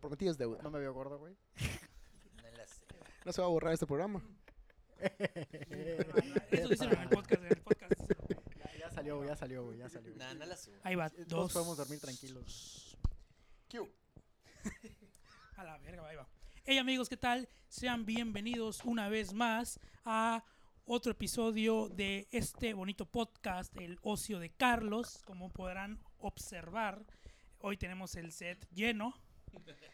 prometido es deuda. No me veo gordo, güey. No la sé. No se va a borrar este programa. Eso dicen en el podcast. En el podcast. Ya, ya salió, güey, ya salió, güey, ya salió. No, no la subo. Ahí va. Todos Dos. podemos dormir tranquilos. Q. A la verga, ahí va. Hey amigos, ¿qué tal? Sean bienvenidos una vez más a otro episodio de este bonito podcast, El Ocio de Carlos. Como podrán observar, hoy tenemos el set lleno.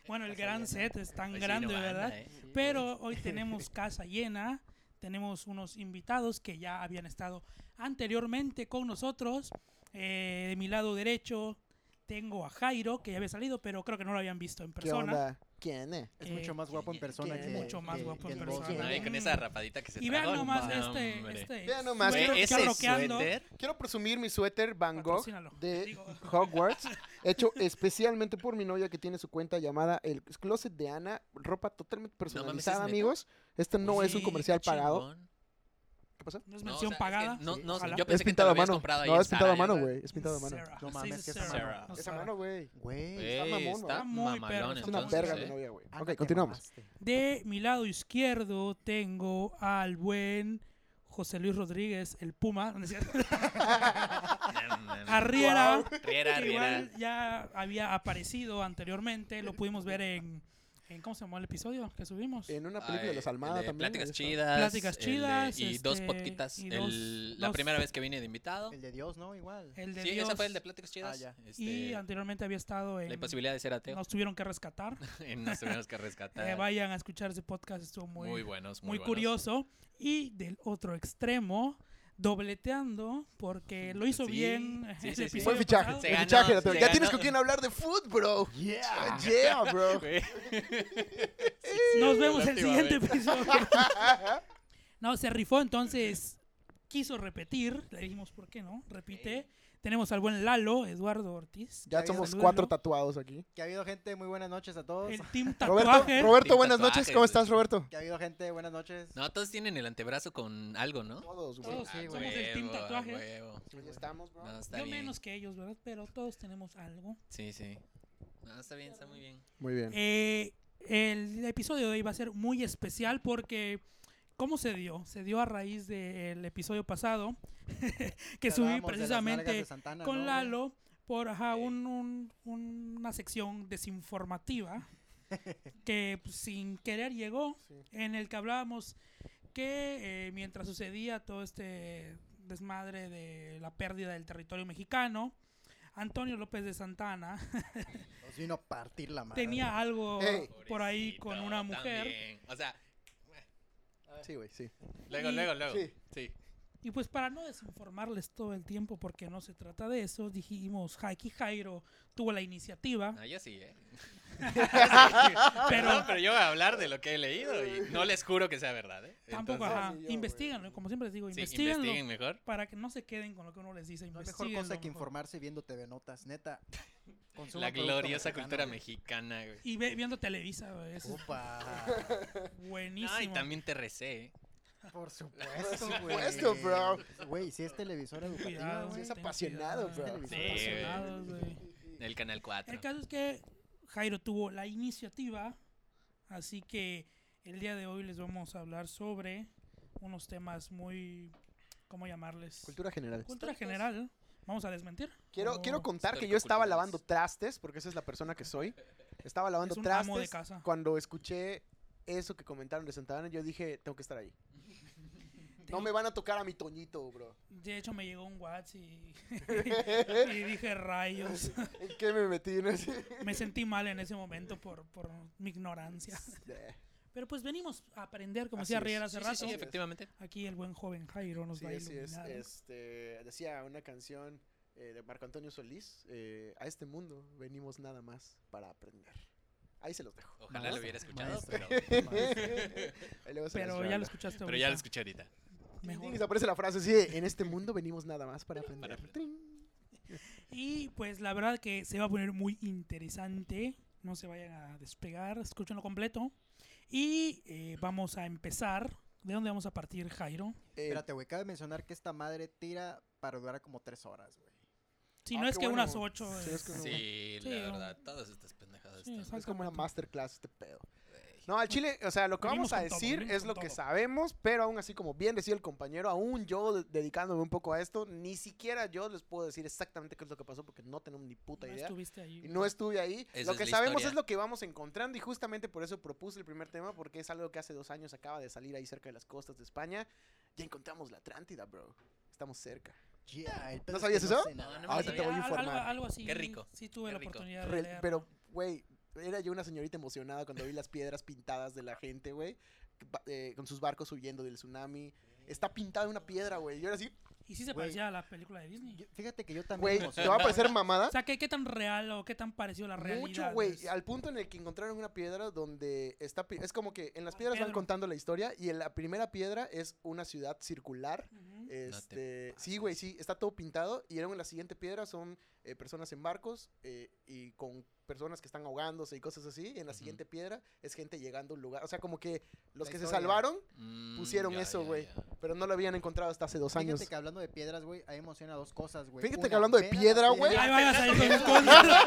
Bueno, el gran set es tan Hoy sí grande, no anda, ¿verdad? eh. Sí, Pero hoy tenemos casa llena, tenemos unos invitados que ya habían estado anteriormente con nosotros. Eh, de mi lado derecho tengo a Jairo, que ya había salido, pero creo que no lo habían visto en ¿Qué persona. onda? ¿Quién es? Es Eh, mucho más guapo en persona que- que. mucho más que- guapo que en el persona. boss, No, güey. y con esa rapadita que se Y vean tragó, nomás no, este, hombre. este. Vean nomás, suéter Ve que ese está bloqueando. suéter. Quiero presumir mi suéter Van Gogh Patrocínalo. de Digo. Hogwarts, hecho especialmente por mi novia que tiene su cuenta llamada El Closet de Ana, ropa totalmente personalizada, ¿es neta? amigos. Este no es un Sí, comercial qué pagado. chingón. ¿Qué pasa? No es No, o sea, mención es que pagada. no, no, Ojalá. yo Es pensé que te lo pintado a habías mano. comprado ahí No, en es pintado a Zara, mano, ya. güey. Es pintado a mano. Sarah. No Sí, mames, es que esa Sarah. mano. No, Esa Sarah. mano, güey. Güey. Ey, Está mamón, está ¿no? Muy perro, mamalón, está Es una Entonces, verga ¿eh? mi novia, güey. Ah, no, Ok, te continuamos. mamaste. De mi lado izquierdo tengo al buen José Luis Rodríguez, el Puma. ¿no es cierto? No, no, no. A Riera, Riera, que igual Riera. ya había aparecido anteriormente. Lo pudimos ver en, en- ¿Cómo se llamó el episodio que subimos? En una película de los Ay, Almada el de también. Pláticas ahí está. chidas. Pláticas el de- chidas, Y dos este, podquitas. y dos- el- la dos- primera vez que vine de invitado. El de Dios, ¿no? Igual. El de sí, Dios. ese fue el de Pláticas chidas. Ah, ya. Este, y anteriormente había estado en. la imposibilidad de ser ateo. Nos tuvieron que rescatar. Nos tuvimos que Eh, rescatar. vayan a escuchar ese podcast, estuvo muy, Muy buenos, muy muy buenos. curioso. Y del otro extremo, dobleteando, porque lo hizo Sí, bien sí, el sí, sí. episodio Buen fichaje. pasado. Se el ganó, fichaje, la se teoría. Ya tienes ganó. con quien hablar de food, bro. Yeah. Yeah, bro. Güey. Nos vemos el Lástima, siguiente episodio. no, se rifó, entonces quiso repetir. Le dijimos, ¿por qué no? Repite. Tenemos al buen Lalo, Eduardo Ortiz. Ya Ya, somos salúdalo. cuatro tatuados aquí. Que ha habido gente, muy buenas noches a todos. El team tatuaje. Roberto, Roberto, Sin buenas noches. tatuajes, ¿Cómo güey. estás, Roberto? Que ha habido gente, buenas noches. No, todos tienen el antebrazo con algo, ¿no? Todos, güey. Todos. Ah, sí, güey. Somos el team huevo, ah, tatuajes. huevo. Ahí estamos, bro. No, está Yo bien. menos que ellos, ¿verdad? Pero todos tenemos algo. Sí, sí. No, está bien, está muy bien. Muy bien. Eh, el episodio de hoy va a ser muy especial porque ¿cómo se dio? Se dio a raíz del episodio pasado Te que hablábamos subí de las nalgas de precisamente Santana, con ¿no, güey? Lalo por ajá, Ey. un- un- una sección desinformativa que pues, sin querer llegó Sí. en el que hablábamos que eh, mientras sucedía todo este desmadre de la pérdida del territorio mexicano, Antonio López de Santana Nos vino a partir la madre. tenía algo Ey. por ahí con una Pobrecito, mujer. también. O sea, Sí, güey, sí. luego, Y- luego, luego. Sí. Sí. Y pues para no desinformarles todo el tiempo, porque no se trata de eso, dijimos, "Ja, aquí Jairo tuvo la iniciativa. No, yo sí, ¿eh? Pero- pero, pero yo voy a hablar de lo que he leído y no les juro que sea verdad, ¿eh? Tampoco, Entonces, ajá, Sí, yo, investiganlo, como siempre les digo, Sí, investiganlo investiguen mejor. para que no se queden con lo que uno les dice. No hay mejor investíguenlo cosa que mejor. informarse viendo TV Notas, neta. Consuman La producto gloriosa mexicano, cultura güey. mexicana, güey. Y ve- viendo Televisa, güey, eso es Opa. buenísimo. Ay, también te recé, ¿eh? Por supuesto, güey. supuesto, bro. Güey, si es televisor educativa, Cuidado, güey. güey, es ten apasionado, cuidado, bro. es Sí, apasionado, güey. El Canal 4. El caso es que Jairo tuvo la iniciativa, así que el día de hoy les vamos a hablar sobre unos temas muy, ¿cómo llamarles? Cultura general. Cultura general. Vamos a desmentir. Quiero, ¿O quiero contar que Estoy yo estaba culturales. lavando trastes, porque esa es la persona que soy. Estaba lavando Es un trastes. amo de casa. Cuando escuché eso que comentaron de Santana, yo dije, tengo que estar ahí. tengo- No me van a tocar a mi Toñito, bro. De hecho, me llegó un WhatsApp y, ¿En y dije rayos. qué me metí? No sé. me sentí mal en ese momento por, por mi ignorancia. Eh, Pero pues venimos a aprender, como Así decía es. Riera Sí, hace sí, rato. sí, efectivamente. Aquí el buen joven Jairo nos Sí, va a así es. iluminar. Este, decía una canción eh, de Marco Antonio Solís, eh, a este mundo venimos nada más para aprender. Ahí se los dejo. Ojalá lo hubiera escuchado, Maestro. pero, Ahí luego se las Pero ya regalo. lo escuchaste pero ya lo ahorita. escuché ahorita. Mejor. Y aparece la frase así, de, en este mundo venimos nada más para aprender. aprender. Trin. Y pues la verdad que se va a poner muy interesante. No se vayan a despegar, escúchenlo completo. Y eh, vamos a empezar. ¿De dónde vamos a partir, Jairo? Eh, Espérate, güey. Cabe mencionar que esta madre tira para durar como tres horas, güey. Si Ah, no es qué que bueno. unas ocho. Si no es que unas- Sí, Sí, la no. verdad, todas estas pendejadas Sí, Es están. como una Exactamente. masterclass este pedo. güey. No, al chile, o sea, lo que Venimos vamos a con todo, decir venimos es con lo que todo. sabemos, pero aún así, como bien decía el compañero, aún yo de- dedicándome un poco a esto, ni siquiera yo les puedo decir exactamente qué es lo que pasó porque no tenemos ni puta No idea. estuviste ahí. Y no estuve ahí. Esa lo que es la sabemos historia. es lo que vamos encontrando y justamente por eso propuse el primer tema porque es algo que hace dos años acaba de salir ahí cerca de las costas de España. Ya encontramos la Atlántida, bro. Estamos cerca. Yeah, el pedo ¿No es sabías que no eso? Ah, sé No, nada. no me Ahorita lo te voy sabía. a Al- informar. Algo, algo así. Qué rico, Sí tuve qué la rico. oportunidad de Re- leer. pero, güey, era yo una señorita emocionada cuando vi las piedras pintadas de la gente, güey. que ba- eh, con sus barcos huyendo del tsunami. Está pintada una piedra, güey. Yo era así, Y sí se Güey. parecía a la película de Disney. Yo- Fíjate que yo también. güey, ¿te me va a emociono, parecer mamada? O sea, ¿qué, qué tan real o qué tan parecido a la realidad? Mucho, güey. es? Al punto en el que encontraron una piedra donde está... pi- Es como que en las piedras van Pedro. contando la historia y en la primera piedra es una ciudad circular Ujú. Este, sí, pases. güey, sí, está todo pintado. Y luego en la siguiente piedra son eh, personas en barcos eh, y con personas que están ahogándose y cosas así. Y en la Ujú. siguiente piedra es gente llegando a un lugar. O sea, como que los La que se historia. salvaron, Mm, pusieron ya, eso, ya, güey. ya. pero no lo habían encontrado hasta hace dos Fíjate años. que hablando de piedras, güey, ahí emociona dos cosas, güey. Fíjate que Una, hablando de ver a la piedra, güey. Ahí Ya, vayas ahí con tus cosas.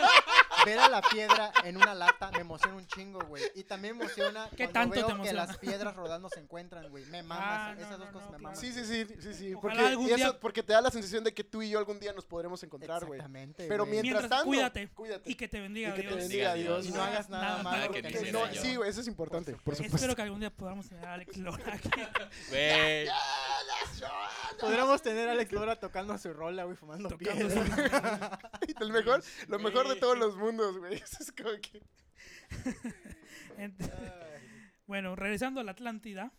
Ver a la piedra en una lata me emociona un chingo, güey. Y también me emociona ¿Qué cuando tanto te veo que emociona? las piedras rodando se encuentran, güey. Me mamas. Ah, no, Esas dos no, cosas no, me claro. maman. Sí, sí, sí, sí, sí. Ojalá Porque, algún y eso día- porque te da la sensación de que tú y yo algún día nos podremos encontrar, güey. Exactamente. Pero güey. mientras, Mientras tanto, cuídate. cuídate. Y que te bendiga Y que te Dios. bendiga Dios. Y no hagas nada malo. que porque te Que no- no- yo. sí, güey, eso es importante, por supuesto. Espero que algún día podamos tener a Alex Lora aquí. Güey. Podríamos tener a Alex Lora tocando su rola, güey, fumando tocando piedras. su- El mejor, lo mejor de Güey. todos los mundos, güey. Eso es como que... Ent- Bueno, regresando a la Atlántida,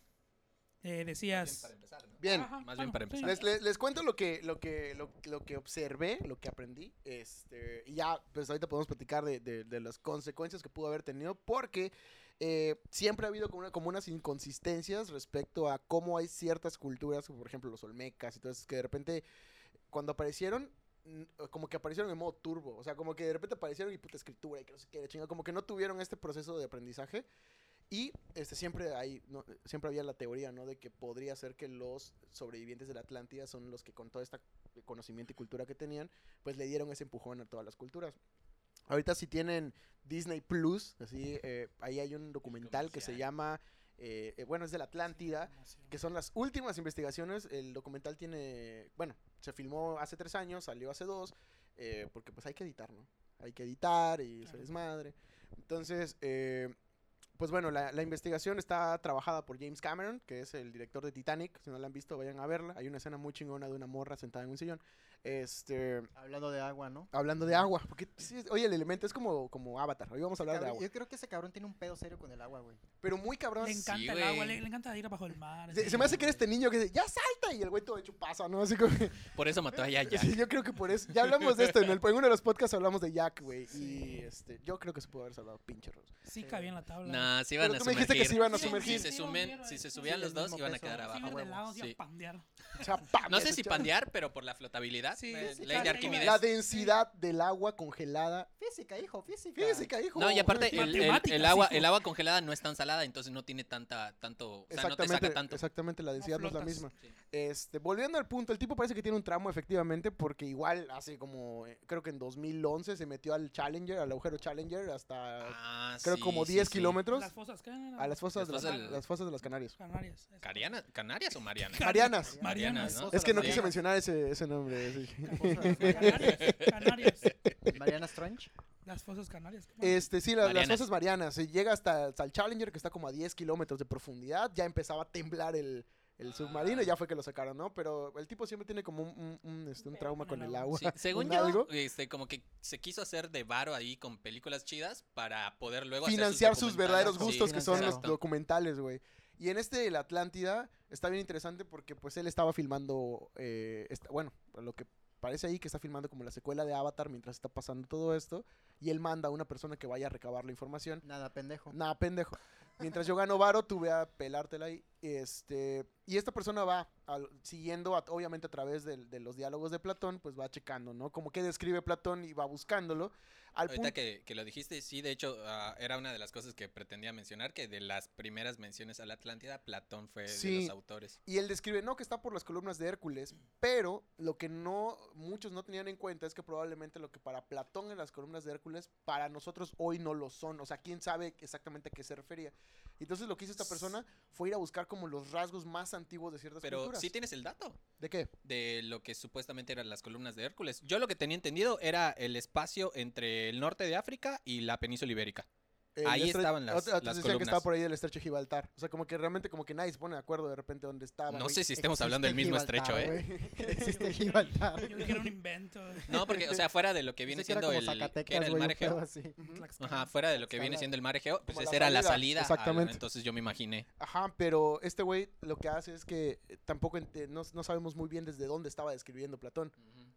eh, decías... Bien. Ajá, Más bien para sí. empezar. Les, les- les cuento lo que, lo, que, lo, lo que observé, lo que aprendí. Este, y ya, pues ahorita podemos platicar de, de- de las consecuencias que pudo haber tenido, porque eh, siempre ha habido como, una- como unas inconsistencias respecto a cómo hay ciertas culturas, como por ejemplo los olmecas y todo eso, que de repente cuando aparecieron, n- como que aparecieron en modo turbo, o sea, como que de repente aparecieron y puta escritura y que no sé qué, la chingada, como que no tuvieron este proceso de aprendizaje. Y este, siempre, hay, no, siempre había la teoría, ¿no? De que podría ser que los sobrevivientes de la Atlántida son los que con todo este conocimiento y cultura que tenían, pues le dieron ese empujón a todas las culturas. Ahorita si tienen Disney Plus, así, eh, ahí hay un documental que se comercial. llama, eh, eh, bueno, es de la Atlántida, que son las últimas investigaciones. El documental tiene, bueno, se filmó hace tres años, salió hace dos, eh, porque pues hay que editar, ¿no? Hay que editar y se Claro. desmadre. Entonces, eh, pues bueno, la, la investigación está trabajada por James Cameron, que es el director de Titanic. Si no la han visto, vayan a verla. Hay una escena muy chingona de una morra sentada en un sillón. Este, Hablando de agua, ¿no? hablando de agua, porque sí, oye, el elemento es como, como Avatar. Hoy vamos a hablar de Cabrón, agua, Yo creo que ese cabrón tiene un pedo serio con el agua, güey. pero muy cabrón. Le Sí, encanta el agua, güey. le, le encanta ir bajo el mar. Se, así. se me hace que eres este niño que dice, ya salta, y el güey todo hecho pasa, ¿no? Así como que- Por eso mató a Yaya. Sí, yo creo que por eso. Ya hablamos de esto. En, el, en uno de los podcasts hablamos de Jack, güey. Y este, yo creo que se pudo haber salvado pinche Rose. Sí cabía en la tabla. Nah, se iban Pero a tú me dijiste que sumergir. se iban a Sí, sumergir. Si se, sumen, si se subían Sí, los el dos, mismo iban a peso. quedar Sí, Sí, abajo. iban de huevo, lado, sí, sí. a pandear. O sea, pam, No ese sé si chavo. pandear, pero por la flotabilidad. Sí, eh, sí, ley claro, de sí, Arquímedes. La densidad del agua congelada. Física, hijo, física. Física, hijo. No, y aparte, el- el, el, Matemáticas, agua, hijo. el agua congelada no es tan salada, entonces no tiene tanta, tanto, o sea, no te Exactamente, saca tanto. exactamente, la densidad no, es la flotas. misma. Sí. Este, volviendo al punto, el tipo parece que tiene un tramo efectivamente porque igual hace como, eh, creo que en 2011 se metió al Challenger, al agujero Challenger hasta, Ah, creo sí, como sí, 10 sí. kilómetros Las fosas, ¿qué? a las fosas, Las de las, fosas del- las fosas de las Canarias. Canarias. eso. ¿Canarias? ¿Canarias o Mariana? Ca- Marianas. Marianas. Marianas, ¿no? Es que no Sí. quise mencionar ese, ese nombre. sí. Canarias. Canarias. Mariana Strange. Las fosas canarias. ¿qué más? Este, sí, la- las Marianas. cosas marianas. Se llega hasta, hasta el Challenger, que está como a 10 kilómetros de profundidad. Ya empezaba a temblar el, el Ah. submarino, ya fue que lo sacaron, ¿no? Pero el tipo siempre tiene como un, un- un, este, un Pero trauma con con el el agua. agua. Sí, según un yo, algo. este, como que se quiso hacer de varo ahí con películas chidas para poder luego hacer financiar sus, documentales. verdaderos Sí, gustos, que son los exacto. documentales, güey. Y en este, la Atlántida, está bien interesante porque pues él estaba filmando, eh, esta- bueno, lo que parece ahí que está filmando como la secuela de Avatar mientras está pasando todo esto. Y él manda a una persona que vaya a recabar la información. Nada, pendejo. Nah, pendejo. Mientras yo gano varo, tú ve a pelártela ahí. Este, y esta persona va al- siguiendo, a- obviamente a través del- de, los diálogos de Platón, pues va checando, ¿no? Como que describe Platón y va buscándolo. Al Ahorita punto- que, que lo dijiste, sí, de hecho, ah, era una de las cosas que pretendía mencionar, que de las primeras menciones a la Atlántida, Platón fue de Sí. los autores. Y él describe, no, que está por las columnas de Hércules, pero lo que no, muchos no tenían en cuenta es que probablemente lo que para Platón en las columnas de Hércules, para nosotros hoy no lo son. O sea, quién sabe exactamente a qué se refería. Entonces lo que hizo esta persona fue ir a buscar como los rasgos más antiguos de ciertas Pero culturas. sí tienes el dato ¿De qué? de lo que supuestamente eran las columnas de Hércules. Yo lo que tenía entendido era el espacio entre el norte de África y la península ibérica. El Ahí estre- estaban las- Otro- otros las decían que columnas. estaba por ahí el estrecho de Gibraltar. O sea, como que realmente como que nadie se pone de acuerdo de repente dónde estaba. No güey. sé si estemos hablando del Existe mismo Gibraltar, estrecho, ¿eh? güey. Existe Gibraltar. Yo dije que era un invento. No, porque, o sea, fuera de lo que viene Pensé que era siendo como el, que Zacatecas, era el güey, mar un pedo Egeo. así. Ujú. Ajá, fuera de lo que viene Tlaxcala. siendo el mar Egeo, pues Como la esa era la salida, salida. al- exactamente. entonces yo me imaginé. Ajá, pero este güey lo que hace es que eh, tampoco ente- no, no sabemos muy bien desde dónde estaba describiendo Platón.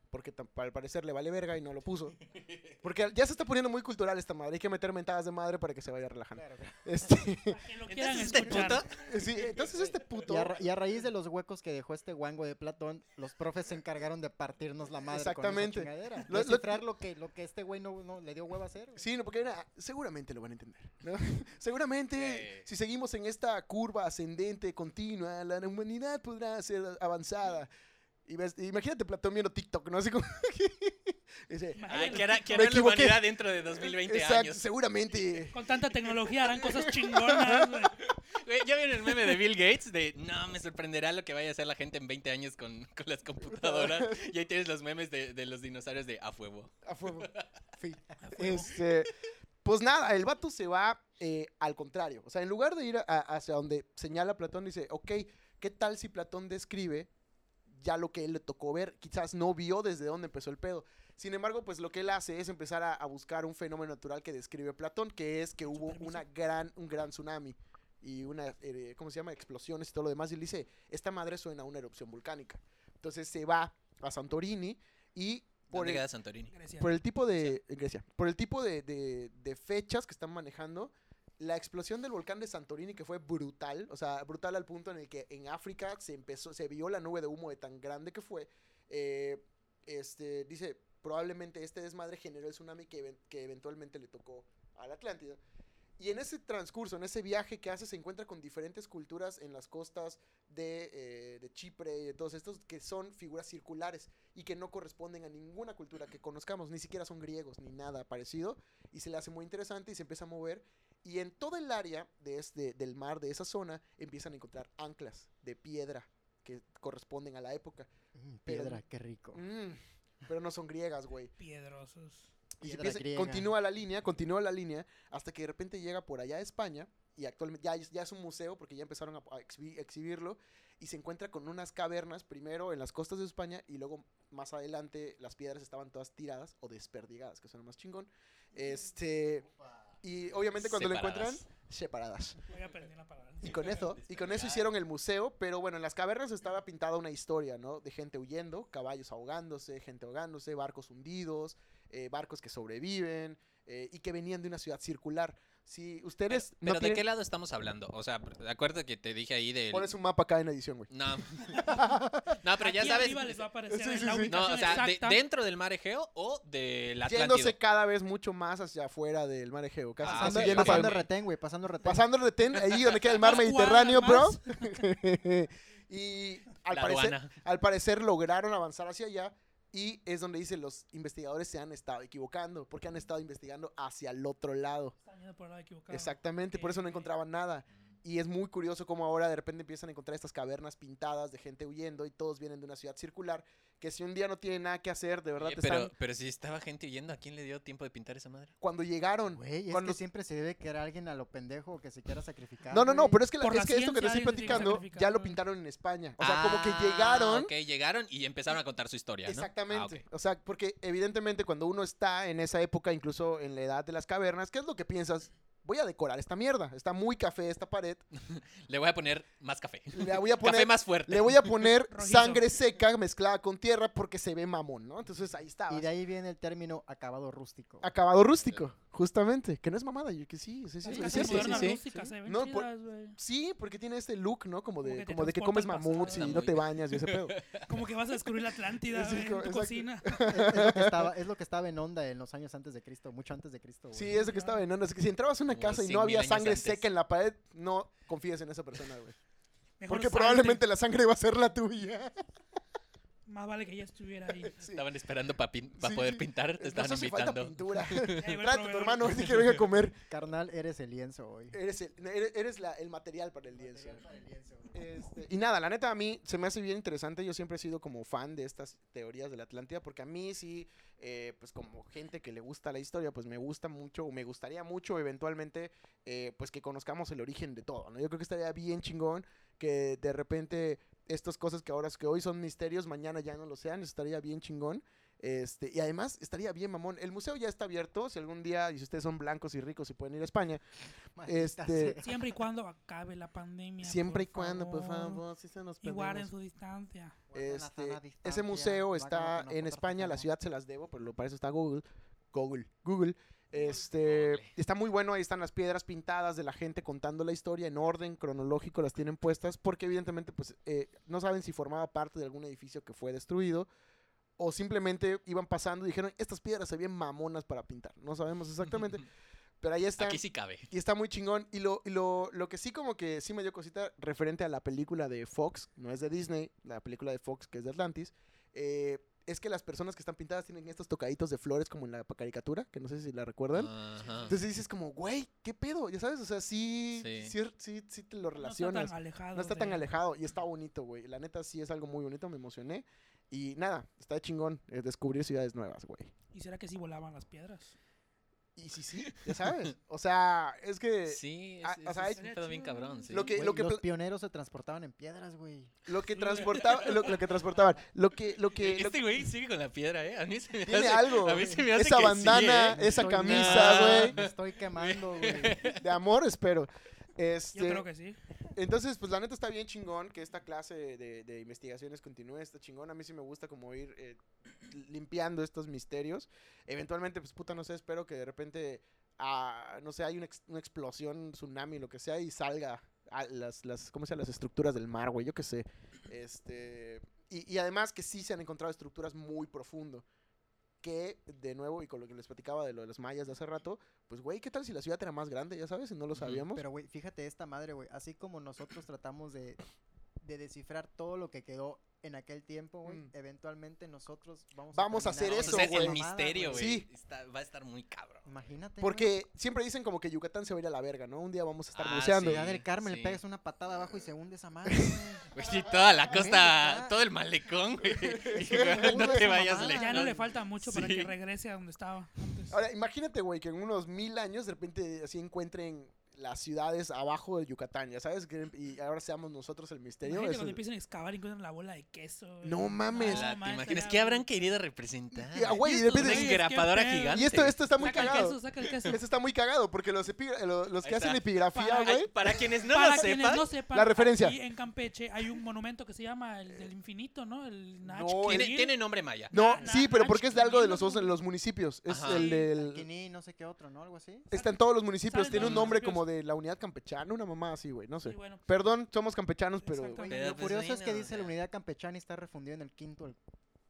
Porque tam- al parecer le vale verga y no lo puso. Porque ya se está poniendo muy cultural esta madre. Hay que meter mentadas de madre para que se vaya relajando. Este, Para que lo quieran Entonces, este escuchar. puto- sí, entonces este puto. Y a, ra- y a raíz de los huecos que dejó este guango de Platón, los profes se encargaron de partirnos la madre Exactamente. con esa chingadera. Lo- lo- Descifrar lo, que, lo que este güey no, no le dio hueva a hacer. güey. Sí, no, porque mira, seguramente lo van a entender. ¿no? Seguramente, Eh. si seguimos en esta curva ascendente continua, la humanidad podrá ser avanzada. Y ves- imagínate Platón viendo TikTok, ¿no? Así como. Dice, Ay, Imagínate, que era, que Me era la equivoqué. humanidad dentro de 2020 exacto, años. seguramente. Con tanta tecnología harán cosas chingonas. güey. Güey, ¿Ya vieron el meme de Bill Gates? De no, me sorprenderá lo que vaya a hacer la gente en 20 años con, con las computadoras. Y ahí tienes los memes de, de los dinosaurios de a fuego. A fuego. Sí. Este, pues nada, el vato se va eh, al contrario. O sea, en lugar de ir a- a- hacia donde señala Platón, dice, ok, ¿qué tal si Platón describe ya lo que él le tocó ver? Quizás no vio desde dónde empezó el pedo. Sin embargo, pues lo que él hace es empezar a, a buscar un fenómeno natural que describe Platón, que es que hubo permiso. una gran, un gran tsunami y una, eh, ¿cómo se llama? Explosiones y todo lo demás. Y él dice, esta madre suena a una erupción volcánica. Entonces se va a Santorini y... ¿Dónde el- queda Santorini? Grecia. por el tipo de. en Grecia. Por el tipo de, de- de fechas que están manejando. La explosión del volcán de Santorini, que fue brutal, o sea, brutal al punto en el que en África se empezó, se vio la nube de humo de tan grande que fue. eh, este, dice, probablemente este desmadre generó el tsunami que, even- que eventualmente le tocó al Atlántida. Y en ese transcurso, en ese viaje que hace, se encuentra con diferentes culturas en las costas de, eh, de Chipre y de todos estos, que son figuras circulares y que no corresponden a ninguna cultura que conozcamos, ni siquiera son griegos ni nada parecido, y se le hace muy interesante y se empieza a mover. Y en todo el área de este, del mar de esa zona empiezan a encontrar anclas de piedra que corresponden a la época. Mm, Pero- Piedra, qué rico. Mm, pero no son griegas, güey. Piedrosos. Y se Piedra empieza- griega. continúa la línea, continúa la línea, hasta que de repente llega por allá a España, y actualmente ya, es- ya es un museo porque ya empezaron a, a exhibi- exhibirlo, y se encuentra con unas cavernas, primero en las costas de España, y luego más adelante las piedras estaban todas tiradas o desperdigadas, que suena más chingón. Este, y obviamente cuando lo Separadas. encuentran, separadas. Voy a aprender una palabra. Y con eso, y con eso hicieron el museo, pero bueno, en las cavernas estaba pintada una historia, ¿no? De gente huyendo, caballos ahogándose, gente ahogándose, barcos hundidos, eh, barcos que sobreviven eh, y que venían de una ciudad circular. Si ustedes Pero no ¿de qué tienen- lado estamos hablando? O sea, acuérdate que te dije ahí del... pones un mapa acá en la edición, güey. No. no, pero ya Aquí sabes... arriba les va a aparecer Sí, sí, la sí. ubicación No, o sea, de- exacta. dentro del mar Egeo o del Atlántico. Yéndose cada vez mucho más hacia afuera del mar Egeo, casi Ah, casi Pasando, sí, yendo para- ok. pasando pasando, retén, güey, pasando retén. el retén, ahí donde queda el mar Dos Mediterráneo, bro. cuadras y al La parecer, aduana. al parecer lograron avanzar hacia allá y es donde dice los investigadores se han estado equivocando porque han estado investigando hacia el otro lado. Están yendo por el lado equivocado. Exactamente, por eso no Ok. encontraban nada. Y es muy curioso cómo ahora de repente empiezan a encontrar estas cavernas pintadas de gente huyendo y todos vienen de una ciudad circular que si un día no tiene nada que hacer, de verdad Oye, te Eh, pero, están... pero si estaba gente huyendo, ¿a quién le dio tiempo de pintar esa madre? Cuando llegaron... Güey, es cuando- que siempre se debe quedar alguien a lo pendejo que se quiera sacrificar. No, no, no, güey. pero es que, la- Por es la que esto que te ciencia estoy alguien tiene que platicando sacrificar, ya lo ¿no? pintaron en España. O sea, como Ah, que llegaron... Ok, llegaron y empezaron a contar su historia. ¿no? Exactamente. Ah, ok. O sea, porque evidentemente cuando uno está en esa época, incluso en la edad de las cavernas, ¿qué es lo que piensas? Voy a decorar esta mierda. Está muy café esta pared. Le voy a poner más café. Le voy a Café poner, más fuerte. le voy a poner Rojizo. sangre seca mezclada con tierra porque se ve mamón, ¿no? Entonces ahí estaba. Ah. Y de ahí viene el término acabado rústico. Acabado rústico, Justamente, que no es mamada, yo que sí, sí, sí. Las sí, sí, canciones sí, sí, modernas sí. rústicas se ven No, pues- por- chidas, güey. Sí, porque tiene este look, ¿no? Como Como de, que te como de que transporta comes al mamuts y pasado. no te bañas y ese pedo. Como que vas a descubrir la Atlántida Sí, güey, en como- tu exacto. cocina. Es, es lo que estaba, es lo que estaba en onda en los años antes de Cristo, mucho antes de Cristo. güey. Sí, es lo que estaba en onda. Es que si entrabas a una Como casa y 100.000 no había años sangre antes. seca en la pared, no confíes en esa persona, güey. Mejor Porque salte. probablemente la sangre va a ser la tuya. Más vale que ya estuviera ahí. Sí. Estaban esperando para Sí, poder sí. pintar, te No estaban hace falta invitando. pintura. el Trate tu proveedor. hermano, si quiero ir a comer. Carnal, eres el lienzo hoy. Eres el, eres, eres la- el material para el lienzo. Yo Este, y nada, la neta a mí se me hace bien interesante. Yo siempre he sido como fan de estas teorías de la Atlántida, porque a mí sí, eh, pues como gente que le gusta la historia, pues me gusta mucho, o me gustaría mucho eventualmente, eh, pues que conozcamos el origen de todo, ¿no? Yo creo que estaría bien chingón que de repente estas cosas que ahora que hoy son misterios, mañana ya no lo sean, estaría bien chingón. Este, y además estaría bien, mamón. El museo ya está abierto. Si algún día, y si ustedes son blancos y ricos y pueden ir a España, Este, Siempre y cuando acabe la pandemia. siempre y por cuando, por favor, si se nos Y guarden perdemos. su distancia. Guarden Pues la Este, sana ese distancia, museo va está como que en nosotros España, la hacemos. ciudad se las debo, pero lo- para eso está Google. Google, Google. Este, está muy bueno, ahí están las piedras pintadas de la gente contando la historia en orden cronológico, las tienen puestas, porque evidentemente pues eh, no saben si formaba parte de algún edificio que fue destruido o simplemente iban pasando y dijeron, estas piedras se ven mamonas para pintar, no sabemos exactamente, pero ahí están. Aquí sí cabe. Y está muy chingón. Y lo, y lo, lo que sí como que sí me dio cosita referente a la película de Fox, no es de Disney, la película de Fox que es de Atlantis, eh, es que las personas que están pintadas tienen estos tocaditos de flores como en la caricatura, que no sé si la Ah. recuerdan. Ajá. Entonces dices como, güey, ¿qué pedo? Ya sabes, o sea, sí, sí. Sí. sí- sí te lo No relacionas. está tan alejado. No está tan de- alejado y está bonito, güey. La neta sí es algo muy bonito, me emocioné. Y nada, está chingón eh, descubrir ciudades nuevas, güey. ¿Y será que sí volaban las piedras? Y sí, sí, ya sabes. O sea, es que... Sí, ah, es, o es- sea, es hay- un pedo bien cabrón. sí. Lo que, lo que los pla- pioneros se transportaban en piedras, güey. Lo que transportaba, lo, lo que transportaban, lo que, lo que, lo- Este güey sigue con la piedra, ¿eh? A mí se me tiene hace, algo, A mí se me hace esa que sí, bandana, ¿eh? Me esa estoy- camisa, Nah. güey, Me estoy quemando, güey. de amor espero. Este, Yo creo que sí. entonces, pues la neta está bien chingón que esta clase de, de investigaciones continúe, está chingón. A mí sí me gusta como ir eh, limpiando estos misterios. Eventualmente, pues puta, no sé, espero que de repente, ah, no sé, hay una, ex- una explosión, tsunami, lo que sea, y salga a las, las, ¿cómo se llama? Las estructuras del mar, güey, yo qué sé. Este, y, y además que sí se han encontrado estructuras muy profundo. Que, de nuevo, y con lo que les platicaba de lo de las mayas de hace rato, pues, güey, ¿qué tal si la ciudad era más grande? Ya sabes, y no lo Ujú, sabíamos. Pero, güey, fíjate esta madre, güey. Así como nosotros tratamos de, de descifrar todo lo que quedó en aquel tiempo, güey, Mm. eventualmente nosotros vamos Vamos a terminar hacer Vamos a eso, con hacer esa güey. pues el mamada, misterio, güey. Sí. Está- va a estar muy cabrón. Imagínate. güey. Porque siempre dicen como que Yucatán se va a ir a la verga, ¿no? Un día vamos a estar Ah, buceando. Ciudad del Carmen sí. le pegas una patada abajo y se hunde esa madre. güey. Güey, sí, toda la Güey, costa, está- todo el malecón, güey. Igual No Toda te esa vayas mamada. lejos. Ya no le falta mucho para que Sí. regrese a donde estaba. antes. Ahora, imagínate, güey, que en unos mil años de repente así encuentren las ciudades abajo de Yucatán, ya sabes, que- y ahora seamos nosotros el misterio. Imagínate eso- cuando empiecen a excavar y encuentran la bola de queso. güey. No mames. No, Ala, Ah, ¿Te mames, imaginas estaría qué habrán bien. querido representar? Y, ah, güey, y de Una repente- Güey, es que engrapadora pedo. gigante. y esto, esto está muy saca el cagado. queso, saca el queso. Esto está muy cagado, porque los, epi- eh, lo- los Ahí que hacen está. epigrafía, Para- güey, Para quienes no Para lo quienes sepan, no sepan, la referencia. aquí en Campeche hay un monumento que se llama el del infinito, ¿no? El Nach No, Quiril. tiene, tiene nombre maya. no, na- sí, pero na- porque es de algo de los, chiquilino, de los municipios. Es Ajá. el Sí, del... Alquiní, no sé qué otro, ¿no? Algo así. Está en todos los municipios, Salen tiene todos un los nombre municipios. como de la unidad campechana, una mamá así, güey, no sé. Sí, bueno. Perdón, somos campechanos, pero... Exactamente. Güey, Pero, lo pues, curioso es que bueno, dice la ya. unidad campechana y está refundido en el quinto. El...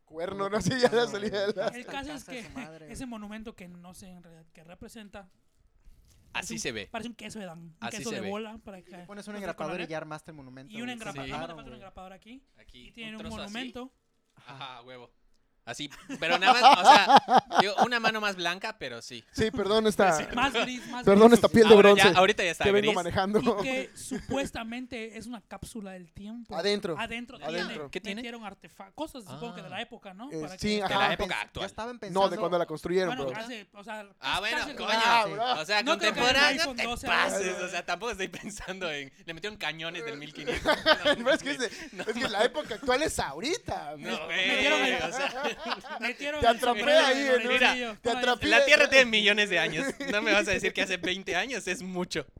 Cuerno, no sé, ya la Campechano, salida de la... güey. El Hasta caso es casa de que su madre, ese güey. monumento que no sé en realidad qué representa. parece Así un- se ve. Parece un queso de dan, un Así queso se de ve. bola para que. Pones no un sea engrapador y color, ya armaste el monumento. Y un güey. Se engrapador, Sí. nada más le mataron, falta un güey. engrapador aquí. Aquí, Y tiene un un, trozo así. monumento. Ajá, huevo. Así, pero nada más, o sea, digo, una mano más blanca, pero sí. Sí, perdón, está... Más gris, más Perdón, gris. esta piel de Ahora bronce ya- ahorita ya está que vengo gris. manejando. Y que supuestamente es una cápsula del tiempo. Adentro. Adentro, Adentro. tiene. ¿Qué tiene? Metieron artefactos. Cosas supongo que de la Ah. época, ¿no? Eh, Para sí, que- ajá. De Yo la pens- época Yo actual. estaban pensando. No, de cuando la construyeron, Bueno, bro. hace, o sea, Ah, bueno, casi- coño. Ah, bro. O sea, No creo que el contemporáneo iPhone te 12 ahora- pases. O sea, tampoco estoy pensando en. Le metieron cañones del 1500. No, Pero es que, es, de- es que la época actual es ahorita. güey. No, güey, metieron el- o sea, Metieron Te el atrapé sombrero ahí de en un- Lorenzo. te Ay, atrapé. la Tierra tiene millones de años. No me vas a decir que hace 20 años es mucho.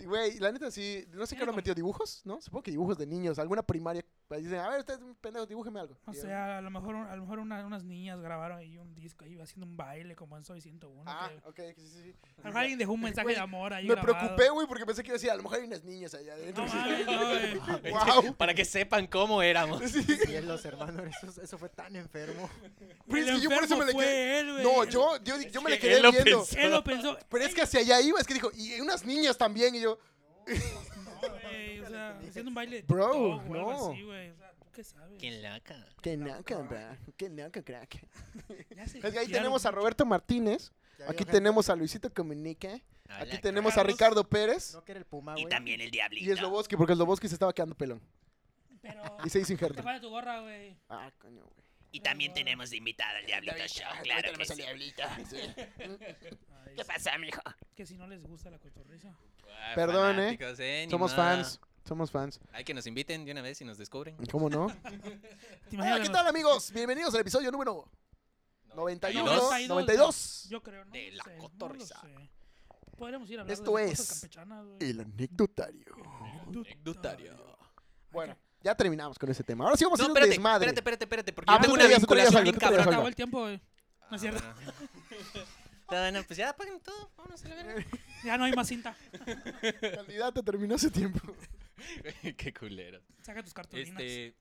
Y, Güey, la neta sí, no sé qué habrán Era como- metido dibujos, ¿no? Supongo que dibujos de niños, alguna primaria. pues, Dicen, a ver, ustedes pendejos, dibújeme algo. O Y- sea, a lo mejor, a lo mejor una- unas niñas grabaron ahí un disco ahí haciendo un baile como en Soy 101. Ah, que- ok, sí, sí, sí. a lo mejor alguien dejó un mensaje Güey, de amor ahí Me grabado. preocupé, güey, porque pensé que iba a decir, a lo mejor hay unas niñas allá adentro. No mames, no, güey. Wow. Para que sepan cómo éramos. Sí, es los hermanos, eso, eso fue tan enfermo. Pero El es que yo por eso enfermo me le fue quedé- él, güey. No, Él- yo, yo, yo me le que quedé él lo viendo. pensó. Él lo pensó. Pero es que hacia allá iba, es que dijo, y unas niñas también, y yo, No, güey, o sea, haciendo un baile de Bro, TikTok o algo no. así, güey. O sea, ¿tú qué sabes? Qué loca. qué naca, bra, qué naca, crack. Ya se Es que ahí hackearon tenemos a mucho. Roberto Martínez, Ya aquí veo, tenemos a Luisito Comunica, Hola, aquí tenemos a Carlos. Ricardo Pérez, No que era el puma, Y güey. también el diablito. y es Loboski, porque el Loboski se estaba quedando pelón, Pero. y se hizo Te injerto. falta tu gorra, güey. Ah, coño, güey. Y también tenemos de invitada al diablito show. Claro que sí. Ay, ¿Qué pasa, mijo? Que si no les gusta la cotorriza. Perdón, ¿eh? fanáticos, eh, ni Somos modo. fans, somos fans. Hay que nos inviten de una vez y nos descubren. ¿Cómo no? ¿Te Hola, imaginas ¿qué la- tal, amigos? Bienvenidos al episodio número 91, 92. 92. Yo creo, ¿no? De lo la sé, no lo cotorriza. sé. Podríamos ir a hablar Esto de es cosas campechanas, güey. El anecdotario. Anecdotario. Bueno, ya terminamos con ese tema. Ahora sí vamos a No, hacer espérate, un desmadre. espérate, espérate, espérate, porque Ah, yo tú tengo una traías- tú traías vinculación algo, bien tú Se traías cabrona. acabó algo. el tiempo, güey. No es cierto. Ah, no, pues ya apaguen todo, vámonos a la verga. Ya no hay más cinta. Candidato terminó hace tiempo. Qué culero. Saca tus cartulinas. Este.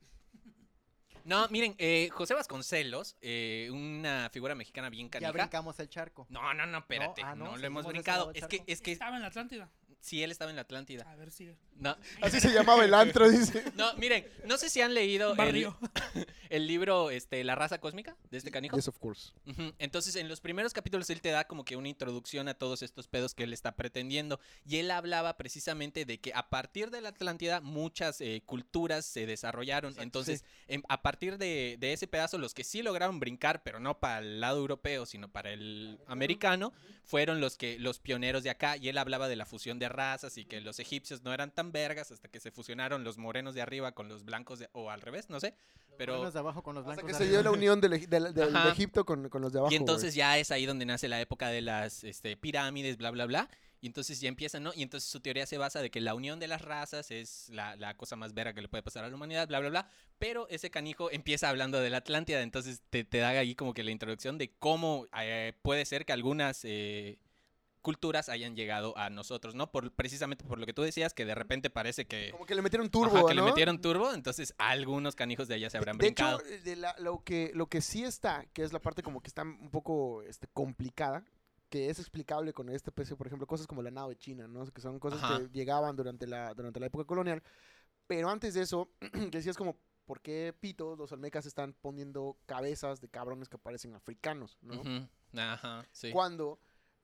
No, miren, eh, José Vasconcelos, eh, una figura mexicana bien Ya canija. brincamos el charco. No, no, no, espérate, no, ah, no, lo hemos seguimos de ese brincado. lado del Es que, charco. es que Estaba en la Atlántida. si él estaba en la Atlántida. A ver, sigue. No, Así se llamaba el antro, dice. no, miren, no sé si han leído el, Barrio. el libro este, La raza cósmica de este canijo. Yes, of course. Ujú, Entonces, en los primeros capítulos él te da como que una introducción a todos estos pedos que él está pretendiendo. Y él hablaba precisamente de que a partir de la Atlántida muchas eh, culturas se desarrollaron. Entonces, em, a partir de, de ese pedazo, los que sí lograron brincar, pero no para el lado europeo, sino para el americano, fueron los que los pioneros de acá. Y él hablaba de la fusión de razas y que los egipcios no eran tan vergas hasta que se fusionaron los morenos de arriba con los blancos de, o al revés, no sé. Pero Los de abajo con los Hasta blancos. que de se arriba. dio la unión del, Eg- del- del Ajá. Egipto con, con los de abajo. Y güey. entonces ya es ahí donde nace la época de las este, pirámides, bla, bla, bla. Y entonces ya empiezan, ¿no? Y entonces su teoría se basa de que la unión de las razas es la, la cosa más vera que le puede pasar a la humanidad, bla, bla, bla. Pero ese canijo empieza hablando de la Atlántida, entonces te, te da ahí como que la introducción de cómo eh, puede ser que algunas eh, culturas hayan llegado a nosotros, ¿no? Por, precisamente por lo que tú decías, que de repente parece que, Como que le metieron eh, ajá, turbo, que ¿no? le metieron turbo, entonces algunos canijos de allá se habrán de brincado. hecho, eh, de la- lo, que, lo que sí está, que es la parte como que está un poco este, complicada, que es explicable con este PC, por ejemplo, cosas como la nave china, ¿no? Que son cosas Ajá. que llegaban durante la, durante la época colonial. Pero antes de eso, que sí es como, ¿por qué pitos los olmecas están poniendo cabezas de cabrones que parecen africanos, ¿no? Ujú, Ajá, sí. Cuando...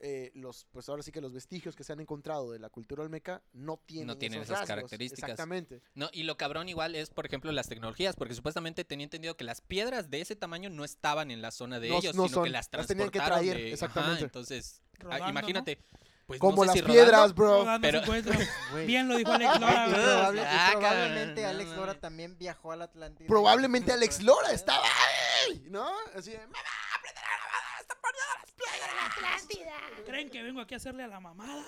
eh, los pues ahora sí que los vestigios que se han encontrado de la cultura olmeca no tienen, tienen esos esas rasgos, características. exactamente No, y lo cabrón igual es, por ejemplo, las tecnologías, porque supuestamente tenía entendido que las piedras de ese tamaño no estaban en la zona de No- ellos, no sino que son, las las tenían transportaron que traer, de- ajá, exactamente. entonces, ah, Rodando, ¿no? imagínate, pues no como sé las si rodando, piedras bro Rodando pero- se encuentra. Güey. Bien lo dijo Alex Lora, Y güey. probable- y Ah, probablemente cabrón, Alex no Lora mames. también viajó al Atlántico. probablemente Alex Lora estaba ahí, ¿no? Así de, "Mamá, Creen que vengo aquí a hacerle a la mamada.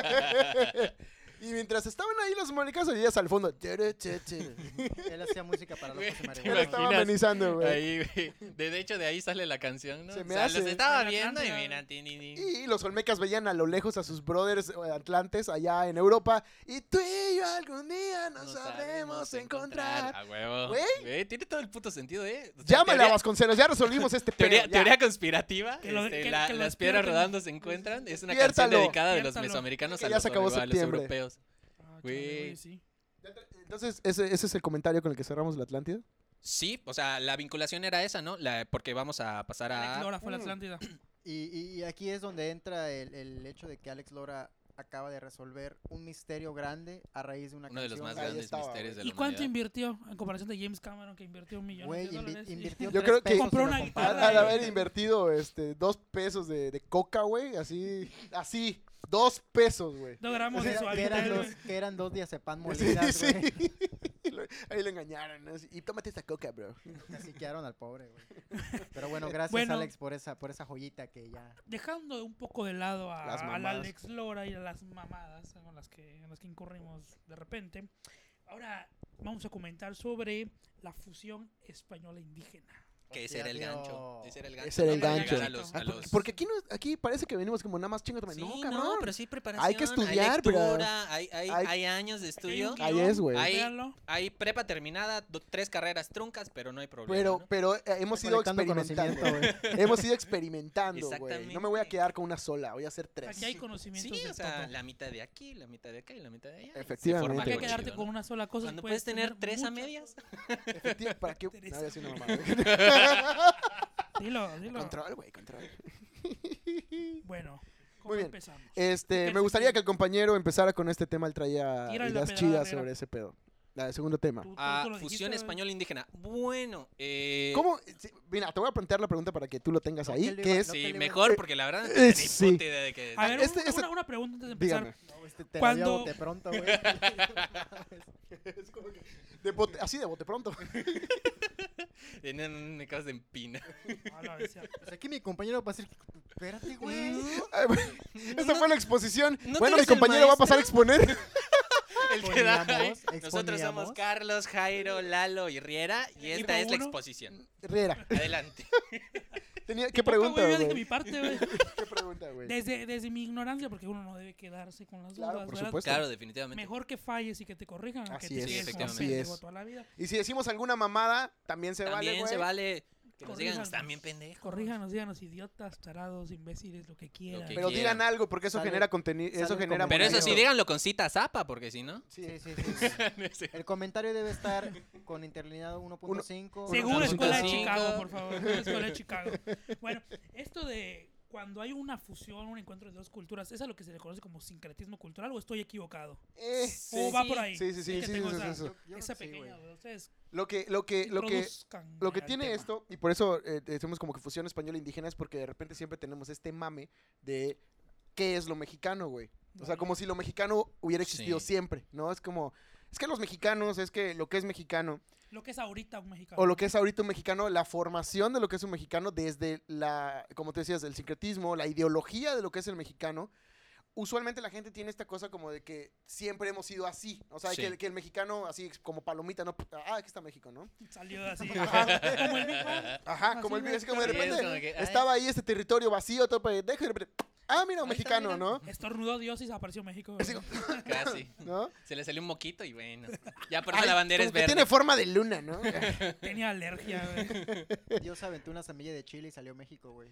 Y mientras estaban ahí los monicas, oías al fondo. "Tere, che, tere". Él hacía música para los Güey, José te Él María. imaginas. estaba amenizando, güey. Ahí, güey, de, de hecho, de ahí sale la canción, ¿no? Se O me sea, los hace. estaba La viendo y Atlántida. mira, tin, tin, tin. Y los olmecas veían a lo lejos a sus brothers eh, atlantes allá en Europa. Y tú y yo algún día nos, sabremos encontrar. A huevo. Güey. Güey, tiene todo el puto sentido, ¿eh? O sea, Llámale a teoría- Vasconcelos, ya resolvimos este Teoría, pedo, ya. teoría conspirativa, Que lo- este, que- la- que lo las piedras despierten. rodando se encuentran, es una Despiértalo. canción dedicada de los Despiértalo. mesoamericanos Que a ya los, se acabó a los septiembre. europeos. Ah, chale, Güey. güey, sí. Entonces, ese, ese es el comentario con el que cerramos la Atlántida. Sí, o sea, la vinculación era esa, ¿no? La, porque vamos a pasar Alex a... Lora fue a la Atlántida. Y, y- y aquí es donde entra el, el hecho de que Alex Lora acaba de resolver un misterio grande a raíz de una Uno de los canción. más Ahí grandes estaba, misterios de la ¿Y cuánto humanidad. invirtió en comparación de James Cameron que invirtió un millón Güey, de invi- dólares? invirtió Yo tres creo que- pesos y Compró lo una compara. guitarra, Al al haber invertido este, dos pesos de, de coca, güey, así, así, dos pesos, güey. Dos gramos Que de era- su que eran hábitat, dos, güey. que eran dos diazepam Sí, molidas, sí. güey. lo, ahí lo engañaron. ¿no? Así, Y tómate esta coca, bro. Casi quedaron al pobre, güey. Pero bueno, gracias, Bueno. Alex, por esa, por esa joyita que ya. Dejando un poco de lado a, Las al mamadas. Alex Lora y a las mamadas con las que, en las que incurrimos de repente, ahora vamos a comentar sobre la fusión española indígena. Que ese era el Hostia, gancho. tío. Ese era el gancho. Ese era el para gancho. llegar a los- a Ah, por- los- Porque aquí, no, aquí parece que venimos como nada más chingando. Sí, no, no, cabrón. pero sí preparación. estudiar, bro. lectura, Hay, hay, Hay- hay años de Aquí hay estudio. un Ahí guión, es, güey. Ahí- véanlo. Hay prepa terminada, do- tres carreras truncas, pero no hay problema. Pero, ¿no? pero eh, hemos ido Recolectando experimentando. conocimiento, güey. hemos ido experimentando, güey. No me voy a Exactamente. quedar con una sola, voy a hacer tres. Aquí hay conocimientos Sí, de o sea, todo. la mitad de aquí, la mitad de acá y la mitad de allá. Se Efectivamente, forma ¿Para qué algo güey. quedarte chido, con ¿no? una sola cosa? Cuando puedes tener tres a muchas medias. cosas. Efectivo, ¿para qué? No, Teresa. voy a decir una mamada, güey. Dilo, dilo. Control, güey, control. Bueno, ¿cómo Muy bien. empezamos? Este, me gustaría que el compañero empezara con este tema. Él traía Tírale la ideas pedrada, chidas Vera. sobre ese pedo. La, el segundo tema. Tú- tú- Ah, tú lo dijiste, fusión güey. español indígena. Bueno, eh, ¿Cómo? sí, Mira, te voy a plantear la pregunta para que tú lo tengas No, ahí, que le que iba- es... no Sí, que le- mejor, porque la verdad no Eh, tenía ni sí. puta idea de que... A ver, Este- un- este- una, una pregunta antes de empezar. Dígame. No, este te Cuando- la dio a bote pronto, güey. Pues Es como que de bote- así de bote pronto. eh, no, no, no, me acabas de empinar. Ah, no, decía, Pues aquí mi compañero va a decir, espérate, güey. Ay, bueno, Esta fue la exposición. ¿no bueno, mi eres el compañero va a pasar a exponer. El que da- Exponíamos, Nosotros somos exponíamos. Carlos, Eh, Jairo, Lalo y Riera, y Equipo esta es la uno. exposición. Herrera, Adelante. tenía, ¿qué "Toca, pregunta, güey, yo dije güey? mi parte, güey. ¿Qué pregunta, güey? Desde, desde mi ignorancia, porque uno no debe quedarse con las Claro, dudas, por ¿verdad? supuesto. Claro, definitivamente. Mejor que falles y que te corrijan. a Así que te es, quedes Sí, como así pendejo es. toda la vida. Y si decimos alguna mamada, también se vale, También güey. se vale que nos digan, Corríjanos. están bien pendejos. Corríjanos, díganos idiotas, tarados, imbéciles, lo que quieran. que Pero quieran. digan algo, porque eso Sale- genera contenido, eso sale genera... como- Pero eso sí, contenido. díganlo con cita zapa, porque si no... Sí, Sí. sí, sí. Sí. El comentario debe estar con interlineado 1.5. Según la Escuela de 1.5. Chicago, por favor. según la Escuela de Chicago. Bueno, esto de cuando hay una fusión, un encuentro de dos culturas, ¿es a lo que se le conoce como sincretismo cultural o estoy equivocado? Eh, ¿O sí, va sí. por ahí? Sí, sí, sí, Es que sí, tengo sí, esa, sí, sí. esa pequeña duda. Ustedes Lo que, lo que, lo que, introduzcan lo que al tiene tema. esto, y por eso eh, decimos como que fusión español e indígena, es porque de repente siempre tenemos este mame de qué es lo mexicano, güey. O sea, Vale. como si lo mexicano hubiera existido Sí. siempre, ¿no? Es como, es que los mexicanos, es que lo que es mexicano, Lo que es ahorita un mexicano. o lo que es ahorita un mexicano, la formación de lo que es un mexicano desde la, como tú decías, el sincretismo, la ideología de lo que es el mexicano. Usualmente la gente tiene esta cosa como de que siempre hemos sido así. O sea, Sí. que, el- que el mexicano así como palomita, ¿no? Ah, aquí está México, ¿no? Salió así. Ajá. como el Big Bang. Ajá, Así como el de- video, así como de Sí, es repente como que, ay. estaba ahí este territorio vacío, todo pendejo, y de repente, ah, mira, un Ahí está, mexicano, mira. ¿no? Estornudó Dios y desapareció México. Así güey. Casi. ¿No? Se le salió un moquito y bueno. Ya por eso Ay, la bandera como es que verde. tiene forma de luna, ¿no? Tenía alergia, güey. Dios aventó una semilla de chile y salió México, güey.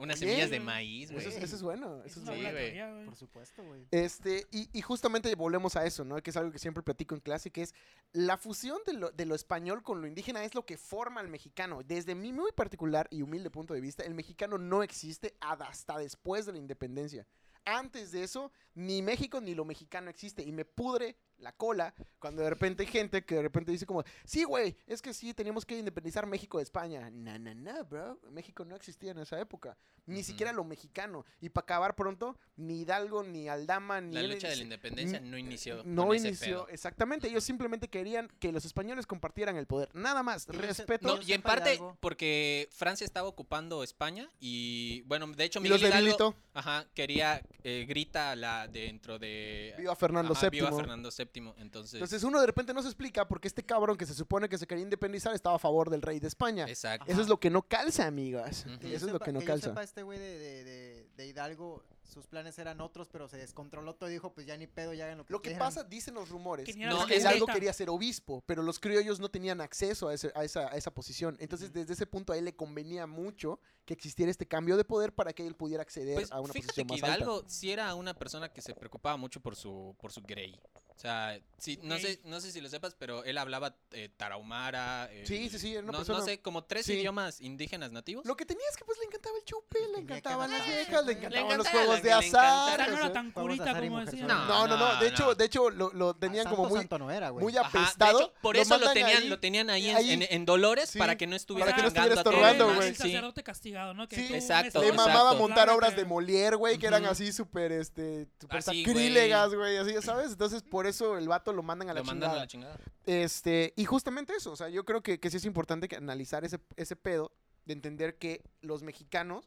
Unas Oye, semillas de güey. maíz, güey. eso, es, eso es bueno, Es eso es una bueno. Sí, buena güey. teoría, güey. Por supuesto, güey. Este, y, y justamente volvemos a eso, ¿no? Que es algo que siempre platico en clase, que es la fusión de lo, de lo español con lo indígena es lo que forma al mexicano. Desde mi muy particular y humilde punto de vista, el mexicano no existe ad- hasta después de la independencia. Antes de eso, ni México ni lo mexicano existe. Y me pudre la cola cuando de repente hay gente que de repente dice como, sí, güey, es que sí, teníamos que independizar México de España. Na, na, na, bro. México no existía en esa época. Ni Ujú. siquiera lo mexicano. Y para acabar pronto, ni Hidalgo, ni Aldama, ni... La él- lucha de la independencia no inició. Eh, No con ese inició, pedo. exactamente. Ellos simplemente querían que los españoles compartieran el poder. Nada más, Ellos se- respeto. No, Yo y en sepa de parte algo. porque Francia estaba ocupando España y bueno, de hecho y los Miguel Hidalgo debilitó. ajá, quería eh, grita la dentro de Viva Fernando eh, ajá, VII. viva Fernando VII, entonces, Entonces uno de repente no se explica porque este cabrón que se supone que se quería independizar estaba a favor del rey de España. exacto. Eso es lo que no calza, amigas. Ujú. yo Eso es lo sepa- que no yo calza. sepa, este güey de, de- de- de Hidalgo, sus planes eran otros, pero se descontroló todo y dijo, pues ya ni pedo, ya hagan lo que Lo que quieran. pasa, dicen los rumores, Que ni era No, que es que- Hidalgo quería ser obispo, pero los criollos no tenían acceso a, ese- a esa, a esa posición. Entonces, Ujú. desde ese punto a él le convenía mucho que existiera este cambio de poder para que él pudiera acceder Pues a una fíjate posición más que alta. Hidalgo sí era una persona que se preocupaba mucho por su por su grey. O sea, sí, no sé, no sé si lo sepas, pero él hablaba eh, tarahumara. eh, Sí, sí, sí, era una no, no persona- sé, como tres sí. idiomas indígenas nativos. Lo que tenía es que pues le encantaba el chupe, le encantaban las bailar, viejas, le güey. encantaban Le los encantaba, juegos de le encantaba. O azar. sea, no o sea. era tan Juegos de curita azar y como mujerzuela. decían. No, No, no, no. De no, hecho, no. de hecho lo, lo tenían Ah, como santo, muy, santo no era, güey. muy Ajá, de apestado. hecho, por eso lo mandan tenían, ahí. lo tenían ahí, en- ahí. En, en Dolores Sí, para que no estuviera para que no chingando estuviera a todo el estorbando, mundo. güey. El Sí. sacerdote castigado, ¿no? Que Sí, tú, un exacto, Le sacerdote mamaba exacto. montar claro obras que- de Molière, güey, que eran Ujú. así súper, este, súper Así, sacrílegas, güey, así, ¿sabes? Entonces, por eso el vato lo mandan a la lo mandan chingada. a la chingada. Este, y justamente eso, o sea, yo creo que, que sí es importante que analizar ese, ese pedo, de entender que los mexicanos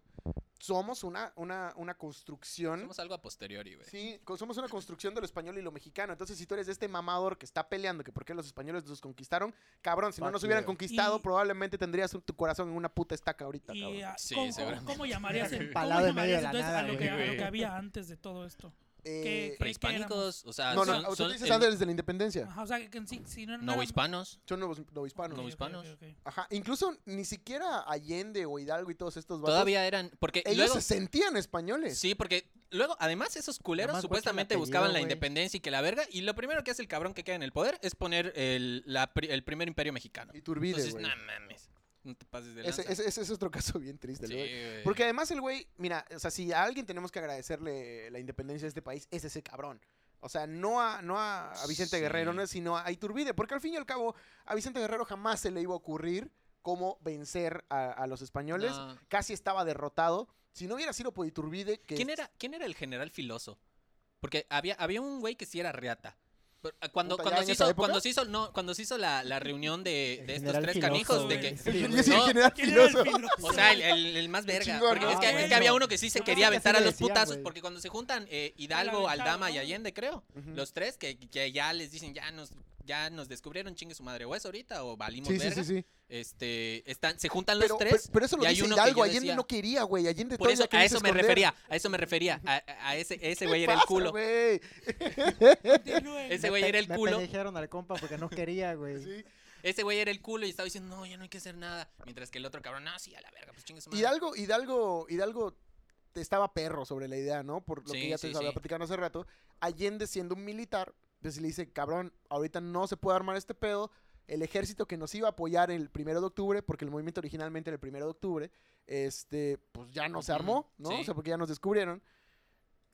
somos una, una, una construcción. Somos algo a posteriori, güey. ¿Mm? Sí, co- somos una construcción de lo español y lo mexicano. Entonces, si tú eres de este mamador que está peleando que por qué los españoles nos conquistaron, cabrón, si no Fuck nos hubieran you. conquistado, Y- probablemente tendrías un- tu corazón en una puta estaca ahorita, Y, cabrón. ah, Sí, ¿cómo, cómo, seguramente. cómo llamarías, en- cómo Palado en medio llamarías de la entonces a, nada, lo que, a lo güey. que había antes de todo esto? Eh, ¿qué- Prehispánicos, o sea, no, no, son- tú son dices el- antes de la independencia. Ajá, o sea, que, que si, si no eran- no hispanos. Son nuevos novohispanos. No, Ok, ok, hispanos. ok, ok. Ajá, incluso ni siquiera Allende o Hidalgo y todos estos vatos, Todavía eran. Porque ellos luego. se sentían españoles. Sí, porque luego, además, esos culeros Además, guacha el supuestamente apellido, buscaban la güey. independencia y que la verga. Y lo primero que hace el cabrón que queda en el poder es poner el, la pri- el primer imperio mexicano. Iturbide, Entonces, güey. no mames. No te pases de lanza. Ese, ese- ese es otro caso bien triste, Sí, luego. güey. Porque además el güey, mira, o sea, si a alguien tenemos que agradecerle la independencia de este país, es ese cabrón. O sea, no a, no a, a Vicente Sí. Guerrero, no, sino a Iturbide. Porque al fin y al cabo, a Vicente Guerrero jamás se le iba a ocurrir cómo vencer a, a los españoles. No. Casi estaba derrotado. Si no hubiera sido por Iturbide, que... ¿Quién era, ¿Quién era el general filoso? Porque había, había un güey que sí era reata. Pero, ah, Cuando, Puta, cuando, ¿ya en se esa hizo, época? cuando se hizo, no, cuando se hizo la, la reunión de, El de estos general tres filoso, canijos, de güey. que. El, Sí, gen- yo güey. sí, el No, general ¿Quién era el filoso. filoso? O sea, el, el- el más verga. chingón, porque ¿no? es, que, es que había uno que sí se No, quería es que aventar así a le los decían, putazos. güey. Porque cuando se juntan eh, Hidalgo, aventaron, Aldama y ¿no? Allende, creo. Ujú. Los tres que, que ya les dicen, ya nos, ya nos descubrieron, chingue su madre. O es ahorita, o valimos Sí, sí, verga. sí, sí. Este, están, se juntan los Pero, pero, tres. pero eso lo y hay dice uno que Hidalgo. yo Allende decía- no quería, güey. Allende Por todavía eso, a quería eso me esconder. refería, a eso me refería. A, a ese, ese güey era el Pasa, culo. güey. Continúen. Ese güey era el me culo. pendejearon al compa porque no quería, güey. Sí. Ese güey era el culo y estaba diciendo, no, ya no hay que hacer nada. Mientras que el otro cabrón, no, sí, a la verga, pues chingue su madre. Hidalgo, Hidalgo, Hidalgo te estaba perro sobre la idea, ¿no? Por lo que Sí, ya te sí, había sí. platicado hace rato. Allende siendo un militar, pues le dice, cabrón, ahorita no se puede armar este pedo. El ejército que nos iba a apoyar el primero de octubre, porque el movimiento originalmente era el primero de octubre, este, pues ya no se Ujú, armó, ¿no? sí. O sea, porque ya nos descubrieron.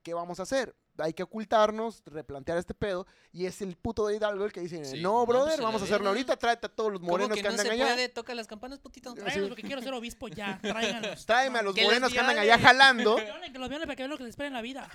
¿Qué vamos a hacer? Hay que ocultarnos, replantear este pedo. Y es el puto de Hidalgo el que dice, Sí, no, no, pues, brother, a la vamos a hacerlo verga. ahorita. Tráete a todos los ¿Cómo morenos que, que, no andan se allá. puede? Toca las campanas, putito. Tráenos porque quiero ser obispo ya. Tráiganos. Tráeme a los Que los morenos que andan allá violen. jalando. Que los violen, que los violen para que vean lo que les espera en la vida.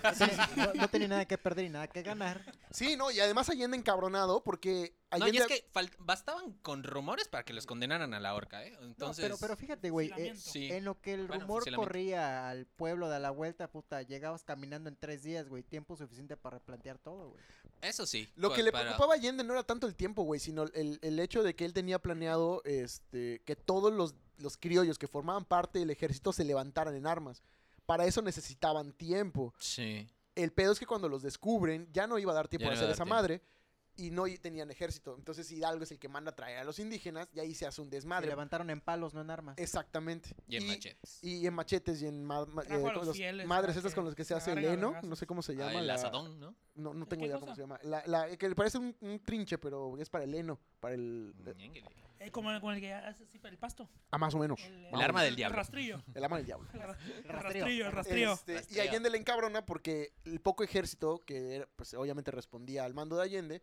No, no tenía nada que perder y nada que ganar. Sí, no, y además Allende encabronado porque No, y Allende... es que fal- bastaban con rumores para que los condenaran a la horca, ¿eh? No, Entonces, pero, pero fíjate, güey. eh, fusilamiento. sí. en lo que el Bueno, rumor fusilamiento. corría al pueblo de la vuelta, puta, llegabas caminando en tres días, güey. Tiempo suficiente para replantear todo, güey. Eso sí. Lo cu- que le para- preocupaba a Allende no era tanto el tiempo, güey, sino el, el hecho de que él tenía planeado este, que todos los, los criollos que formaban parte del ejército se levantaran en armas. Para eso necesitaban tiempo. Sí. El pedo es que cuando los descubren ya no iba a dar tiempo Ya a no hacer iba a esa dar tiempo. madre y no y- tenían ejército. Entonces Hidalgo es el que manda a traer a los indígenas y ahí se hace un Se desmadre. levantaron en palos, no en armas. Exactamente. Y en machetes. y en machetes y en ma- ma- Trajo eh, a con los los fieles madres para estas que con las que se se hace el agarren a heno, vergazos. no sé cómo se Ah, llama. el la- asadón, ¿no? No, no tengo qué idea cosa? cómo se llama. La, la- que le parece un, un trinche, pero es para el heno, para el... eh, Ñénguele. Eh, como el, con el que hace así para el pasto. ah, más o menos. El, El arma del diablo. El rastrillo. El ama del diablo. El ra- el Rastrillo. rastrillo, el rastrillo. Este, y Rastrillo. Allende le encabrona porque el poco ejército, que era, pues, obviamente respondía al mando de Allende,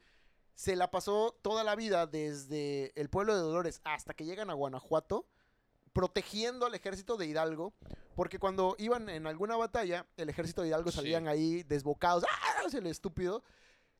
se la pasó toda la vida desde el pueblo de Dolores hasta que llegan a Guanajuato, protegiendo al ejército de Hidalgo, porque cuando iban en alguna batalla, el ejército de Hidalgo Sí. salían ahí desbocados, ¡ah! Es el estúpido.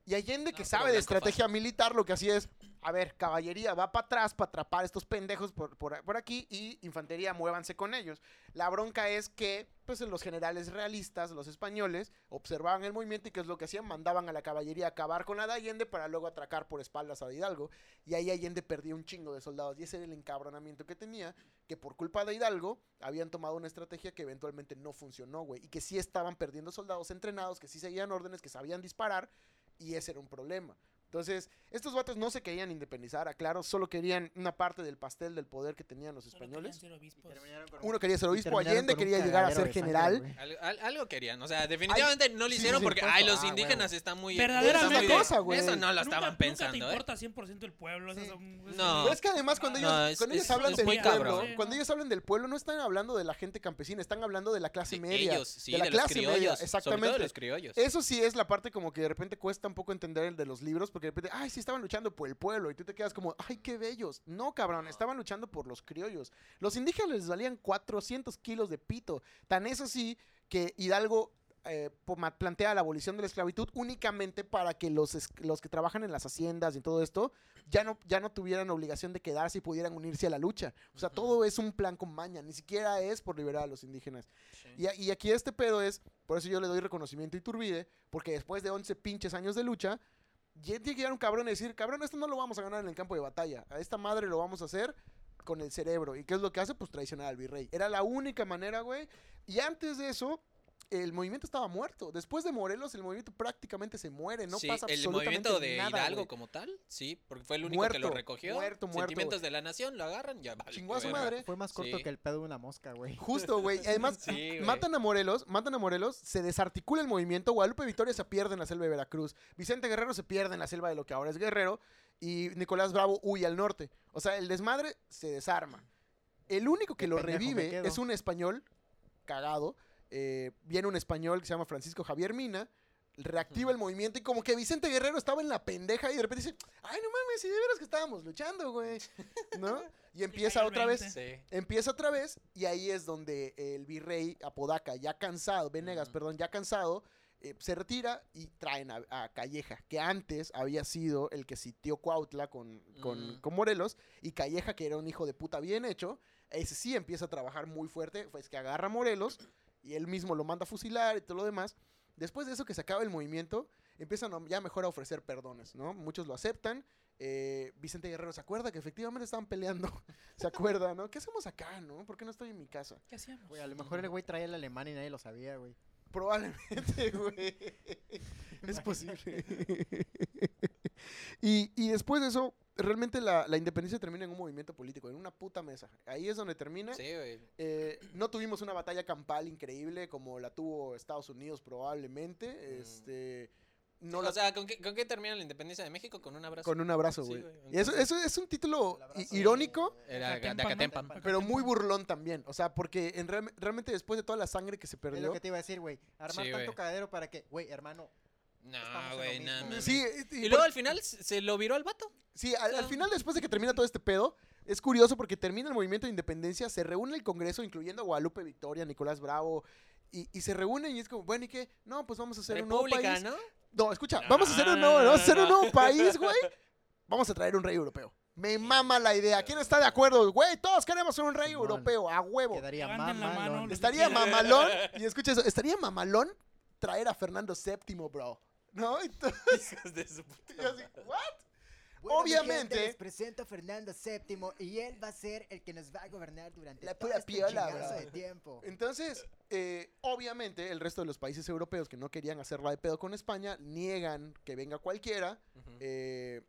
Y Allende, No, que pero sabe de blanco estrategia militar, lo que hacía es, a ver, caballería va para atrás para atrapar a estos pendejos por, por- por aquí y infantería, muévanse con ellos. La bronca es que, pues, los generales realistas, los españoles, observaban el movimiento y que es lo que hacían, mandaban a la caballería a acabar con la de Allende para luego atracar por espaldas a Hidalgo. Y ahí Allende perdió un chingo de soldados y ese era el encabronamiento que tenía, que por culpa de Hidalgo habían tomado una estrategia que eventualmente no funcionó, güey, y que sí estaban perdiendo soldados entrenados, que sí seguían órdenes, que sabían disparar y ese era un problema. Entonces, estos vatos no se querían independizar, aclaro, solo querían una parte del pastel del poder que tenían los Solo españoles. querían ser obispos. Uno quería ser Y obispo, terminaron Allende con un quería llegar a cagadero ser de sangre, general. güey. Al- al- algo querían, o sea, definitivamente no lo sí, sí, hicieron sí, porque, por ay, supuesto. los Ah, indígenas están muy... Verdaderamente. Eso no- Cosa, güey. Eso no lo Nunca- estaban Nunca pensando, te ¿eh? importa 100% el pueblo. eso Sí. es un- es No. Pero es que además cuando ellos, No, es- cuando ellos es- hablan es del muy pueblo, cabrón. Sí, cuando no. ellos hablan del pueblo no están hablando de la gente campesina, están hablando de la clase De media, ellos, sí, de la los clase media, criollos. Sobre todo de exactamente. Eh, los criollos. Eso sí es la parte como que de repente cuesta un poco entender el de los libros, porque de repente, ay, sí estaban luchando por el pueblo, y tú te quedas como, ay, qué bellos. No, cabrón, estaban luchando por los criollos. Los indígenas les valían 400 kilos de pito. Tan es así que Hidalgo eh, po- ma- plantea la abolición de la esclavitud únicamente para que los, es- los que trabajan en las haciendas y todo esto ya no, ya no tuvieran obligación de quedarse y pudieran unirse a la lucha. O sea, todo es un plan con maña, ni siquiera es por liberar a los indígenas. Y, a- y aquí este pedo es, por eso yo le doy reconocimiento a Iturbide, porque después de 11 pinches años de lucha, ya tiene que llegar un cabrón y decir, cabrón, esto no lo vamos a ganar en el campo de batalla, a esta madre lo vamos a hacer con el cerebro. ¿Y qué es lo que hace? Pues traicionar al virrey. Era la única manera, güey. Y antes de eso... El movimiento estaba muerto. Después de Morelos, el movimiento prácticamente se muere. No Sí, pasa el absolutamente movimiento de nada, Hidalgo güey. como tal, sí, porque fue el único que lo Muerto, recogió. muerto, muerto, Sentimientos de la nación, lo agarran, ya vale. Chingó a su verga. madre. Fue más corto Sí. que el pedo de una mosca, güey. Justo, güey. Y Además, Sí, güey. matan a Morelos, matan a Morelos, se desarticula el movimiento. Guadalupe Victoria se pierde en la selva de Veracruz. Vicente Guerrero se pierde en la selva de lo que ahora es Guerrero. Y Nicolás Bravo huye al norte. O sea, el desmadre se desarma. El único que Qué lo pendejo me revive quedo. es un español cagado. eh, viene un español que se llama Francisco Javier Mina. Reactiva el movimiento y como que Vicente Guerrero estaba en la pendeja y de repente dice, ay, no mames, si de veras que estábamos luchando, güey. ¿No? Y empieza cayó el otra vez veinte. Sí. Empieza otra vez y ahí es donde el virrey Apodaca, ya cansado, Venegas, Ujú. perdón, ya cansado, eh, se retira y traen a, a Calleja, que antes había sido el que sitió Cuautla con, con, Mm. con Morelos, y Calleja, que era un hijo de puta bien hecho, ese sí empieza a trabajar muy fuerte, pues que agarra a Morelos y él mismo lo manda a fusilar y todo lo demás. Después de eso que se acaba el movimiento, empiezan a- ya mejor a ofrecer perdones, ¿no? Muchos lo aceptan. eh, Vicente Guerrero se acuerda que efectivamente estaban peleando. se acuerda, ¿no? ¿Qué hacemos acá, no? ¿Por qué no estoy en mi casa? ¿Qué hacíamos? Güey, a lo mejor el güey traía el alemán y nadie lo sabía, güey. Probablemente, güey. es posible. y, y después de eso, realmente la, la independencia termina en un movimiento político, en una puta mesa. Ahí es donde termina. Sí, güey. Eh, no tuvimos una batalla campal increíble como la tuvo Estados Unidos probablemente. Mm. Este, no O la- sea, ¿con qué, ¿con qué termina la independencia de México? Con un abrazo. con un abrazo, Sí, güey. güey, Y eso, entonces- eso es un título El Oh, i- abrazo irónico, de- Era de Acatempa, ¿no? Acatempan. Acatempa. pero muy burlón también. O sea, porque en realme- realmente después de toda la sangre que se Es lo perdió... que te iba a decir, güey. Armar Sí, tanto güey. cagadero para que, güey, hermano, Estamos No, en güey, lo nada mismo. mames. Sí, y- y Y luego por- al final se se lo viró al vato. Sí, al, al Ah. final, después de que termina todo este pedo, es curioso porque termina el movimiento de independencia, se reúne el Congreso, incluyendo a Guadalupe Victoria, Nicolás Bravo, y, y se reúnen y es como, bueno, ¿y qué? No, pues vamos a hacer un nuevo República, país. ¿no? No, escucha, No, vamos a hacer un no, nuevo, no, vamos a hacer no, un no. nuevo país, güey. Vamos a traer un rey europeo. Me mama la idea. ¿Quién está de acuerdo? Güey, todos queremos un rey Simón. europeo, a huevo. quedaría Levanten la mano, mamá. los- Estaría mamalón, y escucha eso, estaría mamalón traer a Fernando VII, bro. ¿No? Entonces, Hijos de su puta yo así, madre. ¿what? Obviamente- Les presento a Fernando VII y él va a ser el que nos va a gobernar durante La todo pura este piola, chingazo bro. de tiempo. Entonces, eh, obviamente, el resto de los países europeos que no querían hacerla de pedo con España niegan que venga cualquiera Ujú. eh,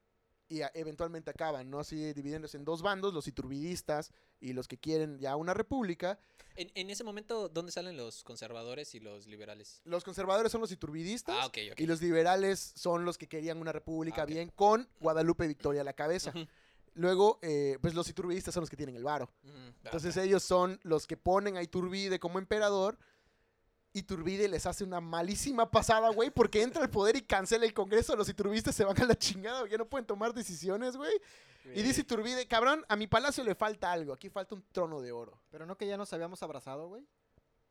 y a- eventualmente acaban, ¿no? Así dividiéndose en dos bandos, los iturbidistas y los que quieren ya una república. En, en ese momento, ¿dónde salen los conservadores y los liberales? Los conservadores son los iturbidistas Ah, ok, ok. y los liberales son los que querían una república Ah, ok. bien con Guadalupe Victoria a la cabeza. Ujú. Luego, eh, pues los iturbidistas son los que tienen el varo. Ujú. Entonces ellos son los que ponen a Iturbide como emperador. Iturbide les hace una malísima pasada, güey, porque entra al poder y cancela el Congreso. Los iturbistas se van a la chingada, güey, ya no pueden tomar decisiones, güey. Eh, Y dice Iturbide, cabrón, a mi palacio le falta algo. Aquí falta un trono de oro. Pero no que ya nos habíamos abrazado, güey.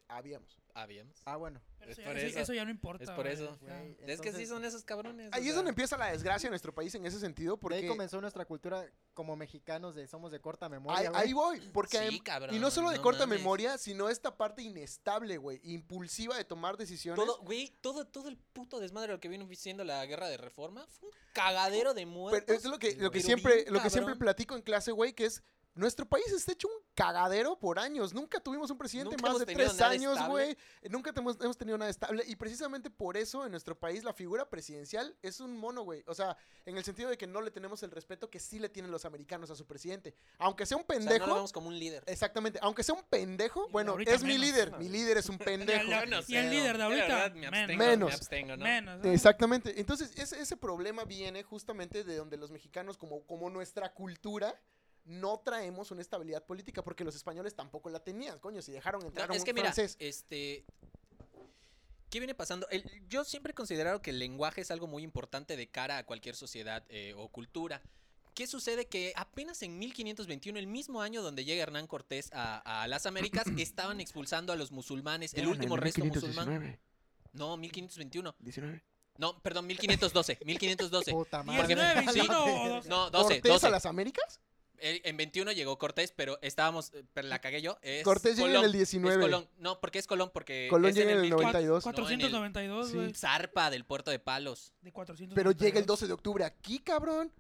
Habíamos. Habíamos. Ah, bueno. Pero Es eso, por ya, eso- eso. eso ya no importa. Es por güey, eso. o sea, Güey. Ah. es que sí Entonces- son esos cabrones. o Ahí es sea. donde empieza la desgracia en nuestro país en ese sentido, Por porque... ahí comenzó nuestra cultura como mexicanos de somos de corta Ahí, memoria, güey. ahí voy, porque Sí, em- y no cabrón, solo de no corta mames. memoria, sino esta parte inestable, güey, impulsiva de tomar decisiones. Todo, güey, todo, todo el puto desmadre de lo que vino siendo la guerra de reforma fue un cagadero de muertos. Pero eso es lo que, lo que Pero siempre, bien lo que siempre cabrón. platico en clase, güey, que es nuestro país está hecho un cagadero por años. Nunca tuvimos un presidente Nunca más hemos de tenido tres nada años, estable. güey. Nunca temos- hemos tenido nada estable. Y precisamente por eso en nuestro país la figura presidencial es un mono, güey. O sea, en el sentido de que no le tenemos el respeto que sí le tienen los americanos a su presidente. Aunque sea un O sea, pendejo. no lo vemos como un líder. Eh, Exactamente, aunque sea un pendejo, Y bueno, ahorita es mi menos, líder, ¿no? mi líder es un pendejo. la- Yo no y sé, el no. líder de Yo la ahorita, verdad me menos. abstengo, Menos. Me abstengo, ¿no? menos, ¿no? Exactamente. Entonces, ese, ese problema viene justamente de donde los mexicanos, como, como nuestra cultura, no traemos una estabilidad política, porque los españoles tampoco la tenían, coño, si dejaron No, entrar a es un que mira, francés. este. ¿Qué viene pasando? El- yo siempre he considerado que el lenguaje es algo muy importante de cara a cualquier sociedad eh, o cultura. ¿Qué sucede? Que apenas en 1521, el mismo año donde llega Hernán Cortés a, a las Américas, estaban expulsando a los musulmanes, el último resto musulmán. No, 1521. 19. No, perdón, 1512. 1512. Puta madre. 19, Porque- 21 o Sí. 12. No, 12, ¿Cortés 12. a las Américas? Eh, En 21 llegó Cortés, pero estábamos. eh, pero la cagué yo. Es Cortés llega en Colón, el 19. Es Colón. No, porque es Colón, porque. Colón es llega en el 1500. Cuat- 92. 492, Sí. güey. Zarpa del puerto de Palos. De 400. Pero llega el 12 de octubre aquí, cabrón.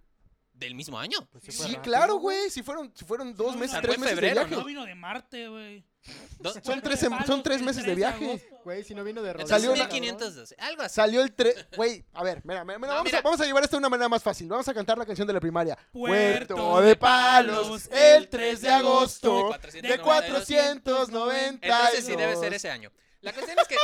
Del mismo año. Pues fue Sí, rápido, claro, güey. Si fueron, si fueron dos no, meses, no, tres fue meses febrero, de viaje. No vino de Marte, güey. Do- Son tres sem- son tres meses de viaje. Güey, si no vino de rodillas. Entonces, Salió la- 1512. Algo así. Salió el 3. Güey, a ver, mira, mira, mira, No, vamos, mira. A, vamos a llevar esto de una manera más fácil. Vamos a cantar la canción de la primaria. Puerto de Palos, el 3 de 490. Entonces sí debe ser ese año. La cuestión es que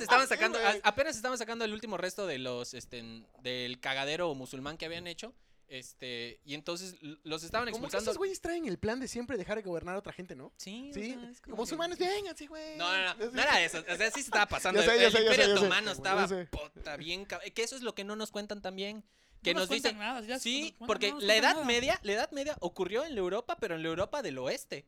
estaban sacando, a- apenas estaban sacando el último resto de los, este, del cagadero musulmán que habían hecho, este, y entonces l- los estaban Como que expulsando. esos güeyes traen el plan de siempre dejar de gobernar a otra gente, ¿no? Sí, o Sí. sea, es como Como que- humanos, vengan, sí, güey. No, no, no, nada de eso. O sea, sí se estaba pasando. Ya sé, el ya el sé, ya sé, imperio ya sé. otomano Ya estaba sé. puta bien. cab- Que eso es lo que no nos cuentan también. Que nos, dicen. Nada, ya Sí, no nos porque cuentan la Edad nada. Media, la Edad Media ocurrió en la Europa, pero en la Europa del Oeste.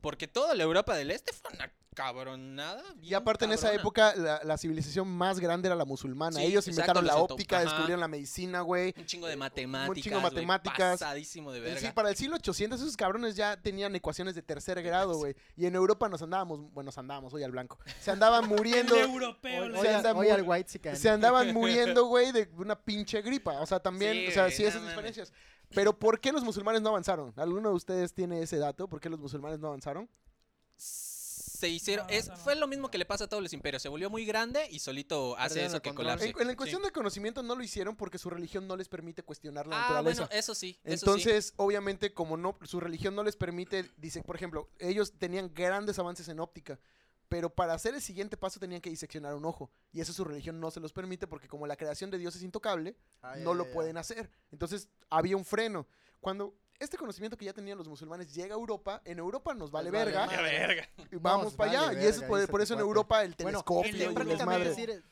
Porque toda la Europa del Este fue una cabronada. Y aparte en esa época la, la civilización más grande era la musulmana. Sí, Ellos exacto, inventaron los la auto- óptica, ajá. descubrieron la medicina, güey. Un chingo de eh, un matemáticas. chingo de güey, matemáticas. pasadísimo de Eh, verga. Sí, para el siglo 800 esos cabrones ya tenían ecuaciones de tercer grado, güey. Y en Europa nos andábamos, bueno, nos andábamos, hoy al blanco. Se andaban muriendo, El europeo. Hoy, la- O hoy sea, al- anda hoy muy- al White Chicken. se andaban muriendo, güey, de una pinche gripa. O sea, también, Sí, o sea, güey, sí no esas mames. diferencias. Pero ¿por qué los musulmanes no avanzaron? ¿Alguno de ustedes tiene ese dato? ¿Por qué los musulmanes no avanzaron? Se hicieron. No, es- no, no. fue lo mismo que le pasa a todos los imperios. Se volvió muy grande y solito hace Perdieron eso el que control. colapse. En, en la Ah, Sí. cuestión de conocimiento no lo hicieron porque su religión no les permite cuestionar la Ah, naturaleza. bueno, eso sí. eso sí. Entonces, obviamente, como no, su religión no les permite, dice, por ejemplo, ellos tenían grandes avances en óptica, pero para hacer el siguiente paso tenían que diseccionar un ojo. Y eso su religión no se los permite porque como la creación de Dios es intocable, Ay, no ay, lo ay, pueden hacer. Entonces, había un freno. Cuando este conocimiento que ya tenían los musulmanes llega a Europa, en Europa nos vale vale verga, madre. Ya verga. y vamos Nos para allá. vale y eso es verga, por, dice por tu eso en cuate. Europa el Bueno, telescopio el y de los prácticamente madres. decir- eh,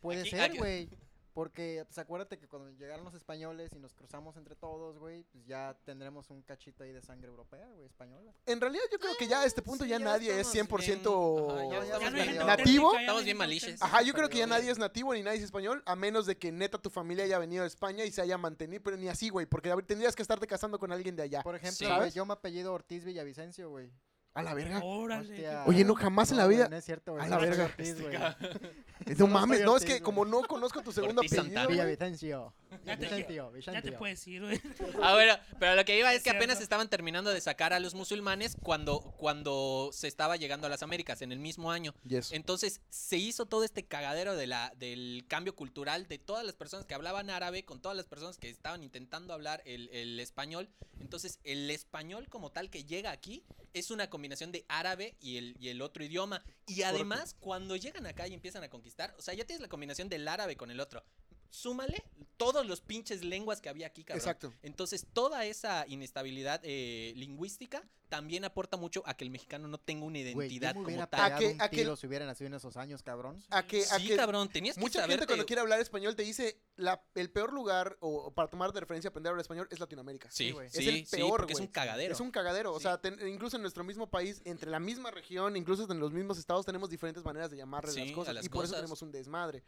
puede Aquí- ser, aquí- güey. Porque, pues, acuérdate que cuando llegaron los españoles y nos cruzamos entre todos, güey, pues ya tendremos un cachito ahí de sangre europea, güey, española. En realidad yo creo que ya a este punto sí, ya ya nadie es estamos bien. 100% Ajá, ya Ya no hay gente nativo. auténtica, ya no Estamos hay bien gente maliches. auténtica. Ajá, yo creo que ya Español. nadie es nativo ni nadie es español, a menos de que neta tu familia haya venido de España y se haya mantenido, pero ni así, güey, porque tendrías que estarte casando con alguien de allá. Por Sí. ejemplo, güey, Ah, ¿Sabes? yo me apellido Ortiz Villavicencio, güey. A la verga. Órale. Hostia. qué- Este Oye, no, jamás en la No, güey, vida. No es cierto, güey. A yo la no soy verga. Ortiz, güey. No no mames, soy no, es Ortiz, que güey. como no conozco tu segundo Ortiz apellido. Santana. güey, Villavicencio. Ya te- Vicencio, Ya te Vicencio. puedes ir, güey. Ah, bueno, pero lo que iba es que Cierto. apenas estaban terminando de sacar a los musulmanes cuando, cuando se estaba llegando a las Américas, en el mismo año. Yes. Entonces se hizo todo este cagadero de la, del cambio cultural de todas las personas que hablaban árabe con todas las personas que estaban intentando hablar el, el español. Entonces el español como tal que llega aquí es una combinación de árabe y el, y el otro idioma. Y además cuando llegan acá y empiezan a conquistar, o sea, ya tienes la combinación del árabe con el otro. Súmale todos los pinches lenguas que había aquí, cabrón. Exacto. Entonces, toda esa inestabilidad eh, lingüística también aporta mucho a que el mexicano no tenga una Güey, yo identidad me como hubiera tal. ¿A pegado qué- un a qué- tiro si hubiera nacido en esos años, cabrón. A que, a Sí, que cabrón, tenías que mucha gente saberte- cuando quiere hablar español te dice la, el peor lugar o, o para tomar de referencia aprender a hablar español es Latinoamérica. Sí, Sí, sí, güey. Es el sí, peor, porque es güey. un cagadero. Es un cagadero, o Sí. sea, ten- incluso en nuestro mismo país, entre la misma región, incluso en los mismos estados, tenemos diferentes maneras de llamarle Sí, las a cosas las y por eso cosas. tenemos un desmadre.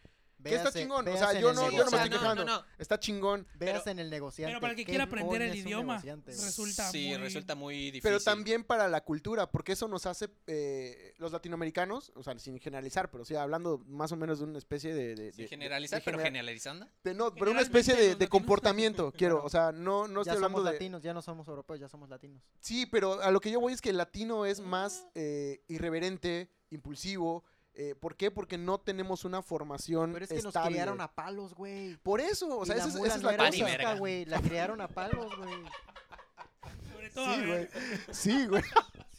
Que está Véase- chingón, o véase sea, yo en el no- yo no me estoy negociante. no, quejando. no, no. Está chingón. Veas Pero- en el negociante. Pero para el que ¿qué quiera aprender el coño es un idioma, negociante, güey? resulta sí, muy- resulta muy difícil. Pero también para la cultura, porque eso nos hace eh, los latinoamericanos, o sea, sin generalizar, pero o sea, hablando más o menos de una especie de... de- Sí, de- generalizar, de pero genera- generalizando. de- no, pero una Generalmente especie de, los de latinos- comportamiento, quiero, o sea, no, no ya estoy somos hablando de... latinos, ya no somos europeos, ya somos latinos. Sí, pero a lo que yo voy es que el latino es más eh, irreverente, impulsivo. eh, ¿Por qué? Porque no tenemos una formación Pero es que nos Mm, estable. criaron a palos, güey. Por eso, o sea, Y esa es, mula esa es no la era Pan y cosa. verga. blanca, güey. La criaron a palos, güey. Sobre todo, a Sí, ver, güey. Sí, güey.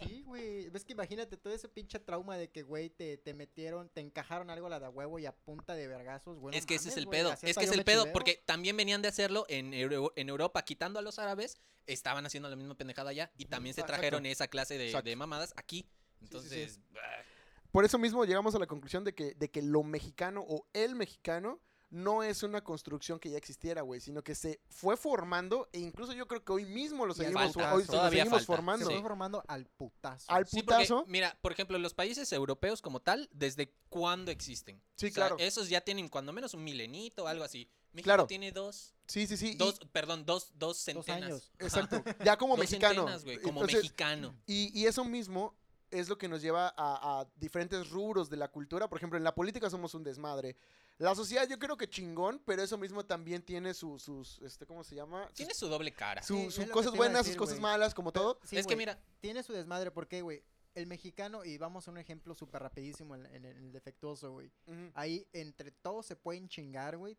Sí, güey. Ves que imagínate todo ese pinche trauma de que, güey, te, te metieron, te encajaron algo a la de a huevo y a punta de vergazos, güey. no es que ese es mames, el güey, pedo. así Es hasta que es yo el me pedo, chiveo. porque también venían de hacerlo en, Euro- en Europa, quitando a los árabes, estaban haciendo la misma pendejada allá y también se Exacto. trajeron esa clase de, Exacto. de mamadas aquí. sí, sí. Entonces, ah, bah, Por eso mismo llegamos a la conclusión de que, de que lo mexicano o el mexicano no es una construcción que ya existiera, güey, sino que se fue formando e incluso yo creo que hoy mismo lo Y al seguimos, putazo. hoy se lo Todavía seguimos falta, Se formando. fue Sí. formando al putazo. Al Sí, porque, putazo. mira, por ejemplo, los países europeos como tal, ¿desde cuándo existen? Sí, O sea, claro. Esos ya tienen cuando menos un milenito o algo así. México Claro. tiene dos, Sí, sí, sí. y- dos, perdón, dos, dos Dos centenas. años. exacto. Ya como Dos mexicano. centenas, güey, como Entonces, mexicano. Y, y eso mismo es lo que nos lleva a, a diferentes rubros de la cultura. Por ejemplo, en la política somos un desmadre. La sociedad yo creo que chingón, pero eso mismo también tiene su- sus, este, ¿cómo se llama? Tiene su doble cara. Sus, Sí, sus es lo que cosas te iba a buenas, decir, sus cosas güey. malas, como todo. Sí, es que güey, mira, Tiene su desmadre, ¿por qué, güey? El mexicano, y vamos a un ejemplo súper rapidísimo en, en- en el defectuoso, güey. Ujú. Ahí entre todos se pueden chingar, güey.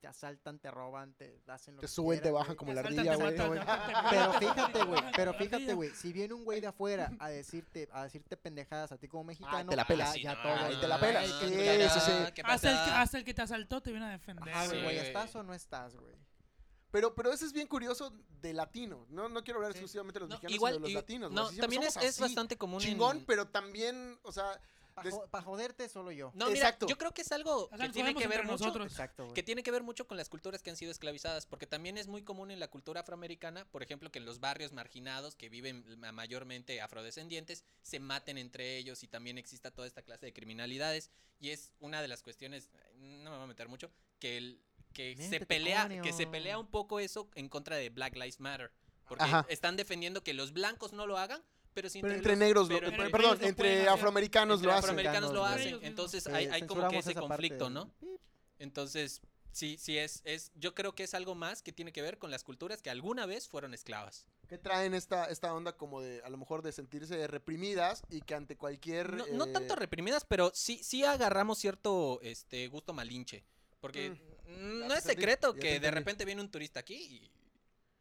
Te asaltan, te roban, te hacen lo Te que suben, te quieran, bajan güey. como la Asaltan, ardilla, te güey. matan, te matan, te Pero matan. fíjate, güey, pero La fíjate, ardilla. güey, si viene un güey de afuera a decirte, a decirte pendejadas a ti como mexicano, Ah, ah, te la ya- pelas. Ah, sí, ya no, todo, Ay, güey. te la pelas. no, Sí, no, sí, no, Ah, sí. ¿qué Hasta el, que- pasa? hasta el que te asaltó te viene a defender. Ajá, güey, Sí. güey, ¿estás o no estás, güey? Pero, pero eso es bien curioso de latino. No, no quiero hablar exclusivamente de los No, mexicanos, igual, sino de y- los latinos. no, güey. Así también es, somos es así, bastante común. en- Chingón, pero también, o sea, Para Des- joderte solo yo. No, mira, Exacto. yo creo que es algo O sea, que nos tiene jodemos que ver entre mucho. nosotros. Exacto, güey. que tiene que ver mucho con las culturas que han sido esclavizadas, porque también es muy común en la cultura afroamericana, por ejemplo, que en los barrios marginados que viven ma- mayormente afrodescendientes se maten entre ellos y también exista toda esta clase de criminalidades y es una de las cuestiones, eh, no me voy a meter mucho, que el que se Métete, pelea que se coño. pelea un poco eso en contra de Black Lives Matter, porque Ajá. están defendiendo que los blancos no lo hagan, pero si pero entre entre negros, los- lo- pero eh, entre perdón, ellos no pueden entre hacer- afroamericanos entre lo hacen. afroamericanos lo Mexicanos, hacen, güey. entonces Sí, pues, hay, hay como que censuramos ese esa parte conflicto, del- ¿no? Entonces, sí, sí es, es, yo creo que es algo más que tiene que ver con las culturas que alguna vez fueron esclavas. que traen esta, esta onda como de a lo mejor de sentirse reprimidas y que ante cualquier No, no tanto eh, reprimidas, pero sí, sí agarramos cierto este gusto malinche. Porque Mm. ya te no es entendí, ya secreto te que de entendí. repente viene un turista aquí y.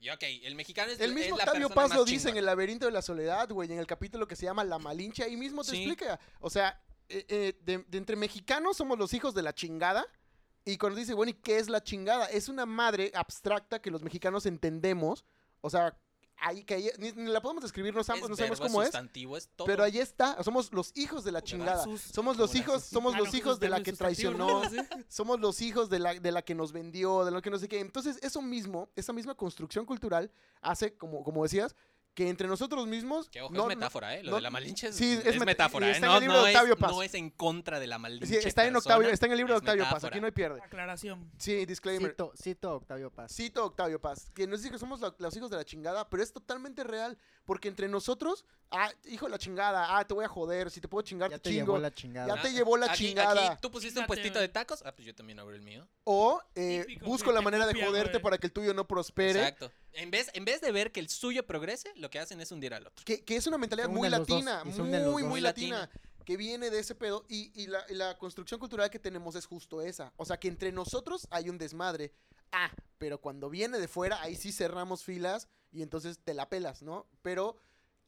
y ok, el mexicano es el es mismo la Octavio persona Paz más lo dice en chingona. el laberinto de la soledad, güey, en el capítulo que se llama La Malinche, ahí mismo te Sí. explica. O sea, eh, eh, de, de entre mexicanos somos los hijos de la chingada. Y cuando dice, bueno, ¿y qué es la chingada? Es una madre abstracta que los mexicanos entendemos. O sea, ahí que ahí- ni, ni la podemos describir, no sabemos, Es no sabemos verbo, cómo es. sustantivo, es todo. Pero ahí está, somos los hijos de la chingada. Versus. Somos los Como hijos, versus. somos Ah, los no, hijos de la verbo que sustantivo, ¿no? traicionó, Sí. somos los hijos de la, de la que nos vendió, de lo que no sé qué. Entonces, eso mismo, esa misma construcción cultural hace, como, como decías, que entre nosotros mismos. Que ojo, no- es no- metáfora, ¿eh? Lo no- de la malinche es, sí, es es, meta- metáfora, y ¿eh? está en No, el libro no de es, Octavio Paz. no es en contra de la malinche. sí, está, en persona, Octavio, está en el libro de es Octavio Paz, metáfora. aquí no hay pierde. Aclaración. Sí, disclaimer. Cito, cito a Octavio Paz. Cito a Octavio Paz, que nos dice que somos lo- los hijos de la chingada, pero es totalmente real, porque entre nosotros, ah, hijo de la chingada, ah, te voy a joder, si te puedo chingar, ya te te chingo. llevó la chingada. Ya te llevó la chingada. tú pusiste un Fíjate, puestito güey. de tacos. Ah, pues yo también abro el mío. O eh, Típico, busco güey, la te manera de copian, joderte güey. para que el tuyo no prospere. Exacto. En vez, en vez de ver que el suyo progrese, lo que hacen es hundir al otro. que, que es una mentalidad Se muy unen los dos, latina, y se unen los muy, dos. muy Muy latina, latina. que viene de ese pedo y, y la, y la construcción cultural que tenemos es justo esa. O sea, que entre nosotros hay un desmadre. Ah, pero cuando viene de fuera, ahí sí cerramos filas y entonces te la pelas, ¿no? Pero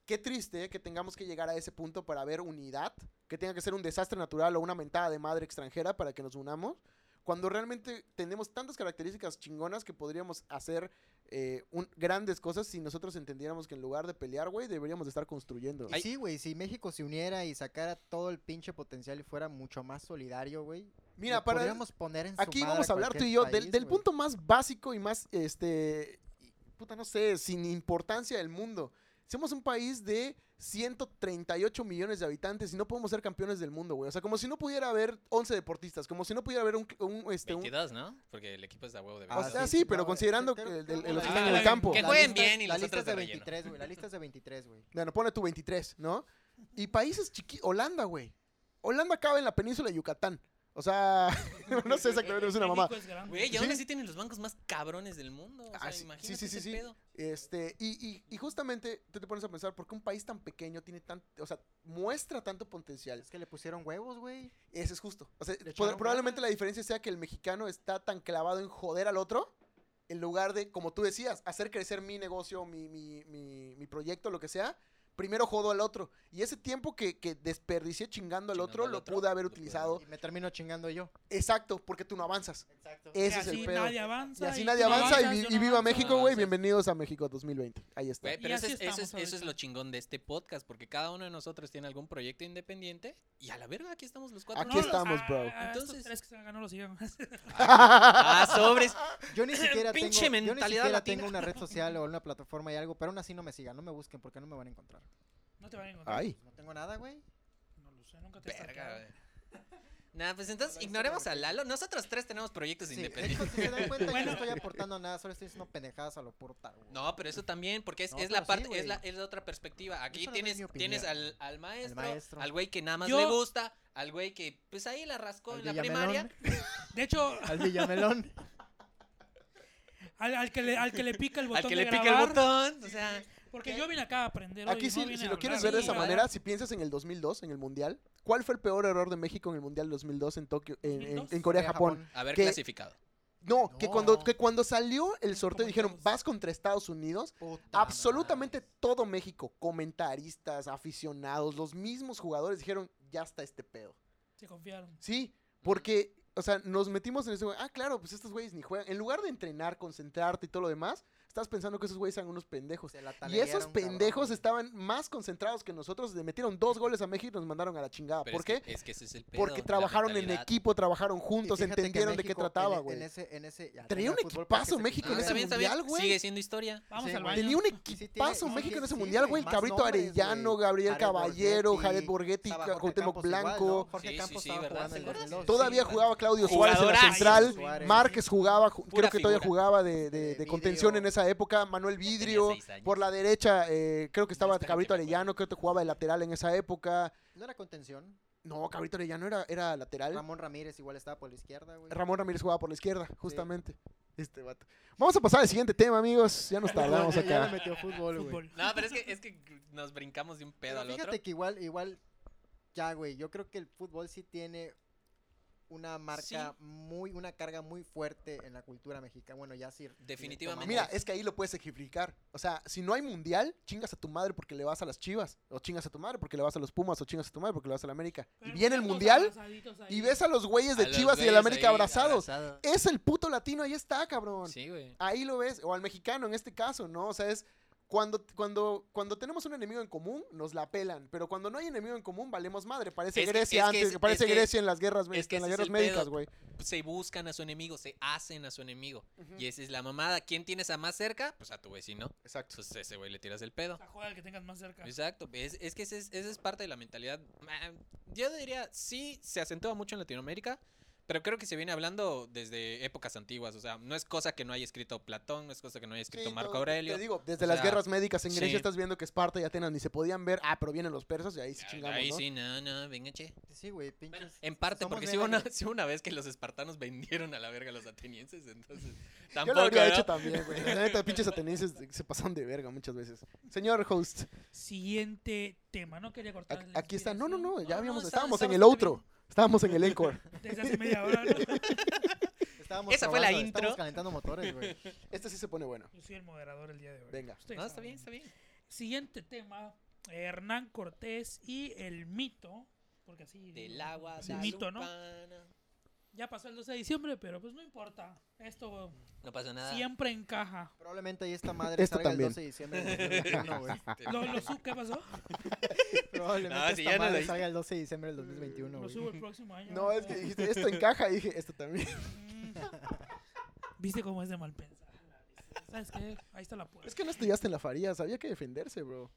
qué triste que tengamos que llegar a ese punto para ver unidad, que tenga que ser un desastre natural o una mentada de madre extranjera para que nos unamos, cuando realmente tenemos tantas características chingonas que podríamos hacer eh, un- grandes cosas si nosotros entendiéramos que en lugar de pelear, güey, deberíamos de estar construyendo. Y sí, güey, si México se uniera y sacara todo el pinche potencial y fuera mucho más solidario, güey. Mira, le para podríamos poner en su aquí madre vamos a hablar tú cualquier y yo del, país, del güey. punto más básico y más, este, y- puta, no sé, sin importancia del mundo. Somos un país de 138 millones de habitantes y no podemos ser campeones del mundo, güey. O sea, como si no pudiera haber 11 deportistas, como si no pudiera haber un, un, este, un- 22, ¿no? Porque el equipo es de huevo de O verdad. sea, sí, pero considerando creo- que el- creo el- que los que la- están en la- el campo. Ah, Que la jueguen lista- bien y la los lista otros es de de relleno. 23, güey. La lista es de 23, güey. Bueno, pone tu 23, ¿no? Y países chiquitos. Holanda, güey. Holanda acaba en la península de Yucatán. O sea, no sé exactamente, es una mamá. México es grande. Güey, y aún Sí. así tienen los bancos más cabrones del mundo. O sea, Ah, sí, sí, imagínate sí, sí, ese sí. pedo. Este, y, y- y justamente tú te pones a pensar, ¿por qué un país tan pequeño tiene tan, o sea, muestra tanto potencial? Es que le pusieron huevos, güey. Ese es justo. O sea, Le pod- echaron probablemente ganas. la diferencia sea que el mexicano está tan clavado en joder al otro, en lugar de, como tú decías, hacer crecer mi negocio, mi, mi, mi, mi proyecto, lo que sea, primero jodo al otro. Y ese tiempo que, que desperdicié chingando al Chingando otro, al lo otro, pude haber lo pude utilizado. Y me termino chingando yo. Exacto, porque tú no avanzas. Exacto. Ese y es el así pedo. nadie avanza. Y así tú nadie no avanza y, avanzas, vi- yo y no viva avanzo. México, güey. avanzas. Bienvenidos a México 2020. Ahí está. Güey, Y pero así ese es- eso, es, estamos eso es lo ahorita. chingón de este podcast, porque cada uno de nosotros tiene algún proyecto independiente y a la verga aquí estamos los cuatro. Aquí los- estamos, ah, bro. ah, estos Entonces- tres que se ganó los siguen. Ah, sobres. Yo ni siquiera tengo, Pinche yo ni mentalidad siquiera latina. tengo una red social o una plataforma y algo, pero aún así no me sigan, no me busquen porque no me van a encontrar. No te van a encontrar. Ay. Pues No tengo nada, güey. No lo sé, nunca te he Verga, stalkeado. güey. Nah, pues entonces Ahora ignoremos está a Lalo. Nosotros tres tenemos proyectos Sí, de hecho, independientes. si se dan cuenta, yo Bueno. no estoy aportando nada, solo estoy diciendo pendejadas a lo puro tarugo. No, pero eso también, porque es, No, es la pero sí, parte, es, güey. la, es la otra perspectiva. Aquí solo doy tienes, mi tienes al, opinión. al maestro, maestro. al güey que nada más Yo- le gusta, al güey que pues ahí la rascó Al en la primaria. Villamelón, De hecho, Al Villamelón. al, al que le, al que le pica el botón Al que de le pica el grabar, botón. O sea, Porque yo vine acá a aprender hoy, Aquí no sí, vine si a lo quieres hablar ver de sí, esa ¿verdad? manera, si piensas en el 2002, en el Mundial, ¿cuál fue el peor error de México en el Mundial 2002 en Tokio, en, en- en 2002? Corea-Japón? haber ¿Qué? clasificado. No, que No. cuando que cuando salió el sorteo Como dijeron, todos. vas contra Estados Unidos. Puta Absolutamente madre. todo México, comentaristas, aficionados, los mismos jugadores dijeron, ya está este pedo. Se confiaron. Sí, porque, o sea, nos metimos en ese güey. Ah, claro, pues estos güeyes ni juegan. En lugar de entrenar, concentrarte y todo lo demás, estás pensando que esos güeyes eran unos pendejos. Se la Y esos taleguearon, cabrón, pendejos güey. estaban más concentrados que nosotros. Le metieron dos goles a México y nos mandaron a la chingada. Pero ¿Por es qué? que- es que ese es el pedo, Porque la trabajaron en mentalidad. equipo, trabajaron Y juntos, fíjate que entendieron de qué México trataba, en- este En güey. ese, en ese, Traía un ya, termina el fútbol equipazo porque se México en quitó ese Ah, está bien, está bien. mundial, güey. Sigue siendo historia. Vamos Sí, al güey. baño. Tenía un sí tiene- equipazo sí, México en ese sí, mundial, güey, güey. El más Cabrito nombres, Arellano, güey. Gabriel Jared Caballero, Borghetti, Jared Borghetti, Estaba Ca- Jorge Cuauhtémoc Campos igual, Blanco. ¿no? Jorge Sí, sí, Campos sí, estaba ¿verdad? jugando en ¿Se acuerdan? 2002. Todavía Sí, jugaba Claudio Jugadorazo. Suárez en la central. Suárez. Márquez jugaba, ju- Pura creo que todavía figura. jugaba de, de- de Vidrio. contención en esa época. Manuel Vidrio, seis años. por la derecha, eh, creo que estaba está bien Cabrito que me acuerdo. Arellano, creo que jugaba de lateral en esa época. No era contención. No, Cabrito Arellano era, era lateral. Ramón. Ramón Ramírez igual estaba por la izquierda, güey. Ramírez jugaba por la izquierda, justamente. Este vato. Vamos a pasar al siguiente tema, amigos. Ya nos tardamos Ya- Ya le acá. metió fútbol, güey. Fútbol. No, pero es que, es que nos brincamos de un pedo Pero al fíjate otro. que igual, igual, ya, güey, yo creo que el fútbol sí tiene una marca muy, una carga muy fuerte en la cultura mexicana. Bueno, ya sí. Definitivamente. Mira, es que ahí lo puedes ejemplificar. O sea, si no hay mundial, chingas a tu madre porque le vas a las chivas. O chingas a tu madre porque le vas a los Pumas. O chingas a tu madre porque le vas a la América. Y Pero viene el todos mundial abrazaditos ahí. y ves a los güeyes A de los Chivas y del güeyes América ahí abrazados. abrazados. Es el puto latino, ahí está, cabrón. Sí, güey. Ahí lo ves, o al mexicano en este caso, ¿no? O sea, es cuando, cuando, cuando tenemos un enemigo en común, nos la pelan, pero cuando no hay enemigo en común, valemos madre. Parece Es que- Grecia es que antes, es- parece es que- Grecia en las guerras, es que en las ese guerras es el médicas, pedo. güey. Se buscan a su enemigo, se hacen a su enemigo. Y esa es la mamada. ¿Quién tienes a más cerca? Pues a tu vecino. Exacto. Entonces a ese güey le tiras el pedo. O sea, joda al que tengas más cerca. Exacto. Es, es que ese es- esa es, parte de la mentalidad. Ah, Yo diría, sí, se acentúa mucho en Latinoamérica. Pero creo que se viene hablando desde épocas antiguas. O sea, no es cosa que no haya escrito Platón, no es cosa que no haya escrito Sí, Marco todo- Aurelio. Te digo, desde O las sea, guerras médicas en Grecia sí. estás viendo que Esparta y Atenas ni se podían ver. Ah, pero vienen los persas y ahí sí Ah, chingamos, Ahí ¿no? sí, no, no, venga, che. Sí, güey, pinches. Bueno, en parte, somos porque bien sí hubo, una, gallos. sí hubo una vez que los espartanos vendieron a la verga a los atenienses, entonces Yo lo tampoco, habría ¿no? hecho también, güey. La neta, pinches atenienses se pasan de verga muchas veces. Señor host, Siguiente tema. No quería Ah, cortar. a- la aquí está. No, no, inspiración. no, ya no, habíamos, está- estábamos está en el bastante outro. Estábamos en el encore. Desde hace media hora. ¿no? Estábamos Esa fue la probando, estábamos intro. calentando motores, güey. Este sí se pone bueno. Yo soy el moderador el día de hoy. Venga. Ustedes No, está saben. bien, está bien. Siguiente tema. eh, Hernán Cortés y el mito. Porque así. Del digo, agua el mito, ¿no? guadalupana. Ya pasó el 12 de diciembre, pero pues no importa. Esto No pasó nada. siempre encaja. Probablemente ahí esta madre Esto salga también. el 12 de diciembre del 2021, güey. Eh, ¿Lo, lo sub- ¿Qué pasó? Probablemente No, si ya esta no la madre hice. salga el 12 de diciembre del 2021, Lo güey. subo el próximo año. No, es que dijiste, esto encaja y dije, esto también. Mm. ¿Viste cómo es de mal pensar? ¿Sabes qué? Ahí está la puerta. Es que no estudiaste en la faría, sabía que defenderse, bro.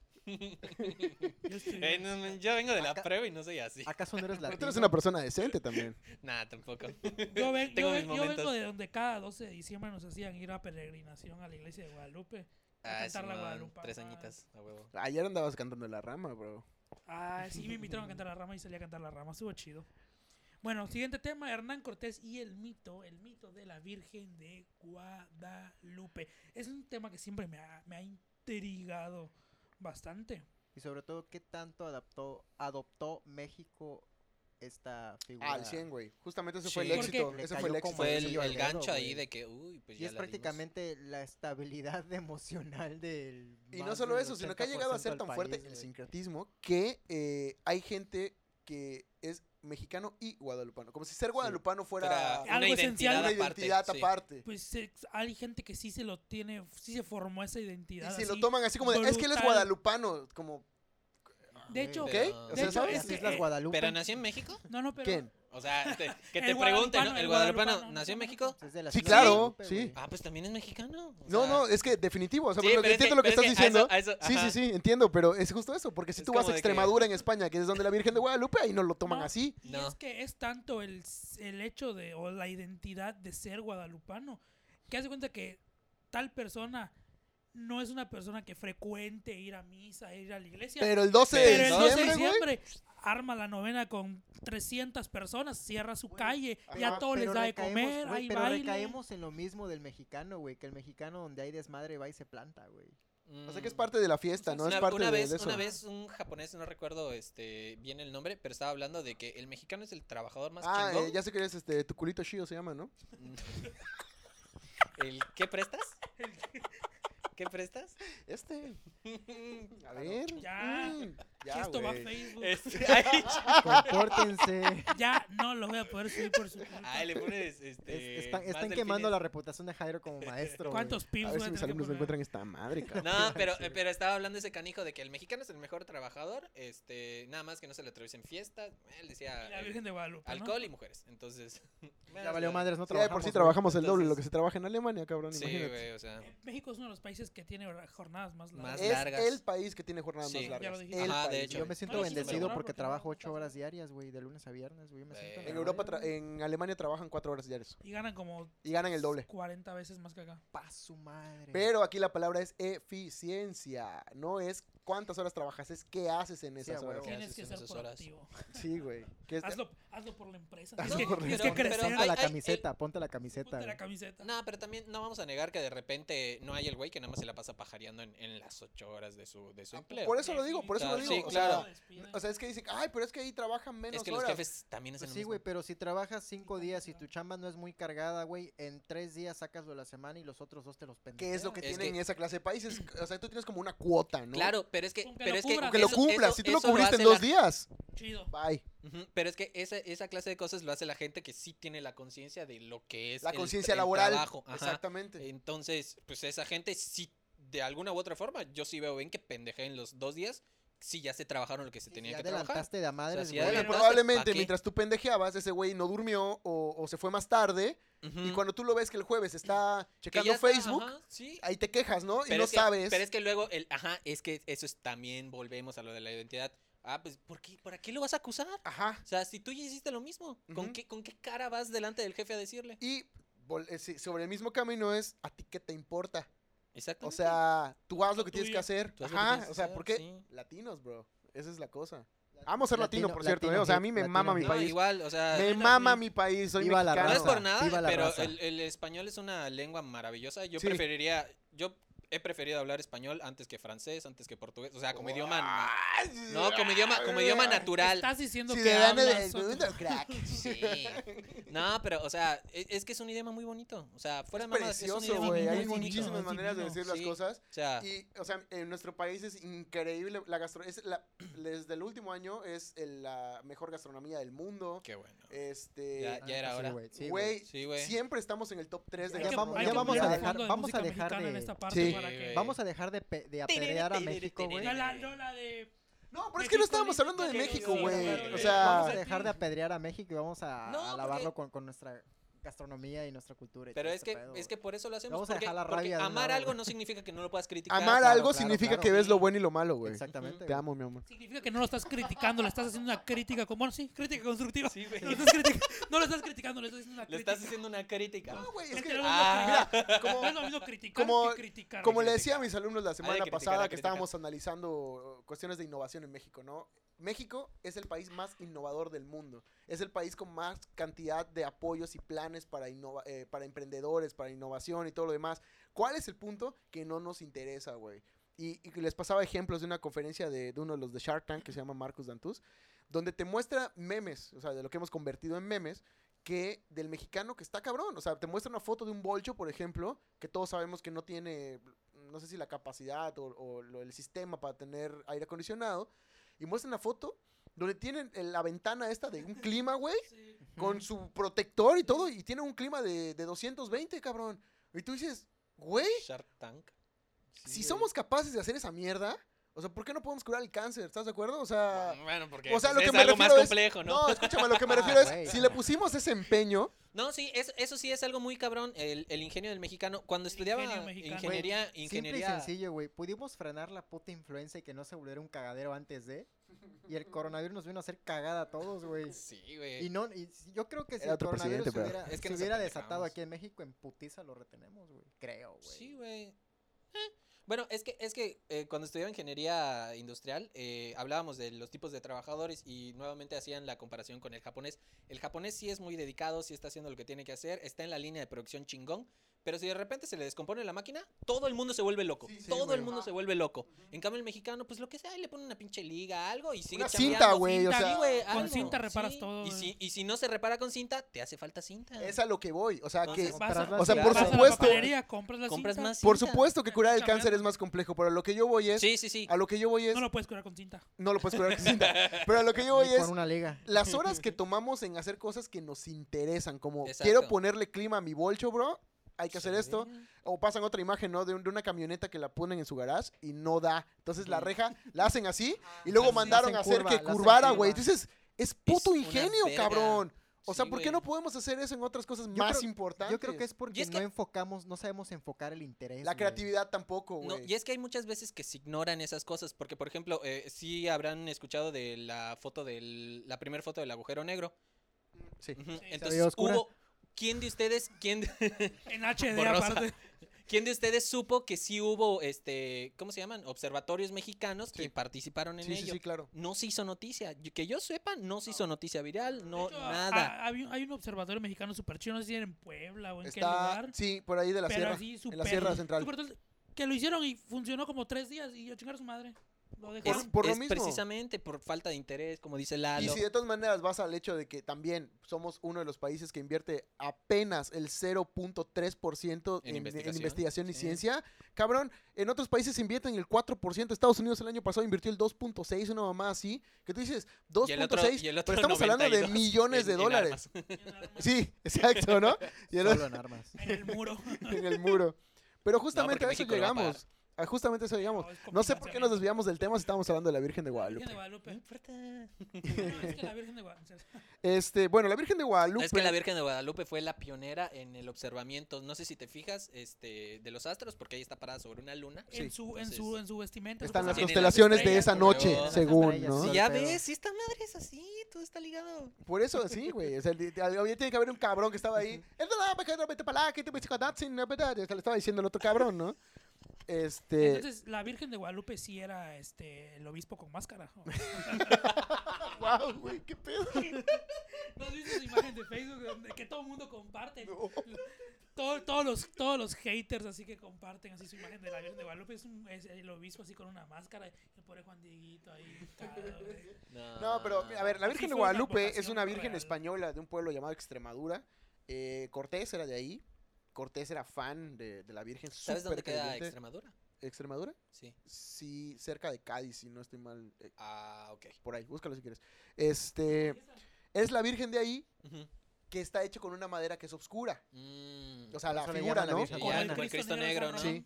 Yo estoy- Eh, no, no, yo vengo de la Acá- prueba y no soy así. ¿Acaso no eres Pero tú eres latino? una persona decente también. Nada, tampoco. Yo, ven- yo Tengo mis ven- yo vengo momentos. de donde cada 12 de diciembre nos hacían ir a peregrinación a la iglesia de Guadalupe. A Ah, cantar la Simón, Guadalupana. tres añitas, a huevo. Ayer andabas cantando en la rama, bro. Ah, sí, me invitaron a cantar la rama y salí a cantar la rama. Estuvo chido. Bueno, siguiente tema, Hernán Cortés y el mito, el mito de la Virgen de Guadalupe. Es un tema que siempre me ha, me ha intrigado bastante. Y sobre todo, ¿qué tanto adaptó, adoptó México esta figura. Al 100, güey. Justamente ese fue Sí. el Porque- éxito. Le Ese fue cayó el como éxito. Fue sí, el, yo el dedo, gancho güey. ahí de que, uy, pues y ya es la dimos. prácticamente la estabilidad emocional del. Y no más solo del eso, sino que ha llegado a 80% ser tan del fuerte país, el güey. sincretismo que eh, hay gente que es mexicano y guadalupano. Como si ser guadalupano Fuera fuera Ah, una Algo identidad esencial. una aparte. identidad sí. aparte. Pues se- hay gente que sí se lo tiene, sí se formó esa identidad. Y si así. lo toman así como de, es que él es brutal. guadalupano. Como, De hecho, ¿ok? Pero- O de sea, hecho, ¿sabes? es Las que- Islas eh, Guadalupe. ¿Pero nació en México? no, no, pero ¿Quién? O sea, te- que El te pregunten, ¿no? guadalupano, El el guadalupano guadalupano, nació en no, México. Es de las Sí, Islas claro, Guadalupe, sí. güey. Ah, pues también es mexicano. o No, sea, no, es que definitivo. O sea, sí, bueno, pero es que- entiendo lo que pero estás es que a diciendo. eso- a eso- Sí, ajá. sí, sí, entiendo, pero es justo eso, porque si Es tú vas como a de que- Extremadura en España, que es donde la Virgen de Guadalupe, ahí no lo toman No. así. Y No. es que es tanto el, s- el hecho de, o la identidad de ser guadalupano, que hace cuenta que tal persona no es una persona que frecuente ir a misa, ir a la iglesia. Pero el 12 pero de el 12 de diciembre, güey. diciembre arma la novena con 300 personas, cierra su Güey, calle, ya ah, Pero- todo les pero da de recaemos, comer, güey, hay pero baile. recaemos en lo mismo del mexicano, güey. Que el mexicano donde hay desmadre va y se planta, güey. O sea que Mm. es parte de la fiesta, ¿no? una, Es parte una de vez, de eso. Una vez un japonés, no recuerdo este, bien el nombre, pero estaba hablando de que el mexicano es el trabajador más Ah, chingón. eh, ya sé que eres este, tu culito chido se llama, ¿no? ¿El qué prestas? ¿Qué prestas? Este. A ver. Ya. mm, Que esto va a güey. Facebook. Este, ay, Compórtense. Ya no lo voy a poder subir por su culpa. ay, le pones este, Es- están más están delfines. quemando la reputación de Jairo como maestro. güey. ¿Cuántos A pips ver voy si a mis tener que alumnos me encuentran poner? esta madre, cabrón. No, pero, pero estaba hablando ese canijo de que el mexicano es el mejor trabajador, este, nada más que no se le atraviesen fiestas, él decía Y La eh, Virgen de Guadalupe. ¿no? alcohol y mujeres, entonces... Ya valió madres, no Sí, de por sí trabajamos, güey. trabajamos el doble de lo que Entonces- se trabaja en Alemania, cabrón, Sí, imagínate. güey, o sea... México es uno de los países que tiene hora- jornadas más largas. Más Es largas. el país que tiene jornadas Sí. más Ya lo largas. dijiste. El Ajá, de país, hecho. güey. Yo me siento No, sí, sí, bendecido pero- porque porque trabajo no ocho pasa. horas diarias, güey, de lunes a viernes, güey. Me siento Eh, de En la Europa, madre, tra- güey. en Alemania trabajan cuatro horas diarias Y ganan como y ganan el doble. 40 veces más que acá. Pa' su madre. Pero aquí la palabra es eficiencia, no es cuántas horas trabajas, es qué haces en Sí, esas a huevo. horas. ¿Qué Tienes haces que en ser esas horas? proactivo. Sí, güey. que es- Hazlo, hazlo por la empresa. Este Hazlo Tienes que, por la tienes que empresa. Pero- crecer. pero Ponte la Ay, ay, camiseta, ponte la camiseta. Ponte la güey. camiseta. No, pero también no vamos a negar que de repente no hay el güey que nada más se la pasa pajareando en, en las ocho horas de su, de su empleo. Ah, Por eso lo digo, por eso lo Claro, digo. sí, o claro. sea, O sea, es que dicen, ay, pero es que ahí trabajan menos Es que los horas. jefes también hacen Pues lo sí, mismo. güey, pero si trabajas cinco días y camiseta. tu chamba no es muy cargada, güey, en tres días sacas lo de la semana y los otros dos te los pendejas. ¿Qué es lo que Es tienen que- en esa clase de países? O sea, tú tienes como una cuota, ¿no? Claro, pero es que, Con que pero lo es que, cubras. Que lo eso- cumplas. eso- si tú lo eso cubriste hace en dos la- días, Chido. bye. Ujú, Pero es que esa, esa clase de cosas lo hace la gente que sí tiene la conciencia de lo que es La el- conciencia el laboral. trabajo, ajá. Exactamente. Entonces, pues esa gente sí, de alguna u otra forma, yo sí veo bien que pendejé en los dos días, sí ya se trabajaron lo que se Si tenía ya que trabajar. adelantaste de a madres, si güey. Bueno, adelantaste, ¿pa' probablemente qué? mientras tú pendejeabas, ese güey no durmió o, o se fue más tarde. Y Ujú. cuando tú lo ves que el jueves está Que checando ya está, Facebook, ajá, sí. ahí te quejas, ¿no? y no es que, sabes. Pero es que luego, el, ajá, es que eso es también, volvemos a lo de la identidad. Ah, pues, ¿por qué, ¿para qué lo vas a acusar? Ajá. O sea, si tú ya hiciste lo mismo, ¿con, Ujú. qué, ¿con qué cara vas delante del jefe a decirle? Y vol- eh, sí, sobre el mismo camino es a ti qué te importa. Exacto. O sea, tú haz lo Lo que tienes que tuyo. hacer. Tú haz lo que Ajá. tienes que O sea, hacer, ¿por qué? sí. Latinos, bro. Esa es la cosa. Amo ser latino, Latino- por cierto, latino ¿eh? O sea, a hit, mí me latino mama mi hit. país. igual, o sea, Me Latino mama hit. mi país, soy Viva la mexicano. no es por raza, nada, viva la pero raza. el, el español es una lengua maravillosa. Yo Sí. preferiría, yo he preferido hablar español antes que francés, antes que portugués, o sea, como idioma, na- Ay, no, como idioma, como idioma natural. Estás diciendo Si que de Dana hablas del mundo, crack. Sí. No, pero, o sea, e- es que es un idioma muy bonito. O sea, fuera de mamada, es un Precioso, idioma güey. muy Hay divino, bonito. muchísimas es maneras de divino. decir las Sí. cosas. O sea, Y, o sea, en nuestro país es increíble la gastronomía. Desde el último año es el- la mejor gastronomía del mundo. qué bueno. Este. Ya- ya era Ah, sí, hora. güey, sí, güey. Güey, Sí, güey. siempre estamos en el top 3 de Ya que- vamos- hay gastronomía. ya que vamos a poner mundial. un dejar- fondo de vamos a música dejar mexicana en de- esta Sí. parte para que- güey. Vamos a dejar de, pe- de apedrear a México, güey. No la, no la de... No, pero es que no México, estábamos hablando de que- México, sí, güey. claro, O Vamos a sea. dejar de apedrear a México y vamos a, No, a porque- alabarlo con, con nuestra gastronomía y nuestra cultura. y Pero todo es este que, pedo, es que güey. por eso lo hacemos. Vamos a porque, dejar la porque rabia de un amar lado, algo güey. no significa que no lo puedas criticar. Amar claro, algo claro, significa claro. que ves lo bueno y lo malo, güey. Exactamente. Te güey. amo, mi amor. Significa que no lo estás criticando, le estás haciendo una crítica como... Bueno, sí, crítica constructiva. Sí, güey. No, lo estás critica- no lo estás criticando, le estás haciendo una Le crítica. estás haciendo una crítica. No, güey, es Entre que. los Ah. dos, mira, como- no es lo mismo criticar como- que criticar. Como Hay que le decía a criticar. mis alumnos la semana criticar, hay pasada que que criticar. estábamos analizando eh, cuestiones de innovación en México, ¿no? México es el país más innovador del mundo. Es el país con más cantidad de apoyos y planes para, innova- eh, para emprendedores, para innovación y todo lo demás. ¿Cuál es el punto que no nos interesa, güey? Y, y que les pasaba ejemplos de una conferencia de, de uno de los de Shark Tank que se llama Marcus Dantus, donde te muestra memes, o sea, de lo que hemos convertido en memes, que del mexicano que está cabrón. O sea, te muestra una foto de un bolcho, por ejemplo, que todos sabemos que no tiene, no sé si la capacidad o, o lo- el sistema para tener aire acondicionado. Y muestra una foto donde tienen el- la ventana esta de un clima, güey, Sí. con su protector y todo, y tiene un clima de, de 220, cabrón. Y tú dices, güey, Shark Tank. si somos capaces de hacer esa mierda, o sea, ¿por qué no podemos curar el cáncer? ¿Estás de acuerdo? O sea... Bueno, porque O sea, pues, lo que es me algo más refiero es- complejo, ¿no? No, escúchame, lo que me Ah, refiero güey. es, si le pusimos ese empeño, No, sí, es- eso sí es algo muy cabrón, el, el ingenio del mexicano. Cuando estudiaba ingenio mexicano. ingeniería, Simple y ingeniería... sencillo, güey. Pudimos frenar la puta influenza y que no se volviera un cagadero antes de. Y el coronavirus nos vino a hacer cagada a todos, güey. Sí, Y güey. no, y si- yo creo que si Era el otro coronavirus presidente, se pero- hubiera, Es que se nos hubiera desatado apendejamos. aquí en México, en putiza lo retenemos, güey. Creo, güey. Sí, güey. Eh. Bueno, es que, es que eh, cuando estudiaba ingeniería industrial, eh, hablábamos de los tipos de trabajadores y nuevamente hacían la comparación con el japonés. El japonés sí es muy dedicado, sí está haciendo lo que tiene que hacer, está en la línea de producción chingón, pero si de repente se le descompone la máquina, todo el mundo se vuelve loco. Sí, sí, todo güey. el mundo se vuelve loco. En cambio, el mexicano, pues lo que sea, le pone una pinche liga, algo y sigue una chambeando. cinta, güey, o cinta, sea... sí, güey, Con algo, cinta reparas todo, Y güey. si, y si no se repara con cinta, te hace falta cinta. Es a lo que voy. O sea, que Entonces, Vas a- Comprarla o sea, sin por vas a la supuesto. papelería, compras la compras cinta. más por cinta. supuesto que curar el Escúchame. cáncer es más complejo, pero a lo que yo voy es. Sí, sí, sí. A lo que yo voy es. No No lo, lo puedes curar con cinta. puedes curar con cinta. Pero a lo que yo voy Ni es. con una liga. Las horas que tomamos en hacer cosas que nos interesan, como Exacto. quiero ponerle clima a mi bolcho, bro, hay que hacer esto. Sí. O pasan otra imagen, ¿no? De, un- de una camioneta que la ponen en su garage y no da. Entonces la Ujú. Ah. reja la hacen así y luego Hacen- mandaron hacen a hacer curva, que la hacen curvara, güey. curva. Entonces es puto una ingenio, verga. cabrón. O Sí, sea, ¿por qué güey. no podemos hacer eso en otras cosas Yo más creo- importantes? Yo creo que es porque es no que- enfocamos, no sabemos enfocar el interés. La güey. creatividad tampoco, No, güey. y es que hay muchas veces que se ignoran esas cosas, porque por ejemplo, eh, sí habrán escuchado de la foto del, la primera foto del agujero negro. Sí. Ujú, se veía Entonces oscura. hubo, ¿quién de ustedes, quién, de- En HD Borrosa. aparte. quién de ustedes supo que sí hubo, este, ¿cómo se llaman? Observatorios mexicanos que Sí. participaron en Sí, sí, ello. sí, claro. No se hizo noticia, Yo- que yo sepa, no se hizo noticia viral, no hecho, ah, nada. ha- Hay, un- hay un observatorio mexicano súper chido, no sé si era en Puebla o en qué Está, lugar. sí, por ahí de la pero sierra. así en la súper- sierra central. súper tal- que lo hicieron y funcionó como tres días y yo chingar a su madre. Lo Es, dejaron. Juan, por lo es mismo. precisamente por falta de interés, como dice Lalo. Y si de todas maneras vas al hecho de que también somos uno de los países que invierte apenas el 0.3% en, en En investigación, investigación, y sí. ciencia, cabrón, en otros países invierten el 4%. Estados Unidos el año pasado invirtió el 2.6%, una mamá así, que tú dices Y el otro- y el 2.6%, otro pero estamos hablando de 92 millones de en- en dólares. armas. Sí, exacto, ¿no? Y el Solo en armas. En el muro. en el muro. Pero justamente porque a eso México lo va a llegamos. A justamente a eso llegamos. No, es No sé por qué nos cofinanciamiento. desviamos del tema si estábamos hablando de la Virgen de La Guadalupe. Virgen de Guadalupe. importa. No, es que la Virgen de Guadalupe. Este, bueno, la Virgen de Guadalupe. Es que la Virgen de Guadalupe fue la pionera en el observamiento, no sé si te fijas, este, de los astros, porque ahella está parada sobre una luna. En, su, en, su, en su vestimenta. Están las Tiene las constelaciones de estrellas, esa como noche, yo. según, Estrellas, ¿no? sí. Si ya Pero- ves, si esta madre es así, todo está ligado. Por eso, sí, güey. O sea, li- al- había- tiene que haber un cabrón que estaba ahí. "Es verdad, me quedo, vete para acá, que te voy a decir que that's in, eh, verdad", y se Le estaba diciendo el otro cabrón, ¿no? Este. Entonces, la Virgen de Guadalupe sí era este, el obispo con máscara. ¿no? ¡Wow, güey! ¡Qué pedo! ¿No has visto esa imagen de Facebook donde- que todo el mundo comparte? Todo- todos, los, todos los haters así que comparten así su imagen de la Virgen de Guadalupe. Es, un, es el obispo así con una máscara y el pobre Juan Dieguito ahí. cagado, güey. No, pero ah, a ver, la Virgen fue de una Guadalupe es vocación una virgen real. española de un pueblo llamado Extremadura. Eh, Cortés era de ahí. Cortés era fan de, de la Virgen. ¿Sabes dónde súper queda creyente. Extremadura? Extremadura? Sí. Sí, cerca de Cádiz, si no estoy mal. eh, Ah, ok. por ahí, búscalo si quieres. Este, es la Virgen de ahí Ujú. que está hecho con una madera que es oscura. Mm. O sea, la Eso le figura, llaman la ¿no? Virgen. Sí, Como ya, el como el Cristo Cristo Negro negro, ¿no? Sí,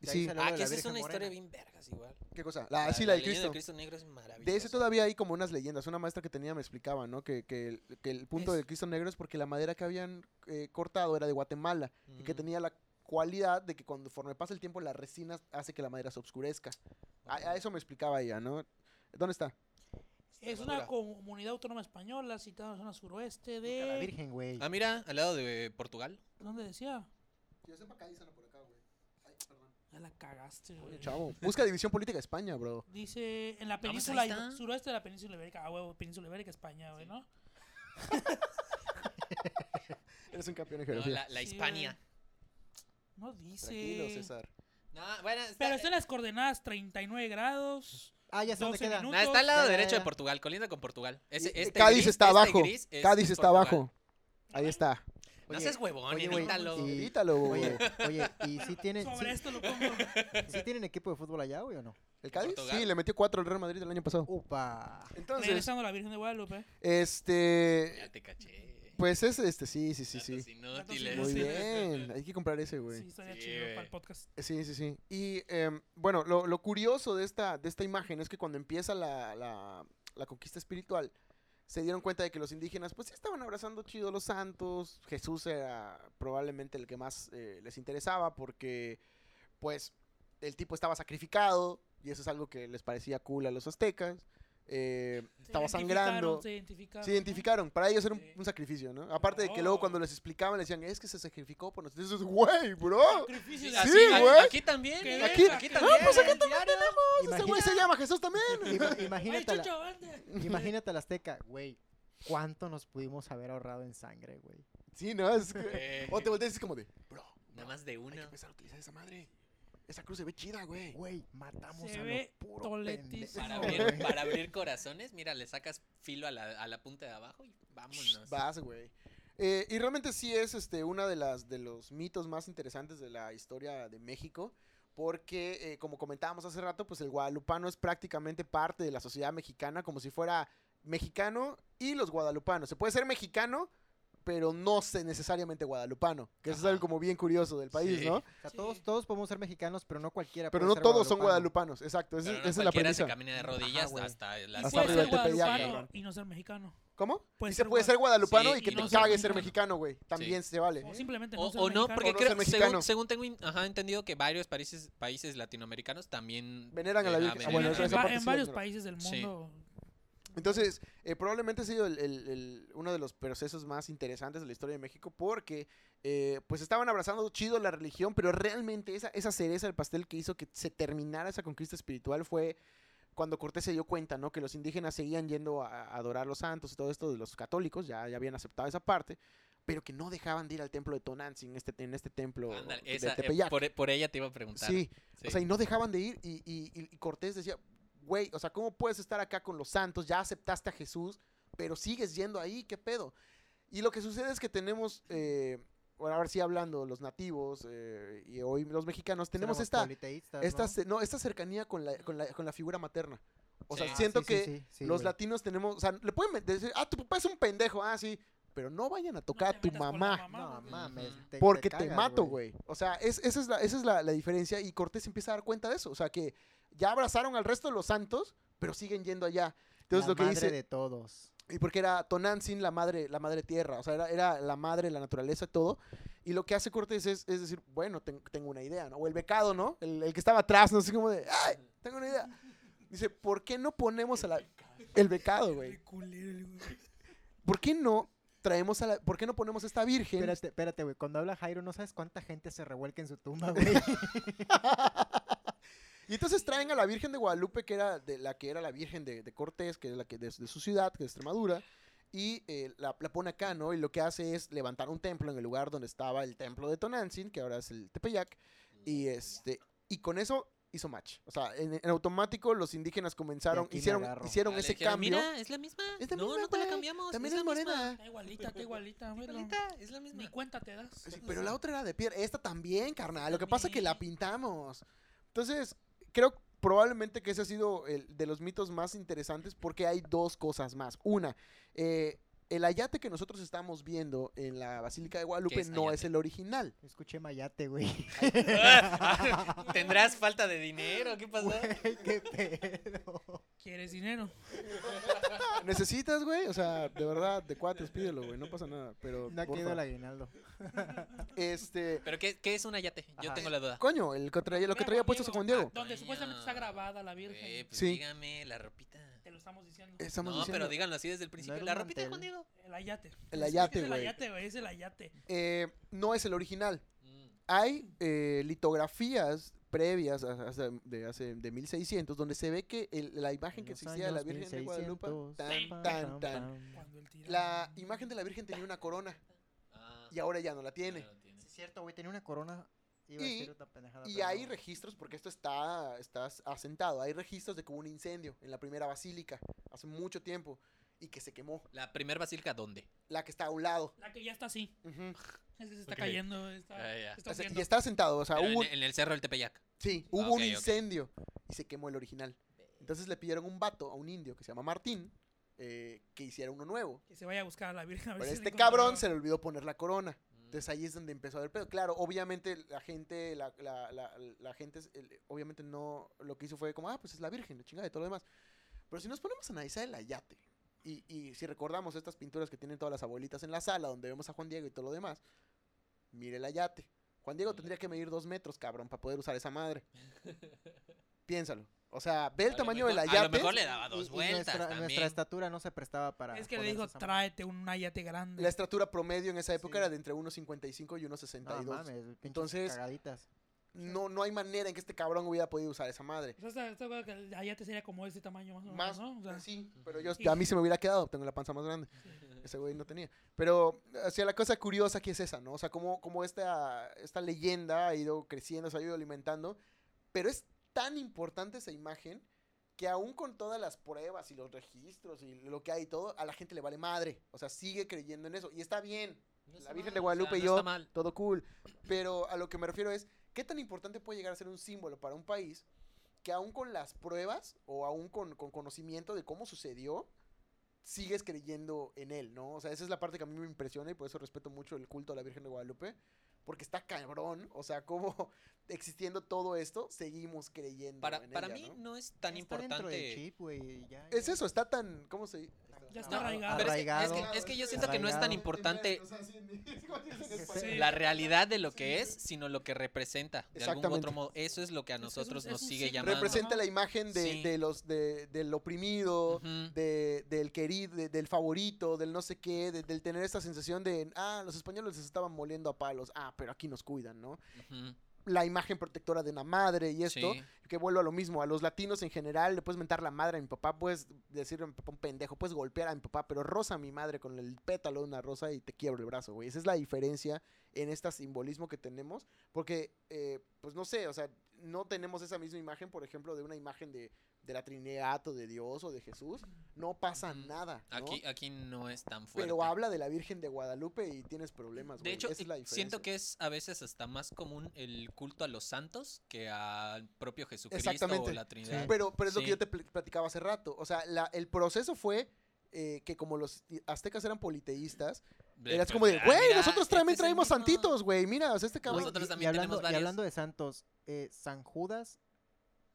De ahí sí. salió Ah, la que esa Virgen es una historia Morena. bien vergas igual. Ah, ¿Qué cosa? La, sí, la del leyenda Cristo. del Cristo Negro es maravillosa. De ese todavía hay como unas leyendas. Una maestra que tenía me explicaba, ¿no? Que, que el, que el punto Es- del Cristo Negro es porque la madera que habían eh, cortado era de Guatemala y que Ujú. tenía la cualidad de que cuando conforme pasa el tiempo la resina hace que la madera se obscurezca. A, a eso me explicaba ella, ¿no? ¿Dónde está? Es una comunidad autónoma española situada en la zona suroeste Busca La de... Virgen, güey. Ah, mira, al lado de Portugal. ¿Dónde decía? Yo sepa por acá, güey. Ay, perdón. Ya la cagaste, güey. Oye, chavo. Busca división política de España, bro. Dice, en la pues, ahí península, está. suroeste de la península ibérica. Ah, huevo, península ibérica, España, güey, ¿no? Eres un campeón en No, geografía. la, la Sí, Hispania. No dice. Tranquilo, César. No, bueno, está- Pero están las coordenadas 39 grados, Ah, ya sé dónde 12 queda. minutos. Nah, está al lado Ya, ya, derecho ya. de Portugal, colinda con Portugal. Ese- Y- este Cádiz gris- está este abajo. gris es Cádiz está Portugal. abajo. Ahí está. No Oye, seas huevón, oye, güey, edítalo. y- Edítalo, güey. Oye, oye, ¿y si tienen, Sobre sí- esto lo pongo. sí tienen equipo de fútbol allá, güey, o no? ¿El Cádiz? Portugal. Sí, le metió cuatro al Real Madrid el año pasado. Upa. Entonces, Regresando a la Virgen de Guadalupe. este. Ya te caché. Pues es este, sí, sí, sí, Datos sí. inútiles. Muy Sí. bien. Hay que comprar ese, güey. Sí, estaría Sí, chido güey. para el podcast. Sí, sí, sí. Y em, bueno, lo, lo curioso de esta, de esta imagen es que cuando empieza la, la- la conquista espiritual, se dieron cuenta de que los indígenas, pues sí estaban abrazando chido los santos. Jesús era probablemente el que más eh, les interesaba porque, pues, el tipo estaba sacrificado y eso es algo que les parecía cool a los aztecas. eh, estaba Se identificaron, sangrando. Se identificaron. Se ¿no? identificaron. Para ellos era un, Sí. un sacrificio, ¿no? Aparte de que Oh. luego cuando les explicaban, les decían, es que se sacrificó por nosotros. Entonces, güey, bro. Sacrificio Sí, de así, Cristo. a- güey. Aquí también. ¿Qué? ¿eh? Aquí- también. pues acá también Ese güey se llama Jesús también. Ima- Ay, Imagínate, a la- chucho, ande. imagínate a la Azteca, güey. ¿Cuánto nos pudimos haber ahorrado en sangre, güey? Sí, ¿no? Es que- O Oh, te volteas y es como de, bro, Eh, Nada más de hay que una. empezar a utilizar esa madre. Esa cruz se ve chida, güey. Güey, matamos Se a los ve puros toletísimo. Para No, güey. abrir, para abrir corazones, mira, le sacas filo a la, a la punta de abajo y vámonos. Vas, güey. Eh, y realmente sí es este, una de las de los mitos más interesantes de la historia de México. Porque, eh, como comentábamos hace rato, pues el guadalupano es prácticamente parte de la sociedad mexicana, como si fuera mexicano y los guadalupanos. Se puede ser mexicano, pero no se necesariamente guadalupano. Que eso es Ajá. algo como bien curioso del país, Sí. ¿no? O sea, Sí. todos, todos podemos ser mexicanos, pero no cualquiera. Pero puede no ser todos son guadalupano. guadalupanos, exacto. Esa, Pero es- esa no es la cualquiera premisa. se camina de Ajá, rodillas güey. hasta Y la Hasta puede arriba ser del Tepeyac, guadalupano cabrón. y no ser mexicano. ¿Cómo? Puede y se ser puede guad- ser guadalupano Pues Sí, y que y te no ser cague ser mexicano. mexicano, güey. También se vale. O simplemente O, no ser o no, mexicano. porque O no creo, ser mexicano. según, según tengo in- ajá, entendido que varios países, países latinoamericanos también Veneran a la eh, Virgen. Ah, Sí, veneran bueno, a la en, esa- en esa va- parte en sí la varios ignoro. países del Sí. mundo. Entonces, eh, probablemente ha sido el- el- el- uno de los procesos más interesantes de la historia de México porque eh, pues estaban abrazando chido la religión, pero realmente esa, esa cereza del pastel que hizo que se terminara esa conquista espiritual fue cuando Cortés se dio cuenta, ¿no? Que los indígenas seguían yendo a, a adorar los santos y todo esto de los católicos, ya, ya habían aceptado esa parte, pero que no dejaban de ir al templo de Tonantzin, este, en este templo Ándale, de esa, eh, Tepeyac. por, por ella te iba a preguntar. Sí, Sí. O sea, y no dejaban de ir. Y, y- y- y Cortés decía, güey, o sea, ¿cómo puedes estar acá con los santos? Ya aceptaste a Jesús, pero sigues yendo ahí, ¿qué pedo? Y lo que sucede es que tenemos, eh, bueno, ahora sí hablando, los nativos eh, y hoy los mexicanos, tenemos Éramos esta, politeístas, esta, ¿no? ce- no, esta cercanía con la, con, la, con la figura materna. O Sí. sea, Ah, siento Sí, sí, que sí, sí, los güey. latinos tenemos, o sea, le pueden me- decir, ah, tu papá es un pendejo, ah, sí, pero no vayan a tocar a tu mamá. No mames. Ujú. te- Porque te, cagas, mato, güey. O sea, es- esa es, la, esa es la, la diferencia. Y Cortés empieza a dar cuenta de eso. O sea, que ya abrazaron al resto de los santos, pero siguen yendo allá. Entonces, La lo que madre dice. de todos. Y porque era Tonantzin la madre, la madre tierra. O sea, era, era la madre, la naturaleza, todo. Y lo que hace Cortés es, es decir, bueno, ten- tengo una idea, ¿no? O el becado, ¿no? El, el que estaba atrás, no sé cómo de. ¡Ay! Tengo una idea. Dice, ¿por qué no ponemos a la. El becado, güey. ¿Por qué no traemos a la. ¿Por qué no ponemos a esta virgen? Espérate, espérate, güey. Cuando habla Jairo, no sabes cuánta gente se revuelca en su tumba, güey. Y entonces traen a la Virgen de Guadalupe, que era de, la que era la Virgen de, de Cortés, que es la que de, de su ciudad, que es Extremadura, y eh, la, la pone acá, ¿no? Y lo que hace es levantar un templo en el lugar donde estaba el templo de Tonantzin, que ahora es el Tepeyac, y este, y con eso hizo match. O sea, en, en automático los indígenas comenzaron, aquí me hicieron, agarro. hicieron Ah, le ese dijeron, cambio. Mira, es la misma. Es la no, misma, no te la güey. cambiamos. También es la misma. morena. Está igualita, está igualita. velo. Igualita, es la misma. Ni cuenta te das. Sí, pero la otra era de piedra. Esta también, carnal. Lo que pasa es que la también. pintamos. Entonces, creo probablemente que ese ha sido el de los mitos más interesantes porque hay dos cosas más. Una, eh, el ayate que nosotros estamos viendo en la Basílica de Guadalupe es no es ayate? el original. Escuché Mayate, güey. ¿Tendrás falta de dinero? ¿Qué pasó? Güey, qué pedo. ¿Quieres dinero? ¿Necesitas, güey? O sea, de verdad, de cuates, pídelo, güey. No pasa nada. Pero, No ha porfa. querido el aguinaldo. este... ¿Pero qué, qué es un ayate? Yo Ajá. tengo la duda. Coño, el que traía, lo que traía puesto San Juan Diego. Donde supuestamente está grabada la Virgen. Güey, Ah, pues Sí. dígame, la ropita. Te lo estamos diciendo. Estamos no, diciendo pero díganlo así desde el principio. era ¿La un ropita de Juan mantel. Diego? El ayate. El ayate, Es el güey. ayate, güey. Es el ayate. Eh, no es el original. Mm. hay eh, litografías previas a- hasta de hace de 1600 donde se ve que el- la imagen que En los existía de la años Virgen de Guadalupe 1600, tan pam, tan pam, tan pam. Cuando el tira- la imagen de la Virgen tenía una corona Ah, y ahora ya no la tiene ya no lo tiene. Sí, es cierto, güey. Tenía una corona Iba a Y- decir otra pendejada, Y pero hay no. registros, porque esto está, está asentado, hay registros de que hubo un incendio en la primera basílica hace mucho tiempo y que se quemó, La primer basílica, ¿dónde? la que está a un lado. La que ya está así. Ujú. Es que se está Ok. cayendo. Está, Ah, ya. se está O sea, hundiendo. y está asentado, o sea, Pero hubo, en, en el cerro del Tepeyac. sí, Ah, hubo ok, un ok. incendio y se quemó el original. Entonces le pidieron un vato a un indio que se llama Martín eh, que hiciera uno nuevo. Que se vaya a buscar a la Virgen. A ver Pero si la este encuentra. cabrón se le olvidó poner la corona. Entonces ahí es donde empezó a haber pedo. Claro, obviamente la gente, la, la, la, la gente, es- el- obviamente no, lo que hizo fue como, ah, pues es la Virgen, la chingada de todo lo demás. Pero si nos ponemos a analizar el ayate, y, y si recordamos estas pinturas que tienen todas las abuelitas en la sala, donde vemos a Juan Diego y todo lo demás, mire el ayate. Juan Diego tendría que medir dos metros, cabrón, para poder usar esa madre. Piénsalo. O sea, ve el A lo tamaño del mejor- ayate. A lo mejor le daba Y- dos y vueltas nuestra, nuestra también. estatura no se prestaba para. Es que le ponerse dijo, esa tráete un ayate grande. La estatura promedio en esa época Sí. era de entre 1,55 y madre. 1,62. No mames, pinches Entonces- Cagaditas. no, no hay manera en que este cabrón hubiera podido usar esa madre. O sea, esta- esta cosa que el ayate sería como de este tamaño más o menos, Más, ¿no? O sea, sí, pero yo, Y- a mí se me hubiera quedado, tengo la panza más grande. Ese güey no tenía. Pero, o sea, la cosa curiosa que es esa, ¿no? O sea, cómo, cómo esta, esta leyenda ha ido creciendo, se ha ido alimentando. Pero es tan importante esa imagen que aún con todas las pruebas y los registros y lo que hay y todo, a la gente le vale madre. O sea, sigue creyendo en eso. Y está bien, No está la Virgen mal, de o sea, Guadalupe y no yo, está mal. todo cool. Pero a lo que me refiero es, ¿qué tan importante puede llegar a ser un símbolo para un país que aún con las pruebas o aún con, con conocimiento de cómo sucedió, sigues creyendo en él, ¿no? O sea, esa es la parte que a mí me impresiona y por eso respeto mucho el culto a la Virgen de Guadalupe, porque está cabrón, o sea, cómo existiendo todo esto, seguimos creyendo Para, en para ella, mí ¿no? no es tan Está dentro del importante. chip, güey, ya, Es ya. eso, está tan, ¿cómo se dice? Ya No, está arraigado. pero es que- es que, es Arraigado. que, yo siento que no es tan Arraigado. importante O sea, sí, es como dicen en Sí. español. la realidad de lo que es, sino lo que representa. De algún Exactamente. otro modo. Eso es lo que a Es que es un- nosotros es nos un sigue símbolo. llamando. Representa la imagen de, Sí. de los de- del oprimido, Ujú. de- del querido, de- del favorito, del no sé qué, de- del tener esta sensación de, ah, los españoles se estaban moliendo a palos, ah, pero aquí nos cuidan, ¿no? Ujú. La imagen protectora de la madre y esto, Sí. que vuelvo a lo mismo, a los latinos en general, le puedes mentar la madre a mi papá, puedes decirle a mi papá un pendejo, puedes golpear a mi papá, pero rosa a mi madre con el pétalo de una rosa y te quiebro el brazo, güey. Esa es la diferencia en este simbolismo que tenemos, porque, eh, pues no sé, o sea, no tenemos esa misma imagen, por ejemplo, de una imagen de, de la Trinidad o de Dios o de Jesús, no pasa Ujú. nada. ¿no? Aquí, aquí no es tan fuerte. Pero habla de la Virgen de Guadalupe y tienes problemas, De güey. hecho, Esa es la eh, siento diferencia. que es a veces hasta más común el culto a los santos que al propio Jesucristo Exactamente. o la Trinidad. Pero, pero es lo que Sí. yo te pl- platicaba hace rato. O sea, la- el proceso fue eh, que como los i- aztecas eran politeístas, De- eras pues, como de, ah, güey, mira, nosotros este también es el traemos mismo". santitos, güey. Mira, o sea, este cabrón. Nosotros y- y también hablando, tenemos y varias. hablando de santos, eh, ¿San Judas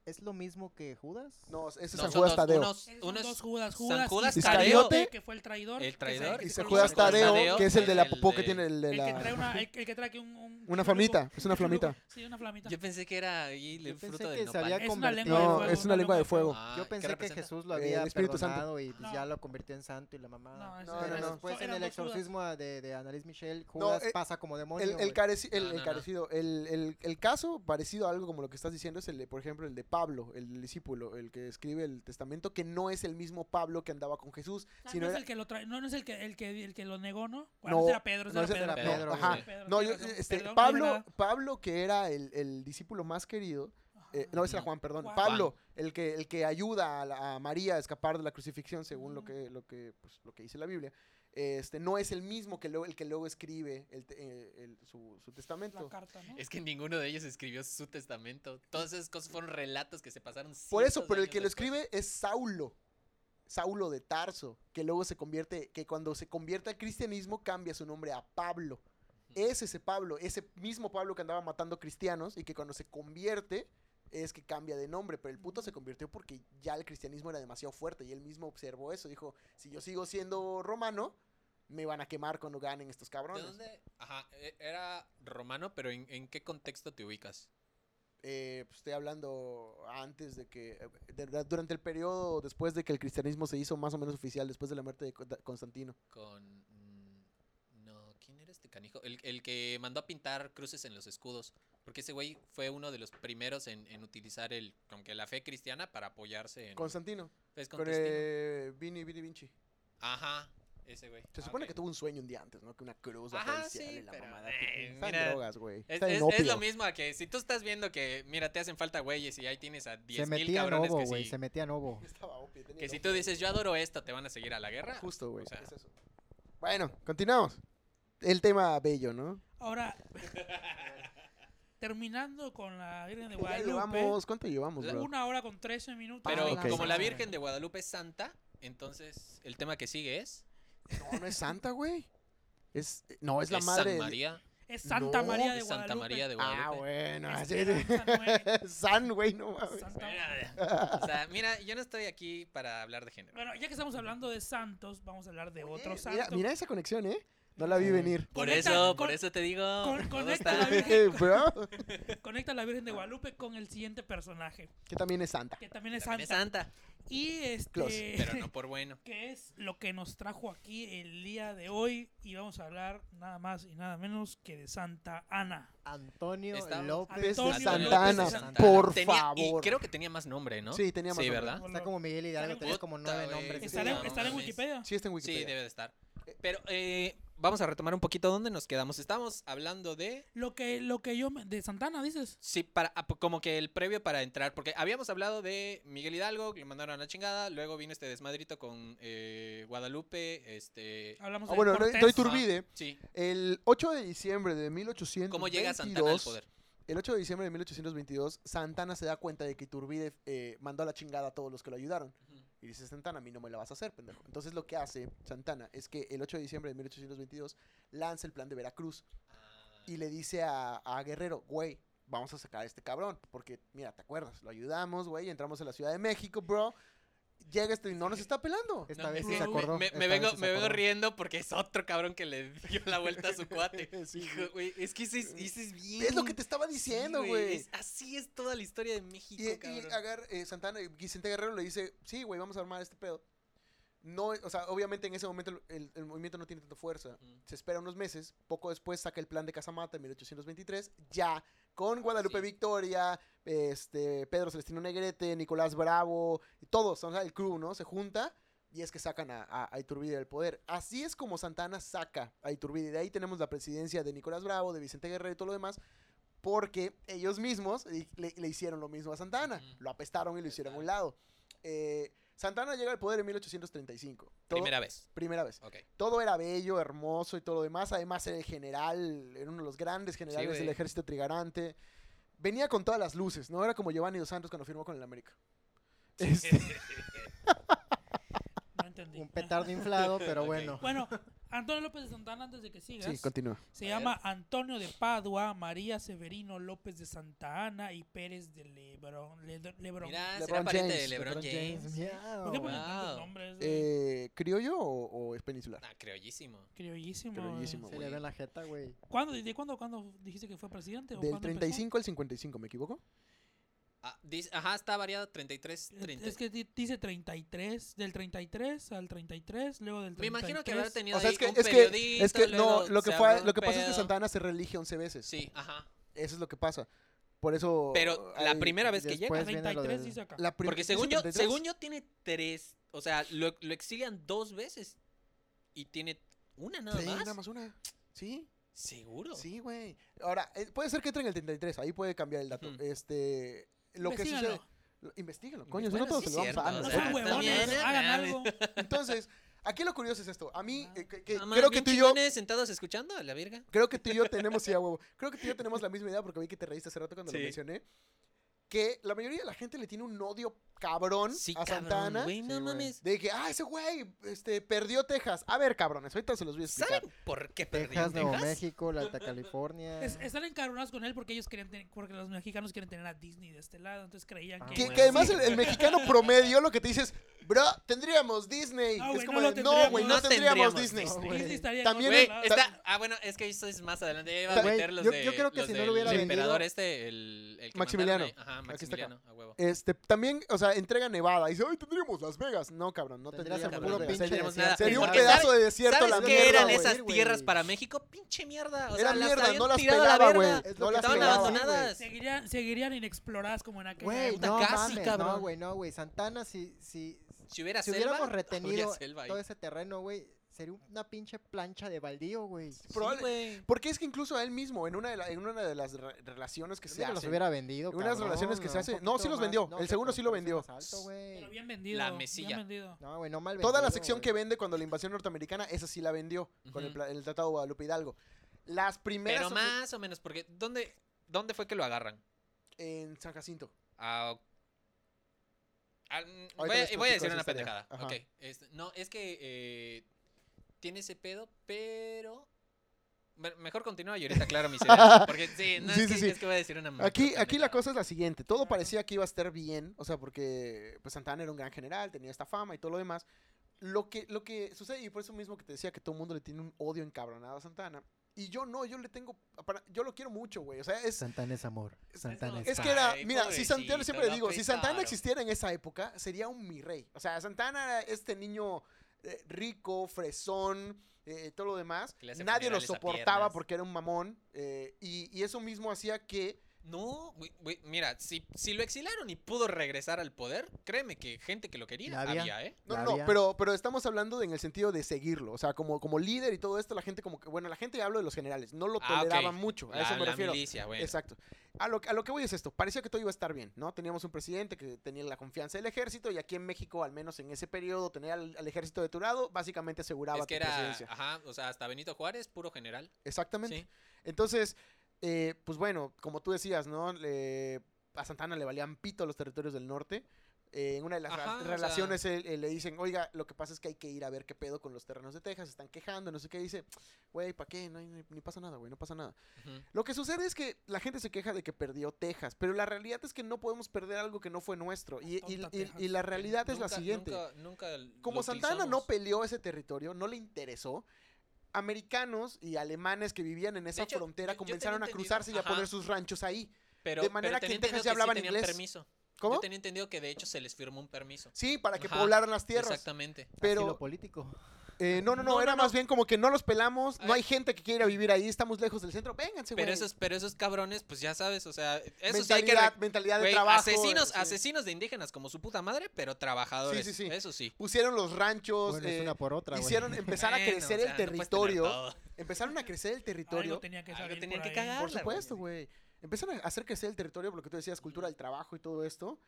es lo mismo que Judas? No, ese es San Nosotros, Judas Tadeo. unos- Esos son unos- dos Judas. San Judas, Judas Iscariote, Iscariote, que fue el traidor. el que se- traidor, que Y se San San Judas colgó con- Judas Tadeo, Tadeo, que es el de la el popó que de- tiene el de El que trae, la. una, el, el que trae aquí un, un- un Una chalupo. flamita, es una Un chalupo. flamita. Sí, una flamita. Yo pensé que era ahí el Yo pensé fruto que del se nopal. había es una convertido- lengua de No, fuego. es una lengua de fuego. Ah, Yo ¿qué pensé que representa? Jesús lo Eh, El había Espíritu Santo. perdonado y pues, No. ya lo convirtió en santo y la No, mamá. ese No, era- no, no. Después eran en el dos Judas. exorcismo de, de Annalise Michel, Judas eh, pasa como demonio. El, el, güey. careci- el- No, el no, no. carecido, el, el- el caso parecido a algo como lo que estás diciendo es el de, por ejemplo, el de Pablo, el discípulo, el que escribe el testamento, que no es el mismo Pablo que andaba con Jesús, Ah, sino no era- es el que lo trae, no, no es el que, el que, el que lo negó, ¿no? No, Bueno, ese era Pedro, ese no, era ese era Pedro. Pedro, Pedro, ajá. sí. Pedro, No, tienes yo- razón. este, Perdón, Pablo, Gabriela. Pablo, que era el, el discípulo más querido, eh, no, ese era Ujú. Juan, perdón. Juan. Pablo, el que, el que ayuda a, la- a María a escapar de la crucifixión, según lo Ujú. que, lo que, pues, lo que dice la Biblia. Este, no es el mismo que luego, el que luego escribe el te- eh, el- su, su La testamento. carta, ¿no? Es que ninguno de ellos escribió su testamento. Todas esas cosas fueron relatos que se pasaron. Por eso, cientos pero de el que años lo después. escribe es Saulo. Saulo de Tarso, que luego se convierte, que cuando se convierte al cristianismo cambia su nombre a Pablo. Es ese Pablo, ese mismo Pablo que andaba matando cristianos y que cuando se convierte es que cambia de nombre, pero el puto se convirtió porque ya el cristianismo era demasiado fuerte y él mismo observó eso, dijo, si yo sigo siendo romano, me van a quemar cuando ganen estos ¿De cabrones. dónde? Ajá, e- era romano, pero ¿en, en qué contexto te ubicas? Eh, pues, estoy hablando antes de que, eh, de- de- durante el periodo después de que el cristianismo se hizo más o menos oficial, después de la muerte de Co- de Constantino. Con. mm, No, ¿quién era este canijo? El, el que mandó a pintar cruces en los escudos. Porque ese güey fue uno de los primeros en, en utilizar el, como que la fe cristiana para apoyarse en. Constantino, es con con Cristino. eh, Vini, Vini Vinci. Ajá. Ese güey. Se Ah, supone ok. que tuvo un sueño un día antes, ¿no? Que una cruz la Ajá, policial sí, y la pero, mamada. eh, que- está en mira, drogas, güey. Es, Está en es- es opio. lo mismo a que si tú estás viendo que, mira, te hacen falta güeyes y ahí tienes a Se 10 mil metía en cabrones obo, que, güey. si, Se metía en obo. Estaba opio, tenía que el si opio. tú dices, yo adoro esto, te van a seguir a la guerra. Justo, güey. O sea. es eso. Bueno, continuamos. El tema bello, ¿no? Ahora, terminando con la Virgen de Ya Guadalupe, llevamos, ¿cuánto llevamos, La- bro? una hora con 13 minutos. Pero Ah, ok. como la Madre. Virgen de Guadalupe es santa, entonces el tema que sigue es... No, no es santa, güey. Es, no, es la es madre. San de- María. es Santa No, María de Es Santa Guadalupe. María de Guadalupe. Ah, bueno. Es así Esperanza, de- San, güey, no mames. Santa- Mira, o sea, mira, yo no estoy aquí para hablar de género. Bueno, ya que estamos hablando de santos, vamos a hablar de otro Eh, santo. mira, mira esa conexión, ¿eh? No la vi venir. Por Conecta- eso, con- por eso te digo... con- todo conecta está- la Virgen. Bro, Conecta a la Virgen de Guadalupe con el siguiente personaje, que también es santa. que también es También santa. es santa, Y Close, este... pero no por bueno. que es lo que nos trajo aquí el día de hoy y vamos a hablar nada más y nada menos que de Santa Ana. Antonio Estamos- López Antonio de López Antonio de Santana. Santana, Santana. por Tenía- favor. Y creo que tenía más nombre, ¿no? Sí, tenía más Sí, nombre. Ah, ¿verdad? Está como Miguel Hidalgo, tenía como Puta, nueve güey. nombres. ¿Estará, Sí, no, estará en mames. Wikipedia? Sí, está en Sí, Wikipedia. debe de estar. Pero eh, vamos a retomar un poquito dónde nos quedamos. Estábamos hablando de... Lo que, lo que yo... me- De Santana, dices. Sí, para, ah, po- como que el previo para entrar, porque habíamos hablado de Miguel Hidalgo, que lo mandaron a la chingada, luego vino este desmadrito con eh, Guadalupe, este... Hablamos Ah, de bueno, Cortés. doy tu- Turbide. Sí, El 8 de diciembre de 1822. ¿cómo llega Santana al poder? El 8 de diciembre de 1822, Santana se da cuenta de que Iturbide eh, mandó a la chingada a todos los que lo ayudaron. Y dice, Santana, a mí no me la vas a hacer, pendejo. Entonces lo que hace Santana es que el 8 de diciembre de 1822 lanza el plan de Veracruz y le dice a, a Guerrero, güey, vamos a sacar a este cabrón. Porque, mira, ¿te acuerdas? Lo ayudamos, güey, entramos a la Ciudad de México, bro. Llega este y no nos está pelando. Esta No, vez es sí que se acordó. Me, me esta vez vengo, sí se me vengo acordó. riendo porque es otro cabrón que le dio la vuelta a su cuate. Sí, Mm. Hijo, güey, es que ese es, ese es bien... Es lo que te estaba diciendo, sí, güey. es- así es toda la historia de México, Y, y cabrón. agar- eh, Santana, eh, Vicente Guerrero le dice, sí, güey, vamos a armar este pedo. No, o sea, obviamente en ese momento el, el- el movimiento no tiene tanta fuerza. Ujú. Se espera unos meses, poco después saca el plan de Casamata en 1823, ya con Guadalupe Ah, sí. Victoria, este, Pedro Celestino Negrete, Nicolás Bravo, y todos, o sea, el crew, ¿no? Se junta y es que sacan a, a- a Iturbide del poder. Así es como Santana saca a Iturbide. De ahí tenemos la presidencia de Nicolás Bravo, de Vicente Guerrero y todo lo demás, porque ellos mismos le, le- le hicieron lo mismo a Santana. Ujú. Lo apestaron y lo hicieron a un lado. Eh, Santana llega al poder en 1835. Todo- Primera vez, primera vez ok. todo era bello, hermoso y todo lo demás. Además, era el general, era uno de los grandes generales güey. del ejército trigarante. Venía con todas las luces, ¿no? Era como Giovanni dos Santos cuando firmó con el América. Este, No entendí. Un petardo inflado, pero bueno. Bueno, Antonio López de Santana, antes de que sigas. sí, continúa. se A llama ver. Antonio de Padua, María Severino López de Santa Ana y Pérez de Lebrón. Led- Lebrón. Mira, será LeBron pariente James, de LeBron, James. miau. ¿Por qué ponen tantos Wow. nombres? güey? Eh, ¿Criollo o, o es peninsular? Ah, criollísimo. Criollísimo. ¿eh? criollísimo, Se le ve en la jeta, güey. ¿Cuándo, ¿De cuándo, cuándo dijiste que fue presidente? o Del cuándo empezó? 35 al 55, ¿me equivoco? Ah, dice- ajá, está variado 33, 30. Es que di- dice 33, del 33 al 33, luego del 33. Me imagino que habrá tenido O sea, ahí es que, un es que, periodista, es que no, luego lo que, se fue, armó lo un que pasa es que pedo. Santana se relige 11 veces. Sí, ajá. Eso es lo que pasa. Por eso. Pero la hay- primera vez que después- Pues llega. viene lo 33 del- dice acá. la prim- Porque ¿dice según yo, 33? según yo tiene tres. O sea, lo, lo exilian dos veces. Y tiene una nada Sí, más. nada más una. Sí. ¿Seguro? Sí, güey. Ahora, eh, puede ser que entre en el 33, ahí puede cambiar el dato. Ujú. Este, lo que Investígalo. sucede, lo- investígalo, coño, si Bueno, no todos sí se lo es vamos a Ana, cierto, No o ¿sabes? sea, son huevones, también, ¿eh? hagan mames. algo. ah, Entonces, aquí lo curioso es esto. A mí Ah, eh, que- que Mamá, creo que bien tú y yo chingones, sentados escuchando a la verga. creo que tú y yo tenemos sí, a huevo. Creo que tú y yo tenemos la misma idea porque vi que te reíste hace rato cuando lo Sí. mencioné. Que la mayoría de la gente le tiene un odio cabrón Sí, a cabrón, Santana. güey, no Sí, güey. mames. De que, ah, ese güey este, perdió Texas. A ver, cabrones, ahorita se los voy a explicar. ¿Saben por qué perdió Texas, Nuevo Texas? México, la Alta California. Es- están encabronados con él porque ellos querían tener- porque los mexicanos quieren tener a Disney de este lado, entonces creían Ah, que, Que, bueno, que además sí. el, el mexicano promedio lo que te dice es, bro, tendríamos Disney. No, es güey, como, Ah, no de, lo no, güey, no, tendríamos No tendríamos. tendríamos Disney. Disney. Disney güey. estaría en También- otro Güey, lado. está. Ah, bueno, es que eso es más adelante. Ya iba a Güey, meter los yo- de. yo creo que los si no lo del hubiera vendido- emperador este, el, el que Maximiliano. mandaron ahí. Ajá, Aquí está acá. Maximiliano, a huevo. Este, también, o sea, entrega Nevada. Y dice, hoy tendríamos Las Vegas. No, cabrón, no Tendrías tendríamos Las el puro Vegas. pinche Sería, Tendríamos nada. sería un Porque pedazo de desierto la ¿Sabes qué mierda, eran güey. esas güey. tierras para México? Pinche mierda. O Era sea, mierda, las habían no las tirado pelaba, a la verga. güey. Es No lo que las Estaban pelaba. abandonadas. seguirían, seguirían inexploradas como en aquel Güey, puta, no casi, mames, cabrón. no, güey, no, güey. Santana, si, si, Si hubiera si selva, hubiéramos habría retenido este selva ahí. todo ese terreno, güey, sería una pinche plancha de baldío, güey. Probable- güey. Porque es que incluso a él mismo, en una de, la- en una de las re- relaciones que Yo se creo que los hacen, hubiera vendido, En unas cabrón, relaciones que se un hace- no, poquito sí los más- vendió, el que seguro sí lo parece vendido. más alto, güey. Pero bien vendido. La bien mesilla. vendido. No, güey, no mal toda la vendido, sección güey. que vende cuando la invasión norteamericana, esa sí la vendió con el, Ujú. pla- el Tratado de Guadalupe Hidalgo. Las primeras Pero soci- más o menos, porque ¿dónde, ¿dónde fue que lo agarran? en San Jacinto. Ah, al- mm, les voy, a- voy a platico decir esa una historia. pendejada. Ajá. ok. Este, no, es que eh, tiene ese pedo, pero. me- Mejor continúa y ahorita claro mis ideas. Porque sí, no, Sí, es, sí, que, sí. es que voy a decir una macro Aquí, aquí la pendejada. cosa es la siguiente. Todo Claro. parecía que iba a estar bien, o sea, porque pues Santana era un gran general, tenía esta fama y todo lo demás. Lo que, lo que sucede, y por eso mismo que te decía que todo el mundo le tiene un odio encabronado a Santana. Y yo no, yo le tengo. para- yo lo quiero mucho, güey. O sea, es, Santana es amor. Santana es paz. que era. Ay, Mira, si Santana, pobrecito, siempre lo digo, si Santana apestaron. existiera en esa época, sería un mi rey. O sea, Santana era este niño eh, rico, fresón, eh, todo lo demás. Que le hace Nadie lo funerales a soportaba piernas. porque era un mamón. eh, y, y eso mismo hacía que. No, güey, güey, mira, si, si lo exilaron y pudo regresar al poder, créeme que gente que lo quería La había. había, ¿eh? No, La no, no, había. pero, pero estamos hablando de- en el sentido de seguirlo. O sea, como, como líder y todo esto, la gente como que, bueno, la gente hablo de los generales, no lo Ah, ok. toleraba mucho. A la, eso me la refiero. milicia, bueno. Exacto. A lo, a lo que voy es esto, parecía que todo iba a estar bien, ¿no? Teníamos un presidente que tenía la confianza del ejército y aquí en México, al menos en ese periodo, tener al, al ejército de tu lado básicamente aseguraba Es que tu era, presidencia. ajá, o sea, hasta Benito Juárez, puro general. Exactamente. Sí. Entonces, eh, pues bueno, como tú decías, ¿no? Le- a Santana le valían pito los territorios del norte. Eh, en una de las Ajá, ra- o sea- relaciones él- él le dicen, oiga, lo que pasa es que hay que ir a ver qué pedo con los terrenos de Texas, están quejando, no sé qué. Dice, güey, ¿para qué? No, hay- ni- ni pasa nada, güey, no pasa nada. Ujú. Lo que sucede es que la gente se queja de que perdió Texas, pero la realidad es que no podemos perder algo que no fue nuestro. Y, y- Tonta y- Texas. y la realidad es la Nunca- siguiente. Nunca, nunca l- Como lo Santana no utilizamos. peleó ese territorio, no le interesó, americanos y alemanes que vivían en esa hecho, frontera yo- yo comenzaron tenía a entendido- cruzarse y a ajá. poner sus ranchos ahí. pero, de manera que en tenía Texas ya entendido sí hablaban tenían inglés. Permiso. ¿Cómo? Yo tenía entendido que de hecho se les firmó un permiso. Sí, para que Ajá, poblaran las tierras. Exactamente. Pero Asilo político. eh, no, no, no, No, era no, no. más bien como que no los pelamos, no Ay. hay gente que quiera vivir ahí, estamos lejos del centro, vénganse, güey. Pero esos, pero esos cabrones, pues ya sabes, o sea, esos sí hay que... re- mentalidad, mentalidad de güey, trabajo. asesinos, eh, sí. asesinos de indígenas como su puta madre, pero trabajadores. Sí, sí, sí. Eso sí. Pusieron los ranchos, Bueno, eh, es una por otra, güey. hicieron empezar a Bueno, crecer o sea, el no puedes tener territorio. todo. empezaron a crecer el Algo territorio. tenía que Algo salir tenían por que ahí. cagar. Por Habla, güey. supuesto, güey. Empiezan a hacer crecer el territorio, por lo que tú decías, cultura del trabajo y todo esto.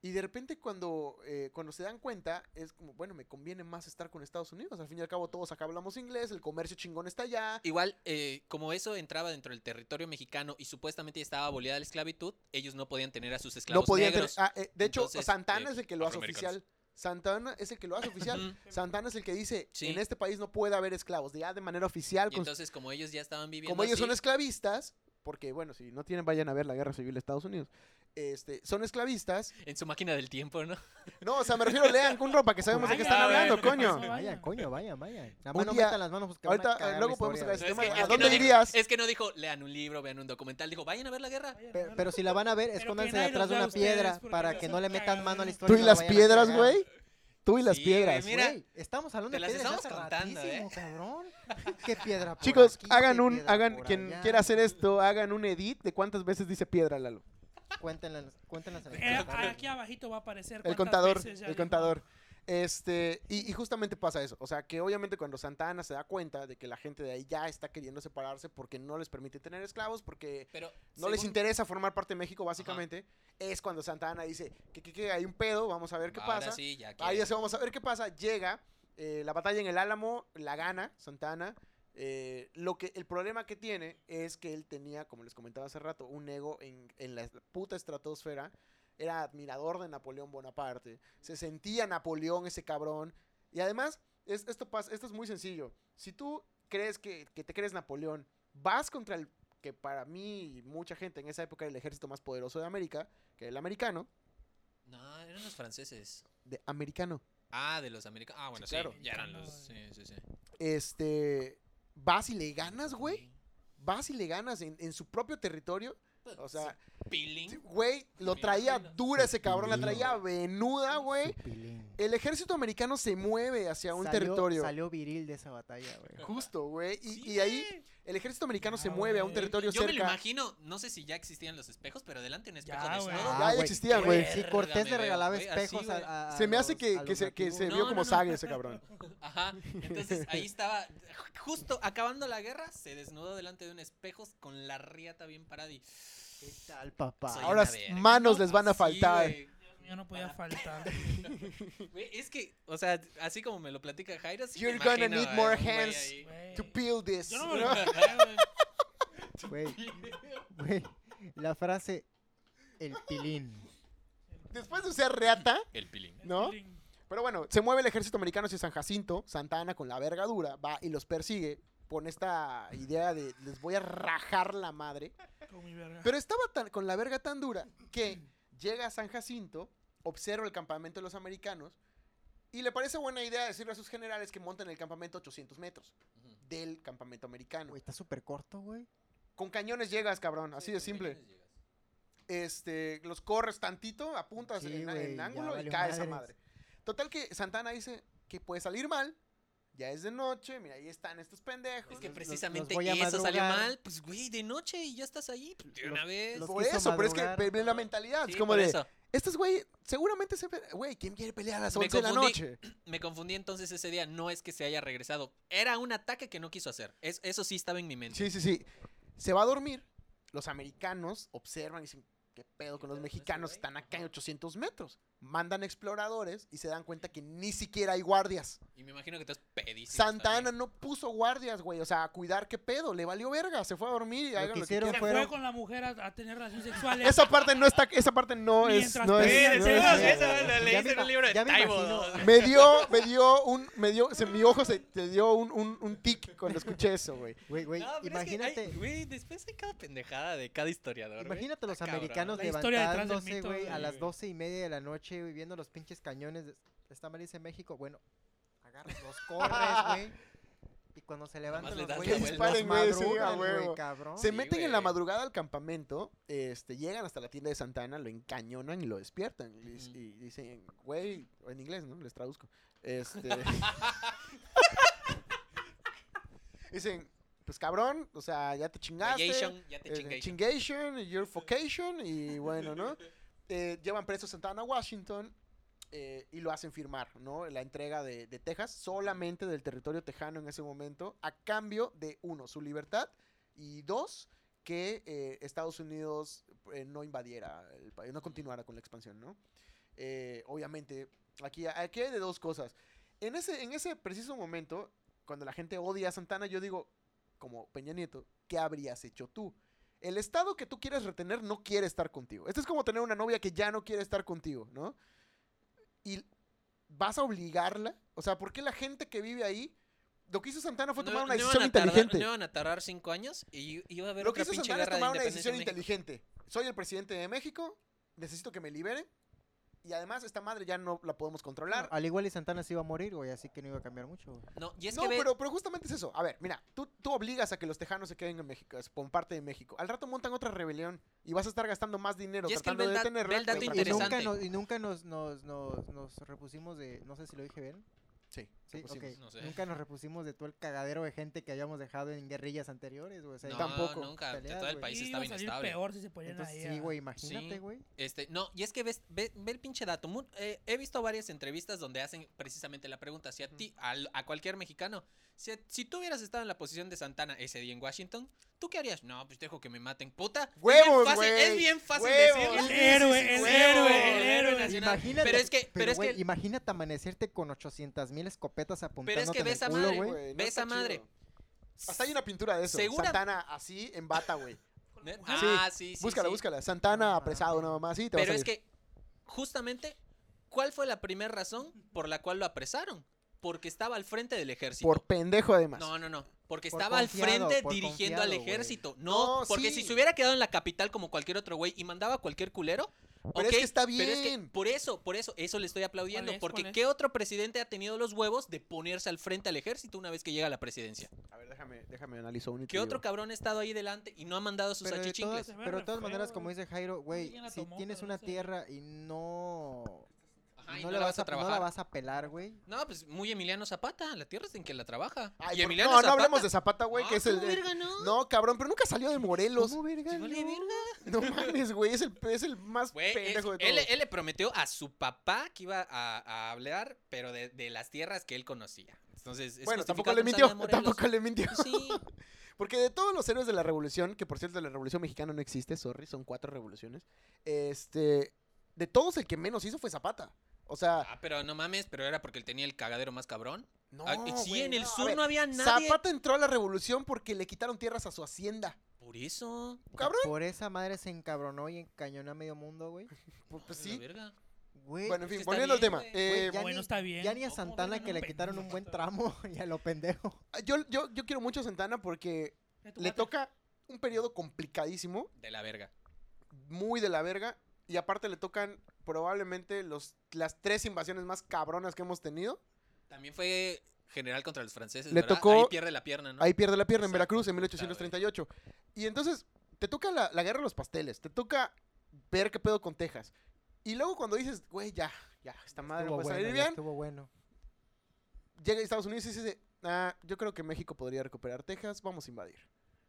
Y de repente cuando, eh, cuando se dan cuenta, es como, bueno, me conviene más estar con Estados Unidos. Al fin y al cabo todos acá hablamos inglés, el comercio chingón está allá. Igual, eh, como eso entraba dentro del territorio mexicano y supuestamente ya estaba abolida la esclavitud, ellos no podían tener a sus esclavos No podían tener- negros. ah, eh, de hecho, Entonces, Santana eh, es el que lo hace afroamericanos. oficial. Santana es el que lo hace oficial. Ujú. Santana es el que dice, Sí. en este país no puede haber esclavos. Ya de manera oficial, Y con- entonces, como ellos ya estaban viviendo como ellos son así, esclavistas, porque bueno, si no tienen, vayan a ver la guerra civil de Estados Unidos. Este, son esclavistas. en su máquina del tiempo, ¿no? No, o sea, me refiero, lean con ropa que sabemos de qué Vaya, están vaya, hablando, ¿qué te coño. pasó? Vayan, Vayan. coño, vayan, vayan. Nada Un más no día- metan las manos porque ahorita, van a cagar eh, la luego podemos historia, sacar güey. ese tema. que- ¿A que dónde no dijo- irías? Es que no dijo, lean un libro, vean un documental. Dijo, vayan a ver la guerra. Pe- Pero si la van a ver, escóndanse nadie detrás los de vea a una ustedes piedra porque para no que son no le metan mano a la cagaderos. Tú historia. y no las vayan a piedras, cagar. güey. Tú y las Sí, güey, piedras. mira. Güey, estamos hablando Te de las piedras estamos hace contando, ratísimo, ¿eh? cabrón. Qué piedra por Chicos, aquí, hagan qué un, piedra hagan, por quien allá. quiera hacer esto, hagan un edit de cuántas veces dice piedra, Lalo. Cuéntenlas, cuéntenlas. en el Eh, comentario. aquí abajito va a aparecer. El cuántas contador, veces ya el dijo. contador. Este, y, y justamente pasa eso. O sea, que obviamente cuando Santa Ana se da cuenta de que la gente de ahí ya está queriendo separarse porque no les permite tener esclavos, porque Pero no les según- interesa formar parte de México, básicamente, es cuando Santa Ana dice que, que- que hay un pedo, vamos a ver qué Ahora pasa. sí, ya Ahí que- ya se vamos a ver qué pasa. Llega eh, la batalla en el Álamo, la gana Santana. Eh, lo que el problema que tiene es que él tenía, como les comentaba hace rato, un ego en, en la puta estratosfera. Era admirador de Napoleón Bonaparte. Se sentía Napoleón ese cabrón. Y además, es- esto, pasa, esto es muy sencillo. Si tú crees que, que te crees Napoleón, vas contra el que para mí y mucha gente en esa época era el ejército más poderoso de América, que era el americano, No, eran los franceses. de americano. Ah, de los americanos. Ah, bueno, Sí, sí, claro. ya eran los. Americanos, Sí, sí, sí. este vas y le ganas, güey. Vas y le ganas en, en su propio territorio. O sea, Sí, Sí, Pilín. Güey, lo Me traía imagino. dura ese cabrón, la traía venuda, güey. Pilín. El ejército americano se mueve hacia un Salió- territorio. Salió viril de esa batalla, güey. Justo, güey. Y, Sí, y ahí güey. el ejército americano se Ah, mueve a un güey. territorio Yo me lo cerca. imagino, no sé si ya existían los espejos, pero delante un espejo Ya, de güey. desnudo. Ah, ya güey, existían, güey. Si Cortés Verga, le me regalaba veo, güey, espejos así, güey. a, a- se me a hace los- que, a que los se, que se nativos. No, vio no, como no. sague ese cabrón. Ajá. Entonces ahí estaba, justo acabando la guerra, se desnudó delante de un espejo con la riata bien parada y... ¿Qué tal, papá? Soy Ahora una verga, manos ¿no? les van a Así, faltar. güey. Yo no podía faltar. Güey, es que, o sea, así como me lo platica Jairo, sí me You're gonna imagino need a more un güey hands. ahí. güey. To peel this. Yo no ¿no? me lo imaginé, güey. Güey, güey, la frase el pilín. Después de usar reata, El pilín. ¿no? Pero bueno, se mueve el ejército americano hacia San Jacinto, Santa Ana con la verga dura, va y los persigue con esta idea de les voy a rajar la madre. Con mi verga. Pero estaba tan- con la verga tan dura que llega a San Jacinto, observa el campamento de los americanos y le parece buena idea decirle a sus generales que monten el campamento 800 metros del campamento americano. Güey, está súper corto, güey. Con cañones llegas, cabrón, así de simple. Este, los corres tantito, apuntas Sí, en, en güey, ya ángulo y valió cae esa madre. madres. Total que Santana dice que puede salir mal, ya es de noche, mira, ahí están estos pendejos. Es que los- los precisamente voy a eso salió madrugar. mal. Pues, güey, de noche y ya estás ahí. pues, de Los- una vez. los- por quiso eso, pero es que madrugar. ve- ve la mentalidad, Sí, es como por de, eso. estos güey, seguramente se, pe- güey, ¿quién quiere pelear a las Me 11 de la confundí. noche? Me confundí entonces ese día. No es que se haya regresado. Era un ataque que no quiso hacer. Es- eso sí estaba en mi mente. Sí, sí, sí. Se va a dormir. Los americanos observan y dicen, ¿qué pedo ¿Qué con los pedo con este mexicanos? güey? Están acá en Ajá. 800 metros. Mandan exploradores y se dan cuenta que ni siquiera hay guardias. Y me imagino que estás pedísimo. Santa también. Ana no puso guardias, güey. O sea, a cuidar qué pedo. Le valió verga. Se fue a dormir y Lo hagan lo que que hicieron Se quieran. fue fueron- con la mujer a, a tener relaciones sexuales. Esa parte no está. Esa parte no es. Mientras no es- pelean, no sí, es- sí, no es- sí. Leí Ya en me el ima- libro de ya me Taibo. imagino. Me dio, me dio un, me dio, se- mi ojo se te dio un, un, un tic cuando escuché eso, güey. Güey, güey, No, pero es que hay- imagínate. Güey, después hay cada pendejada de cada historiador. güey. Imagínate los Ah, cabrón. americanos La historia detrás del levantándose, mito, güey, a güey. las doce y media de la noche, güey, viendo los pinches cañones. de- Está mal dice México. Bueno, agarras los corres, güey. Y cuando se levantan le los das la güeyes, vuelta. los Disparen, güey, sí, a madrugan, huevo. güey, cabrón. Se Sí, meten en la güey. madrugada al campamento, este, llegan hasta la tienda de Santana, lo encañonan y lo despiertan. Y, dic- Ujú. y dicen, güey, en inglés, ¿no? Les traduzco. Este, dicen, pues cabrón, o sea, ya te chingaste. Negation, ya te eh, chingué. chingation, your vocation, y bueno, ¿no? Eh, llevan preso a Santana a Washington eh, y lo hacen firmar, ¿no? La entrega de, de Texas, solamente del territorio tejano en ese momento, a cambio de, uno, su libertad, y dos, que eh, Estados Unidos eh, no invadiera el país, no continuara con la expansión, ¿no? Eh, obviamente, aquí, aquí hay de dos cosas. En ese, en ese preciso momento, cuando la gente odia a Santana, yo digo, como Peña Nieto, ¿qué habrías hecho tú? El estado que tú quieres retener no quiere estar contigo. Esto es como tener una novia que ya no quiere estar contigo, ¿no? Y vas a obligarla. O sea, ¿por qué la gente que vive ahí? Lo que hizo Santana fue No- tomar una no iban decisión a tardar- inteligente. No iban a tardar cinco años y iba a haber Lo que otra hizo pinche Santana es guerra de tomar una independencia decisión en México. inteligente. Soy el presidente de México, necesito que me liberen. Y además, esta madre ya no la podemos controlar. Al igual y Santana se iba a morir, güey, así que no iba a cambiar mucho, güey. No, y es no, que ve- pero, pero justamente es eso. A ver, mira, tú, tú obligas a que los tejanos se queden en México, es con parte de México. Al rato montan otra rebelión y vas a estar gastando más dinero Y es que tratando ve el de da- detenerla. ve el dato que otra Y cosa. interesante. nunca, nos, y nunca nos, nos, nos, nos repusimos de, no sé si lo dije bien. Sí, Sí, repusimos. ok. No sé. Nunca nos repusimos de todo el cagadero de gente que habíamos dejado en guerrillas anteriores, güey. O sea, No, tampoco nunca. peleas, todo el güey. país Y estaba iba a salir inestable. peor si se ponían Entonces, ahí. sí, a- güey, imagínate, Sí. güey. Este, no, y es que ves, ve, ve el pinche dato. Mu- eh, he visto varias entrevistas donde hacen precisamente la pregunta si a ti, al- a, cualquier mexicano, si, a- si tú hubieras estado en la posición de Santana ese día en Washington, ¿tú qué harías? No, pues dejo que me maten, puta. ¡Huevos, es bien fácil, güey! es bien fácil ¡Huevos! Sí, decirlo. El sí, héroe, sí, el huevo. héroe, el héroe Imagínate. nacional. Imagínate, Pero es que- pero es güey, que- imagínate amanecerte con 800 mil escopetas Pero apuntándote es que ves a en el culo, madre, güey. güey, no Ve está esa madre. chido. Hasta hay una pintura de eso. Segura- Santana así en bata, güey. Ne- Ah, sí, sí. búscala, sí. Ah, búscala. Santana No apresado mames. nada más. Sí, te va a Pero es salir. que, justamente, ¿cuál fue la primera razón por la cual lo apresaron? Porque estaba al frente del ejército. Por pendejo, además. No, no, no. Porque Por estaba al confiado, frente por dirigiendo al confiado, güey. ejército. No, No, porque sí. si se hubiera quedado en la capital como cualquier otro güey y mandaba a cualquier culero, Pero Ok, es que está bien. pero es que por eso, por eso, eso le estoy aplaudiendo. ¿Cuál es? Porque ¿Cuál es? ¿qué otro presidente ha tenido los huevos de ponerse al frente al ejército una vez que llega a la presidencia? A ver, déjame, déjame analizar un ¿Qué otro cabrón ha estado ahí delante y no ha mandado sus Pero de, todas, achichincles? Se ve pero re de todas feo, maneras, como güey. dice Jairo, güey, Alguien la si tomó, tienes pero una no sé. tierra y no, Ajá, y no, le vas a, no trabajar. la vas a pelar, güey. No, pues muy Emiliano Zapata, la tierra es en que la trabaja. Ay, y por- Emiliano no, Zapata. no hablemos de Zapata, güey, Ah, que es el. ¿cómo verga, no? No, cabrón, pero nunca salió de Morelos. ¿Cómo, verga, Sí, vale, no? verga. No mames, güey, es el, es el más Güey, es- pendejo de todos. él, él le prometió a su papá que iba a, a hablar, pero de, de las tierras que él conocía. Entonces, es bueno, tampoco justificado le que mintió, salga de Morelos. Pues tampoco le mintió. Sí, Porque de todos los héroes de la revolución, que por cierto la revolución mexicana no existe, sorry, son cuatro revoluciones. Este, de todos el que menos hizo fue Zapata. O sea, Ah, pero no mames, pero era porque él tenía el cagadero más cabrón. no. Ah, y sí, güey, en el no, a sur ver, no había nadie. Zapata entró a la revolución porque le quitaron tierras a su hacienda. Por eso. Cabrón. Por esa madre se encabronó y encañonó a medio mundo, güey. Pues, pues a la sí. verga. Güey, Bueno, en que fin, está volviendo al bien, tema. güey. güey, eh, ya Bueno, ni- está bien. Ya ni a ¿O cómo Santana verga que no le quitaron un buen pendejo? tramo y a lo pendejo. yo, yo, yo quiero mucho a Santana porque Ve tu le bate. toca un periodo complicadísimo, De la verga. muy de la verga, y aparte le tocan probablemente los, las tres invasiones más cabronas que hemos tenido. También fue general contra los franceses. Le ¿verdad? tocó- Ahí pierde la pierna, ¿no? Ahí pierde la pierna en Exacto, Veracruz en puta, 1838. Y entonces te toca la, la guerra de los pasteles, te toca ver qué pedo con Texas. Y luego cuando dices, güey, ya, ya, esta madre no Estuvo puede salir bueno, ya bien, estuvo bueno. llega a Estados Unidos y dice, ah, yo creo que México podría recuperar Texas, vamos a invadir.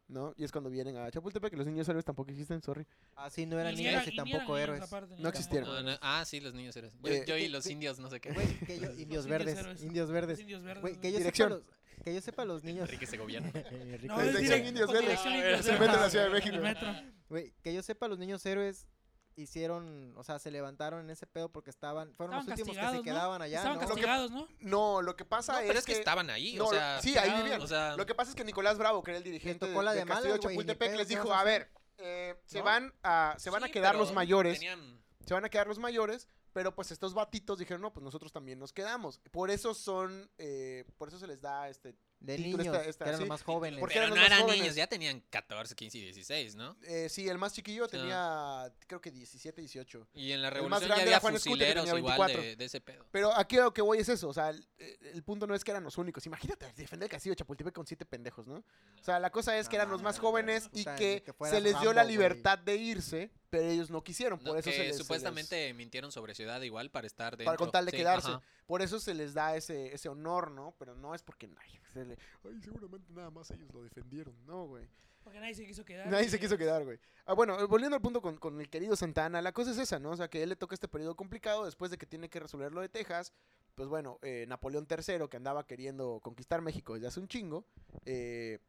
¿No? Y es cuando vienen a Chapultepec, que los niños héroes tampoco existen, sorry. Así no Y eran ni niños era- y ni eran tampoco niños héroes. aparte, No ni tampoco- existieron. No, no, Ah, sí, los niños héroes. Yo, Eh, yo y que- los que- indios, no sé qué. Güey, que yo, indios indios verdes, héroes. indios verdes. Los indios verdes, Güey, que güey. yo sepa Dirección. los, que yo sepa los niños. Enrique Segoviano. Enrique Dirección No, es Segovia. dirección, Indios con Verdes. dirección Ah, Indios se mete en la Verdes. Ciudad de México. El metro. Güey, que yo sepa, los niños héroes hicieron, o sea, se levantaron en ese pedo porque estaban, fueron Estaban los últimos que se castigados, ¿no? quedaban allá, Estaban ¿no? castigados, ¿no? No, lo que pasa No, es, pero es que, estaban ahí, no, o sea... sí, ahí claro, vivían. O sea, Lo que pasa es que Nicolás Bravo, que era el dirigente tocó la de, de Castillo de malas, güey, ni Chapultepec, pedo, les ¿qué dijo, vas a a hacer? ver, eh, se ¿No? van a, se van a sí, quedar pero los mayores, tenían- se van a quedar los mayores, pero pues estos batitos dijeron, no, pues nosotros también nos quedamos. Por eso son, eh, por eso se les da este, De Título niños, esta- esta, que eran sí. los más jóvenes. Porque Pero eran los no más eran jóvenes. niños, ya tenían 14, 15 y 16, ¿no? eh, sí, el más chiquillo sea. tenía, creo que 17, 18. Y en la más revolución ya grande había era Juan Escutia, que fusileros tenía igual 24. de, de ese pedo. Pero aquí a lo que voy es eso, o sea, el, el punto no es que eran los únicos. Imagínate defender el castillo de Chapultepec con siete pendejos, ¿no? O sea, la cosa es que No eran los más mames, jóvenes y puta, ni que que fueras se les dio la Rambo, güey. libertad de irse, pero ellos no quisieron, por No, eso que se les- se les- supuestamente mintieron sobre ciudad igual para estar dentro. Para con tal de Sí, quedarse. ajá. Por eso se les da ese, ese honor, ¿no? Pero no es porque ay, se le- ay, seguramente nada más ellos lo defendieron. No, güey. Porque nadie se quiso quedar. Nadie se güey. quiso quedar, güey. Ah, bueno, eh, volviendo al punto con, con el querido Santana, la cosa es esa, ¿no? O sea, que él le toca este periodo complicado después de que tiene que resolver lo de Texas. Pues bueno, eh, Napoleón III, que andaba queriendo conquistar México desde hace un chingo, eh,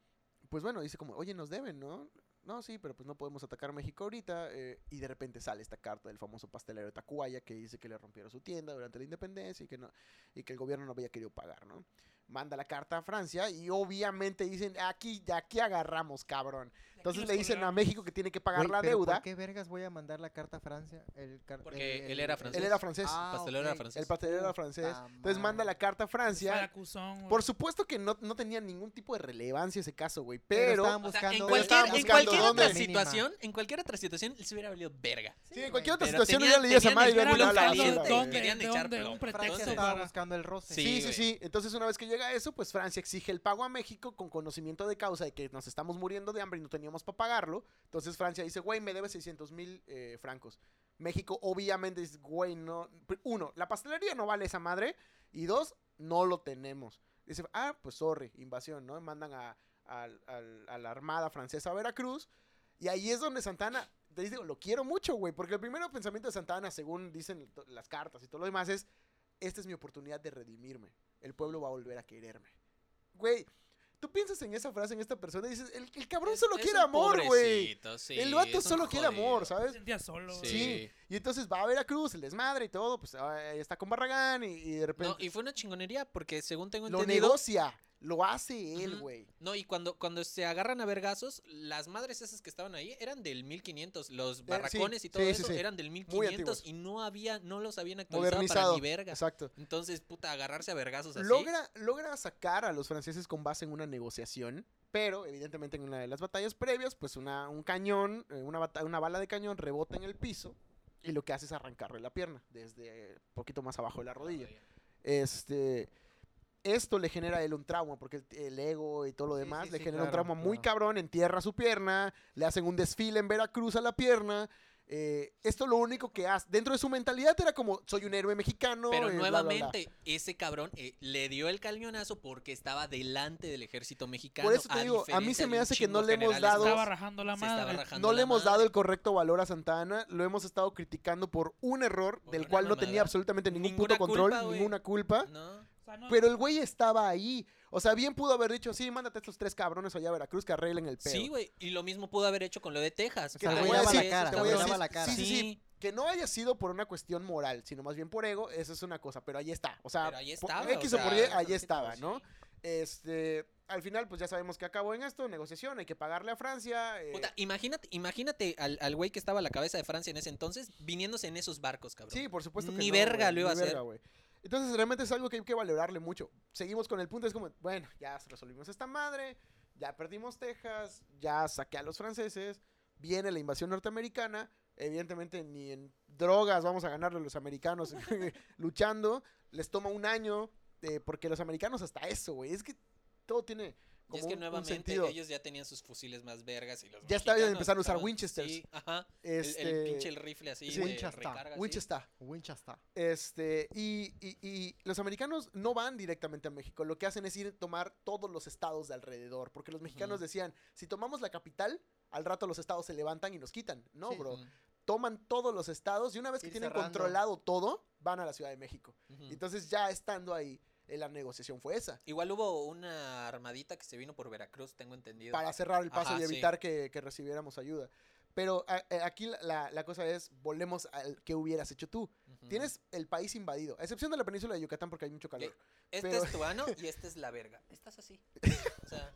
pues bueno, dice como, oye, nos deben, ¿no? No, sí, pero pues no podemos atacar México ahorita. eh, y de repente sale esta carta del famoso pastelero de Tacubaya que dice que le rompieron su tienda durante la independencia y que, no, y que el gobierno no había querido pagar, ¿no? Manda la carta a Francia y obviamente dicen, aquí, de aquí agarramos, cabrón. De aquí Entonces los le dicen a colgaron. México que tiene que pagar Güey, la pero deuda. ¿Por qué vergas voy a mandar la carta a Francia? El car- Porque el- él era el- francés. Él era francés. Ah, El pastelero era ok. francés. el pastelero era Puta francés. Entonces manda Ah, madre. Pues la carta a Para Francia. acusón, güey. Por supuesto que no, no tenía ningún tipo de relevancia ese caso, güey. Pero Pero. estaban O sea, en buscando- cualquier, estaban en buscando cualquier dónde. otra Mínima. situación, en cualquier otra situación, él se hubiera valido verga. sí, en cualquier otra pero situación tenían- hubiera leído esa tenían madre. y el hubiera Pero culo mandado a la buscando caliente, mierda, dónde, güey. querían de echar dónde, plomo. un Francia pretexto Entonces- estaba para... buscando el roce. Sí. Sí, sí, güey. sí. Entonces, una vez que llega eso, pues Francia exige el pago a México con conocimiento de causa de que nos estamos muriendo de hambre y no teníamos para pagarlo. Entonces, Francia dice, güey, me debe 600 mil eh, francos. México, obviamente, dice, güey, no. pr- Uno, la pastelería no vale esa madre. Y dos, no lo tenemos. Dice, ah, pues sorry, invasión, ¿no? Mandan a, al- al- a la Armada Francesa a Veracruz. Y ahí es donde Santana. Te dice, lo quiero mucho, güey. Porque el primer pensamiento de Santana, según dicen to- las cartas y todo lo demás, es: esta es mi oportunidad de redimirme. El pueblo va a volver a quererme. Güey, tú piensas en esa frase, en esta persona, y dices, el, el cabrón solo Es quiere un amor, güey. pobrecito, sí, el es vato un solo quiere amor, jodido. Se ¿sabes? sentía solo, güey. Sí. Y entonces va a Veracruz, el desmadre y todo, pues ahí está con Barragán y, y de No, repente y fue una chingonería porque según tengo lo entendido, negocia, lo hace él, Ujú. güey. no, y cuando, cuando se agarran a vergazos, las madres esas que estaban ahí eran del 1500, los barracones y todo Eh, sí, sí, eso sí. eran del antiguos. 1500 y no había no los habían actualizado Modernizado. para ni verga. Exacto. Entonces, puta, agarrarse a vergazos así. Logra, logra sacar a los franceses con base en una negociación, pero evidentemente en una de las batallas previas, pues una, un cañón, eh, una, bata- una bala de cañón rebota en el piso y lo que hace es arrancarle la pierna desde poquito más abajo de la rodilla. Este, esto le genera a él un trauma, porque el, el ego y todo lo Sí, demás sí, le sí, genera un claro, trauma muy claro. cabrón, entierra su pierna, le hacen un desfile en Veracruz a la pierna. eh, esto lo único que hace, dentro de su mentalidad era como, soy un héroe mexicano. Pero eh, bla, bla, bla. nuevamente, ese cabrón eh, le dio el cañonazo porque estaba delante del ejército mexicano. Por eso te a digo, a mí diferencia se me de un hace que no chingo le hemos generales dado- Estaba más. rajando la Se estaba madre. rajando No la le hemos madre. dado el correcto valor a Santa Ana, lo hemos estado criticando por un error Por del una cual no mamada. tenía absolutamente ningún Ninguna puto control, culpa, güey. ninguna culpa. ¿No? O sea, no- Pero el güey estaba ahí. O sea, bien pudo haber dicho, sí, mándate a estos tres cabrones allá a Veracruz que arreglen el pedo. Sí, güey. Y lo mismo pudo haber hecho con lo de Texas. Que O sea, te güey voy a daba la decir, cara, te voy a daba decir- la cara. Sí, sí, sí. Sí. Que no haya sido por una cuestión moral, sino más bien por ego, eso es una cosa. Pero ahí está. O sea, Pero ahí por estaba. X o, sea, por Y, ahí sí, pues estaba, sí. ¿no? Este, al final, pues ya sabemos que acabó en esto, negociación, hay que pagarle a Francia. eh, Puta, imagínate, imagínate al al güey que estaba a la cabeza de Francia en ese entonces viniéndose en esos barcos, cabrón. Sí, por supuesto que Ni no, verga güey, lo iba ni a hacer. verga, güey. Entonces realmente es algo que hay que valorarle mucho. Seguimos con el punto, es como, bueno, ya resolvimos esta madre, ya perdimos Texas, ya saqué a los franceses, viene la invasión norteamericana, evidentemente ni en drogas vamos a ganarle a los americanos luchando, les toma un año, eh, porque los americanos hasta eso, güey, es que todo tiene Y como es que un- un, nuevamente sentido. ellos ya tenían sus fusiles más vergas y los Ya estaban mexicanos empezando a usar estaban- Winchesters. Sí, ajá. El- Este, El, pinche el rifle así sí. de Winchester, recarga, así. Winchester. Winchester. Este, y, y- y los americanos no van directamente a México, lo que hacen es ir a tomar todos los estados de alrededor, porque los mexicanos Ujú. decían, si tomamos la capital, al rato los estados se levantan y nos quitan. No, Sí. bro, Ujú, toman todos los estados y una vez que Ir tienen cerrando. controlado todo, van a la Ciudad de México. ujú. Entonces ya estando ahí, eh, la negociación fue esa, Igual hubo una armadita que se vino por Veracruz, tengo entendido. para cerrar el paso Ajá, y sí. evitar que, que recibiéramos ayuda. Pero a- a- aquí la- la, la cosa es, volvemos al que hubieras hecho tú. Ujú. Tienes el país invadido, a excepción de la península de Yucatán porque hay mucho calor. Este pero- es tu ano y este es la verga. Estás así. O sea,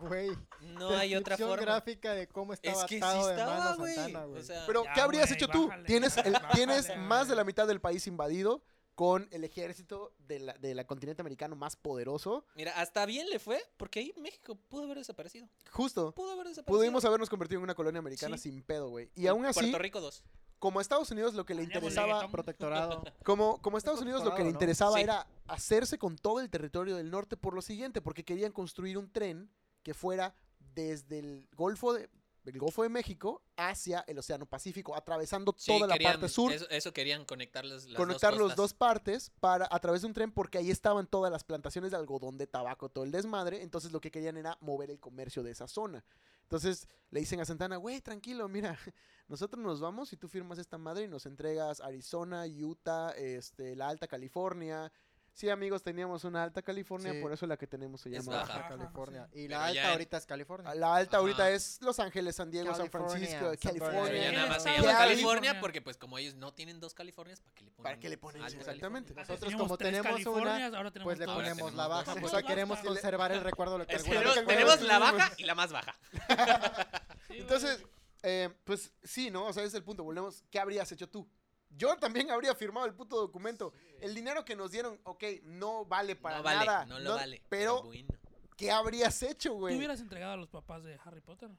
Güey. no hay otra descripción forma. gráfica de cómo Es estaba que sí atado de mano estaba, güey. Santana, O güey. sea, Pero, Ya, ¿qué habrías güey, hecho tú? bájale, tienes el- bájale, tienes güey. más de la mitad del país invadido con el ejército de la, de la continente americano más poderoso. mira, hasta bien le fue porque ahí México pudo haber desaparecido. Justo. Pudo haber desaparecido. Pudimos habernos convertido en una colonia americana Pues Sí. Pues sin pedo, güey. Y aún así, Puerto Rico 2. como a Estados Unidos lo que le Poníamos interesaba, reggaetón. Protectorado. como, como a Estados Unidos lo que le Colorado, ¿no? interesaba Sí. era hacerse con todo el territorio del norte por lo siguiente, porque querían construir un tren que fuera desde el Golfo de, el Golfo de México hacia el Océano Pacífico, atravesando toda la parte sur. Eso, eso querían conectar las, las conectar dos los costas. dos partes para a través de un tren porque ahí estaban todas las plantaciones de algodón de tabaco, todo el desmadre, entonces lo que querían era mover el comercio de esa zona. Entonces le dicen a Santana, güey, tranquilo, mira, nosotros nos vamos y tú firmas esta madre y nos entregas Arizona, Utah, este, la Alta California. Sí, amigos, teníamos una Alta California, Sí. por eso la que tenemos se Es llama. baja. Baja Ajá, California. Y Pero la ya alta en- ahorita es A California. La alta ahorita Ajá. es Los Ángeles, San Diego, San California, Francisco, San Pero California. ya California. nada más se Ya llama hay- California porque pues como ellos no tienen dos Californias, ¿para qué le ponen? ¿Para qué le ponen? alta Exactamente. California? Nosotros Teníamos como tres tenemos una, Californias, ahora tenemos Pues le dos. Ahora ponemos tenemos la baja dos. porque queremos Tenemos- conservar el recuerdo de lo que Es- alguna tenemos, vez tenemos fuimos. la baja y la más baja. Sí, güey. Entonces, eh, pues sí, ¿no? O sea, ese es el punto. Volvemos. ¿Qué habrías hecho tú? Yo también habría firmado el puto documento. el dinero que nos dieron, ok, no vale para no vale, nada. no lo vale. Pero, bueno. ¿qué habrías hecho, ¿Tú güey? hubieras entregado a los papás de Harry Potter?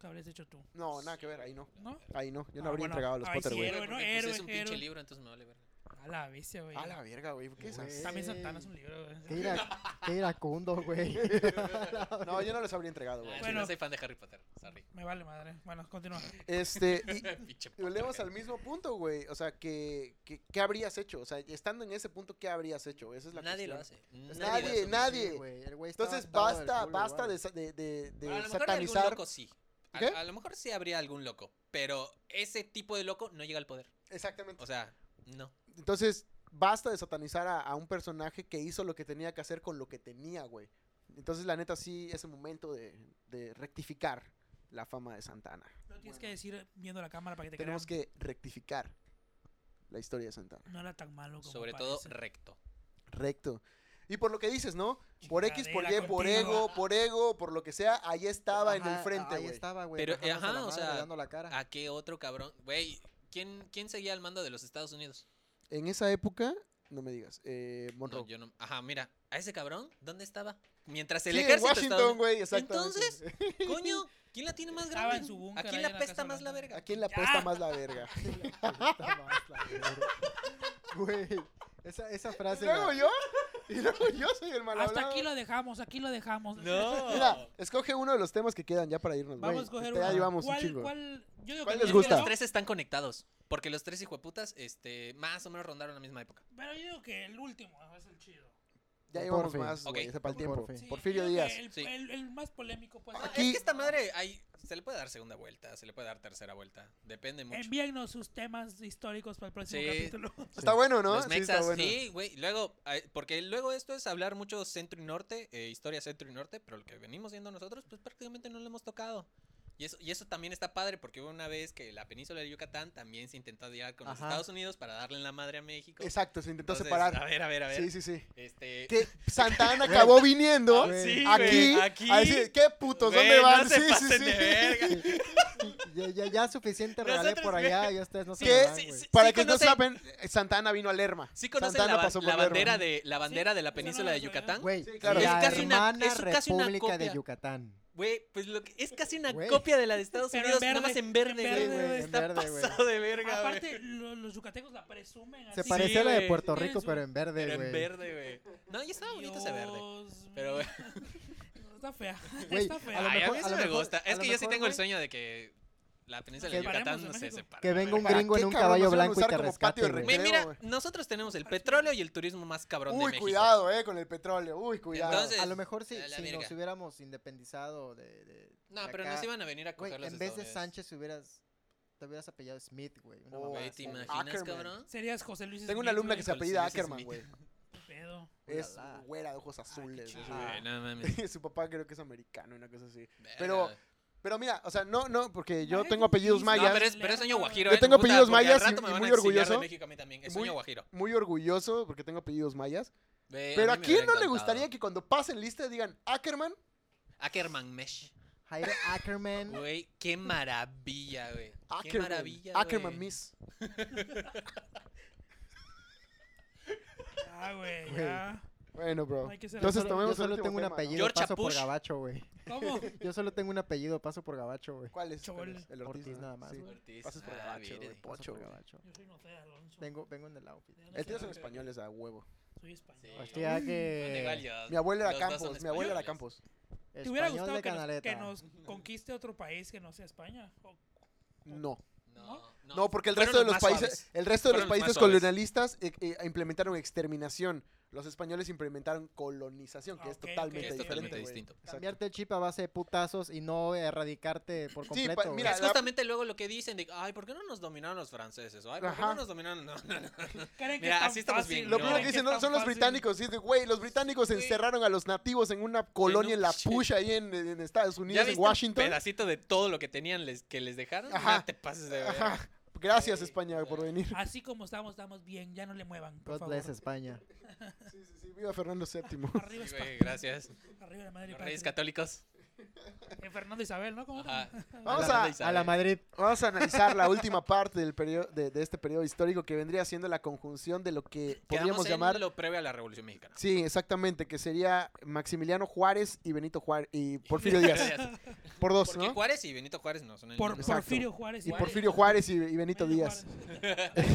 ¿Qué habrías hecho tú? No, nada que ver, ahí no. ¿No? Ahí no. Yo no Ah, habría bueno, entregado a los ahí Potter, sí güey. héroe, ¿no? Porque, pues, Héroe, es un héroe. pinche libro, entonces me vale verga. Ah, A la bestia, güey. A la verga, güey. ¿Qué es Güey. eso? También Santana es un libro. güey. Qué, ira- qué iracundo, güey. No, yo no los habría entregado, Ah, güey. sí, Bueno. no soy fan de Harry Potter, sorry. Me vale madre. Bueno, continúa. Este, y, Pinche y volvemos Potterhead. al mismo punto, güey. O sea, que, que- ¿qué habrías hecho? O sea, estando en ese punto, ¿qué habrías hecho? Esa es la Nadie lo cuestión. Pues hace. Nadie, lo hace. nadie. Sí, güey, el güey estaba Entonces, atado del basta, culo basta igual. de, sa- de, de- de a lo mejor algún satanizar. loco sí. A, ¿Qué? a lo mejor sí habría algún loco, pero ese tipo de loco no llega al poder. Exactamente. O sea, no. Entonces, basta de satanizar a, a un personaje que hizo lo que tenía que hacer con lo que tenía, güey. Entonces, la neta, sí es el momento de, de rectificar la fama de Santana. No tienes que decir viendo la cámara para que te Tenemos crean. que rectificar la historia de Santana. No era tan malo como Sobre todo parece. recto. Recto. Y por lo que dices, ¿no? Por X, por Y, Chingadera por contigo. ego, por ego, por lo que sea, ahí estaba en el Ajá, frente, Ahí güey. estaba, güey. Pero, bajándose ajá, la o madre, sea, dando la cara. ¿A qué otro cabrón? Güey, ¿quién, ¿quién seguía al mando de los Estados Unidos? En esa época, no me digas, eh, Monroe. No, yo no. Ajá, mira, a ese cabrón, ¿dónde estaba? mientras el Sí, en ejército Washington, estadounidense- güey, exactamente. Entonces, coño, ¿quién la tiene más Estaba grande? en su búnker ¿A quién ahí la en la pesta Casa más la ¿A Blanca. verga? quién le Ya. apesta más la verga? Güey, esa, esa Y frase. la- luego yo, y luego yo soy el mal Hasta hablado. aquí lo dejamos, aquí lo dejamos. No. Mira, escoge uno de los temas que quedan ya para irnos, güey. Vamos a escoger Ya uno. llevamos un ¿Cuál, chingo. cuál? Yo digo ¿Cuál que les es que gusta? los Los ¿No? tres están conectados. Porque los tres hijueputas, este, más o menos rondaron la misma época. Pero yo digo que el último es el chido. Ya Por llevamos fin. más, güey, Ok. se para el Por tiempo. fin. Sí, Porfirio yo digo que Díaz. El, Sí. el- el más polémico, pues. Ah, Aquí- Es que esta madre, ahí, se le puede dar segunda vuelta, se le puede dar tercera vuelta. Depende mucho. Envíennos sus temas históricos para el próximo Sí. capítulo. Está bueno, ¿no? Los Sí, está mexas, bueno. sí, güey. luego, ay, porque luego esto es hablar mucho centro y norte, eh, historia centro y norte, pero lo que venimos viendo nosotros, pues prácticamente no lo hemos tocado. Y eso, y eso también está padre, porque hubo una vez que la península de Yucatán también se intentó llegar con los Ajá. Estados Unidos para darle en la madre a México. Exacto, se intentó Entonces, A separar. ver, a ver, a ver. Sí, sí, sí. Este, Que Santa Ana acabó viniendo Ah, sí, aquí, güey, a decir, ¿qué putos? ¿Dónde Güey, van? No se sí, sí, pasen sí. de verga. Ya, ya, ya suficiente regalé Nosotros por allá, ya ustedes no Sí, se me van, sí, güey. sí. Para que conocen- no saben, Santa Ana vino a Lerma. ¿Sí Santa conocen Ana la, ba- pasó por la Lerma. bandera de la bandera de la esa no península la de sabía. Yucatán? Güey, Sí, claro. la Es casi una- hermana es casi una República de copia. Yucatán. Güey, pues lo que, es casi una Güey. copia de la de Estados Pero en Unidos, verde, nada más en verde, en güey. verde, güey, en Está verde, güey. pasado de verga, güey. Aparte, lo- los yucatecos la presumen. Se así, pareció a la de güey. Puerto Sí, tienen Rico, su- pero en verde, Pero en güey. verde, güey. No, y estaba bonito ese verde. Dios Pero, mío. güey. Está fea. Güey, Está a lo fea. Ay, a mejor- mí a sí lo me mejor- gusta. a Es lo que yo sí mejor, tengo el güey. sueño de que la península de Que Yucatán paremos no en se México. separa. Que venga un güey. gringo Ah, en qué un cabrón caballo nos iban a blanco y usar te como patio de rescate, güey. Güey, mira, Creo, güey. nosotros tenemos el petróleo y el turismo más cabrón de Uy, México. cuidado, eh, con el petróleo. Uy, cuidado. Entonces- A lo mejor si, A la si verga. nos hubiéramos independizado de... de- No, de pero acá, nos iban a venir a Güey, coger los en vez de estadounidenses. Sánchez hubieras... Te hubieras apellado Smith, güey. una Oh, mamada Güey, así, ¿te güey. imaginas, Ackerman. cabrón? Serías José Luis Tengo Smith, una alumna güey. que se apellida José Luis Ackerman, Smith. güey. Qué pedo. Es Ulala. güera de Ah, ojos azules. chido. güey. Güey, no mames. Su papá creo que es americano, una cosa así. Verga, Pero- güey. Pero mira, o sea, no, no, porque yo Madre tengo apellidos de No, Jesús. mayas. pero es, pero es sueño guajiro. Yo eh, tengo puta, apellidos porque al mayas y- rato me y van a muy exiliar de orgulloso. México a mí también. Es Muy- sueño guajiro. Muy orgulloso porque tengo apellidos mayas. Güey, Pero a ¿a mí me quién hubiera no le encantado. gustaría que cuando pasen lista digan Ackerman? Ackerman Mesh. Jairo Ackerman. Güey, qué maravilla, güey. Qué Ah, Ackerman. maravilla, Ackerman güey. Miss. Ah, güey, Güey. ya. Bueno, bro. Hay que ser- Yo Entonces solo- tomemos yo el solo último tengo un tema, ¿no? apellido, George paso por Apush. gabacho, güey. ¿Cómo? Yo solo tengo un apellido, paso por gabacho, güey. ¿Cuál es? Chol. ¿Cuál es? El Ortiz, Ortiz ¿no? nada más, Sí. güey. Ortiz. Pasas por Ah, gabacho, mire. güey. Paso Pocho, por güey. gabacho. Yo soy no sé, Alonso. Vengo, vengo en el outfit. Ya no El tío sé, son españoles a huevo. Soy español. Sí. Hostia, Mm, Son igual que... yo. Mi abuela era Los dos son Campos, mi abuela era españoles. Campos. ¿Te hubiera Español gustado de que nos, canaleta. que nos conquiste otro país que no sea España? O- No. No, no. No, porque el Fueron resto de los más países, suaves. el resto de los Fueron los más países suaves. colonialistas eh, eh, implementaron exterminación. Los españoles implementaron colonización, que Ah, es ok, ok, totalmente Que es diferente. totalmente güey. distinto. Exacto. Cambiarte el chip a base de putazos y no erradicarte por Sí, completo. pa- güey. mira, es la- justamente luego lo que dicen de, ay, ¿por qué no nos dominaron los franceses? O, ay, ¿por qué no Ajá. nos dominaron? No, no, no. ¿Creen que Mira, es tan así estamos fácil? bien, Lo No. primero que ¿Creen dicen es no, tan son los fácil? británicos. Dicen, güey, los británicos Güey. encerraron a los nativos en una colonia en la manches. push ahí en, en Estados ¿Ya Unidos, viste en un Washington. pedacito de todo lo que tenían les, que les dejaron? Ajá. No te pases de verga. Ajá. Gracias, Sí. España, por venir. Así como estamos, estamos bien. Ya no le muevan, por God favor. bless España. Sí, sí, sí, viva Fernando VII. Arriba Sí, España. güey, gracias. Arriba la madre Los reyes patria. católicos. Eh, Fernando Isabel, ¿no? ¿Cómo Ajá. Vamos Hablando a- de A Isabel. la Madrid. Vamos a analizar la última parte del periodo, de, de este periodo histórico que vendría siendo la conjunción de lo que Quedamos podríamos en llamar. lo previo a la Revolución Mexicana. Sí, exactamente, que sería Maximiliano Juárez y Benito Juárez y Porfirio Díaz. Por dos, Porque ¿no? Juárez y Benito Juárez no son el Por mismo. Exacto. Porfirio Juárez. Y Juárez. Porfirio Juárez y, y Benito Benito Díaz. Juárez.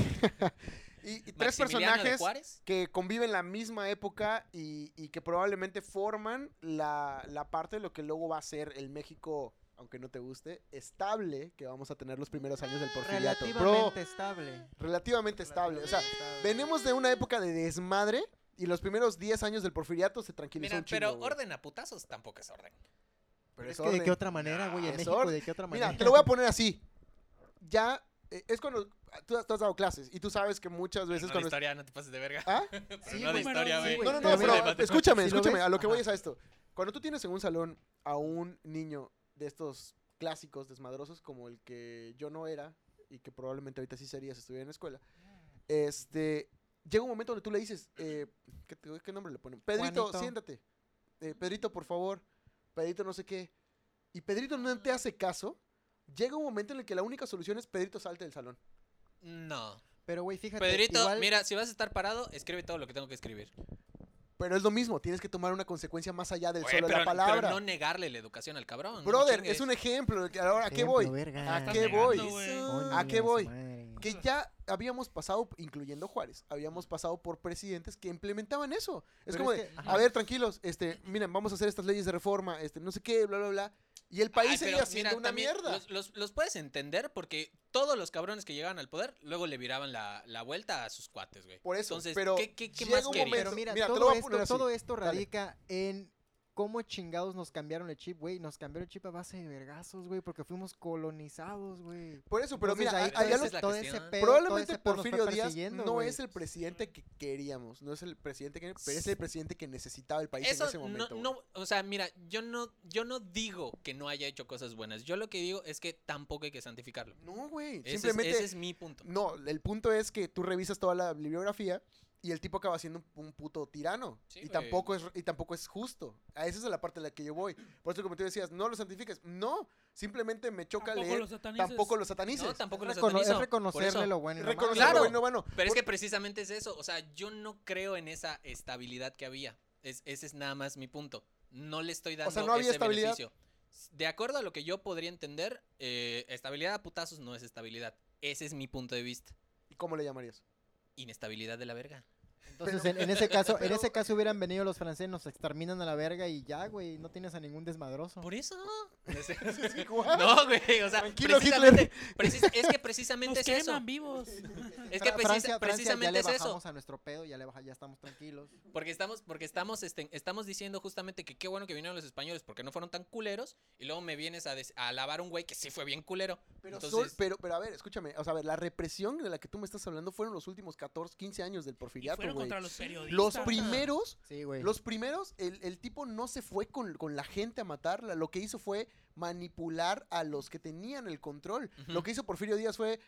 Y, y tres Maximiliano de personajes Juárez. que conviven la misma época y, y que probablemente forman la, la parte de lo que luego va a ser el México, aunque no te guste, estable que vamos a tener los primeros años del porfiriato. Bro, Relativamente estable. relativamente estable. O sea, Estable. venimos de una época de desmadre y los primeros 10 años del porfiriato se tranquilizó Mira, un chingo, pero güey. orden a putazos tampoco es orden. Pero Es es que de orden. qué otra manera, güey, en Es México, orden. de qué otra manera. Mira, te lo voy a poner así. Ya, eh, es cuando tú, tú has dado clases y tú sabes que muchas veces Pero no de cuando... historia, no te pases de verga. ¿Ah? Pero Sí, no de güey. historia, Sí, güey. güey. No, no, Pero no, mira, pero escúchame, si lo escúchame. ves- A lo que voy ajá. es a esto. Cuando tú tienes en un salón a un niño de estos clásicos desmadrosos como el que yo no era y que probablemente ahorita sí sería si estuviera en la escuela, este, llega un momento donde tú le dices, eh, ¿qué, te- qué nombre le ponen? Pedrito, Juanito. siéntate. Eh, Pedrito, por favor. Pedrito, no sé qué. Y Pedrito no te hace caso. Llega un momento en el que la única solución es Pedrito salte del salón. No. Pero, güey, fíjate. Pedrito, igual- mira, si vas a estar parado, escribe todo lo que tengo que escribir. Pero es lo mismo, tienes que tomar una consecuencia más allá del Oye, solo de pero, la pero palabra. no negarle la educación al cabrón. no Brother, chingues. es un ejemplo. Ahora, ¿a qué voy? Ejemplo, verga. ¿A Estás qué negando, voy? güey. Coño ¿A qué de su voy? madre. que ya habíamos pasado, incluyendo Juárez, habíamos pasado por presidentes que implementaban eso. Es Pero como es de, que- ajá. a ver, tranquilos, este, miren, vamos a hacer estas leyes de reforma, este, no sé qué, bla, bla, bla. Y el país Ay, pero seguía siendo mira, una también mierda. Los, los- los puedes entender porque todos los cabrones que llegaban al poder luego le viraban la, la vuelta a sus cuates, güey. Por eso, Entonces, pero ¿qué, qué- qué llega más un querías? momento- Pero mira, Mira, te lo todo, voy a poner esto, así. todo e-, esto Dale. radica en cómo chingados nos cambiaron el chip, güey. Nos cambiaron el chip a base de vergazos, güey, porque fuimos colonizados, güey. Por eso, pero Entonces, mira, ahí a- allá esa lo- es la cuestión. pedo, probablemente todo ese pedo nos fue Porfirio Díaz persiguiendo, no güey. es el presidente que queríamos, no es el presidente que, pero es el presidente que necesitaba el país Eso en ese momento. no, güey. no, o sea, mira, yo no, yo no digo que no haya hecho cosas buenas. Yo lo que digo es que tampoco hay que santificarlo. No, güey, Ese es- simplemente ese es mi punto. no, el punto es que tú revisas toda la bibliografía y el tipo acaba siendo un, un puto tirano. Sí, y, güey. tampoco es, y tampoco es justo. A esa es la parte a la que yo voy. Por eso, como tú decías, no lo santifiques. No, simplemente me choca Tampoco leer. los satanices. tampoco lo satanices. No, tampoco lo Es recono- satanizo. es por reconocerle eso. lo bueno y lo malo. Reconocer Claro. lo bueno, bueno. Pero es Por- que precisamente es eso. O sea, yo no creo en esa estabilidad que había. Es, ese es nada más mi punto. No le estoy dando sea, ¿no había ese estabilidad? beneficio. De acuerdo a lo que yo podría entender, eh, estabilidad a putazos no es estabilidad. Ese es mi punto de vista. ¿y ¿Cómo le llamarías? Inestabilidad de la verga. Entonces, en, en ese caso, en ese caso hubieran venido los franceses, nos exterminan a la verga y ya, güey, no tienes a ningún desmadroso. Por eso. ¿What? No, güey. O sea, Tranquilo, precisamente, precis- es que Nos precisamente es eso. queman vivos. Es que Fra- precisa- Francia- Francia ya precisamente le es eso. bajamos a nuestro pedo, ya le baja, ya estamos tranquilos. Porque estamos, porque estamos, este, estamos diciendo justamente que qué bueno que vinieron los españoles porque no fueron tan culeros. Y luego me vienes a, des- a alabar un güey que sí fue bien culero. Pero, sol- Entonces, pero, pero a ver, escúchame. O sea, a ver, la represión de la que tú me estás hablando fueron los últimos 14, 15 años del Y porfiriato, fueron güey. contra los periodistas. Los primeros, Sí, güey. los primeros, el, el tipo no se fue con, con la gente a matarla. Lo que hizo fue manipular a los que tenían el control. Ujú. Lo que hizo Porfirio Díaz fue.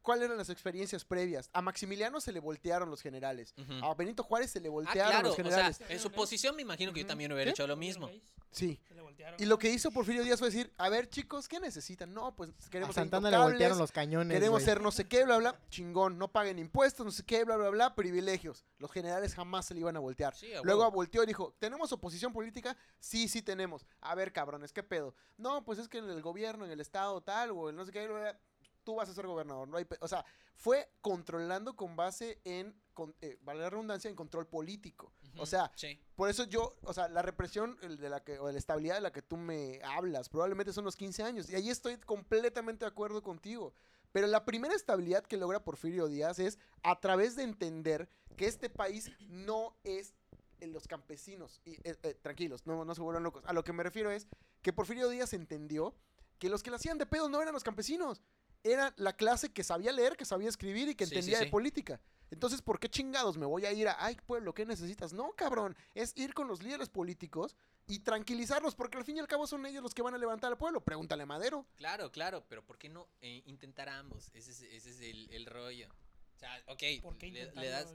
¿Cuáles eran las experiencias previas? A Maximiliano se le voltearon los generales. ujú. A Benito Juárez se le Ah, voltearon claro, los o generales. sea, en su posición me imagino que yo Ujú. también hubiera ¿Qué? hecho lo mismo. sí. Se le voltearon. Y lo que hizo Porfirio Díaz fue decir, a ver chicos, ¿qué necesitan? No, pues a queremos ser Santana le intocables, voltearon los cañones. queremos güey. ser no sé qué, bla, bla, chingón, no paguen impuestos, no sé qué, bla, bla, bla, privilegios. Los generales jamás se le iban a voltear. Sí, a Luego huevo. volteó y dijo, ¿tenemos oposición política? Sí, sí tenemos. A ver, cabrones, ¿qué pedo? No, pues es que en el gobierno, en el estado tal, o el no sé qué, bla, bla, tú vas a ser gobernador. No hay pe- o sea, fue controlando con base en, con, eh, vale la redundancia, en control político. Ujú, O sea, sí. por eso yo, o sea, la represión el de la que, o la estabilidad de la que tú me hablas, probablemente son los 15 años. Y ahí estoy completamente de acuerdo contigo. Pero la primera estabilidad que logra Porfirio Díaz es a través de entender que este país no es eh, los campesinos. Y, eh, eh, tranquilos, no, no se vuelvan locos. A lo que me refiero es que Porfirio Díaz entendió que los que le hacían de pedo no eran los campesinos. Era la clase que sabía leer, que sabía escribir y que Sí, sí, entendía sí. de política. Entonces, ¿por qué chingados me voy a ir a, ay, pueblo, ¿qué necesitas? No, cabrón, es ir con los líderes políticos y tranquilizarlos, porque al fin y al cabo son ellos los que van a levantar al pueblo. Pregúntale a Madero. Claro, claro, pero ¿por qué no eh, intentar ambos? Ese es, ese es el, el rollo. O sea, ok, ¿Por qué le, intentarlo? le das...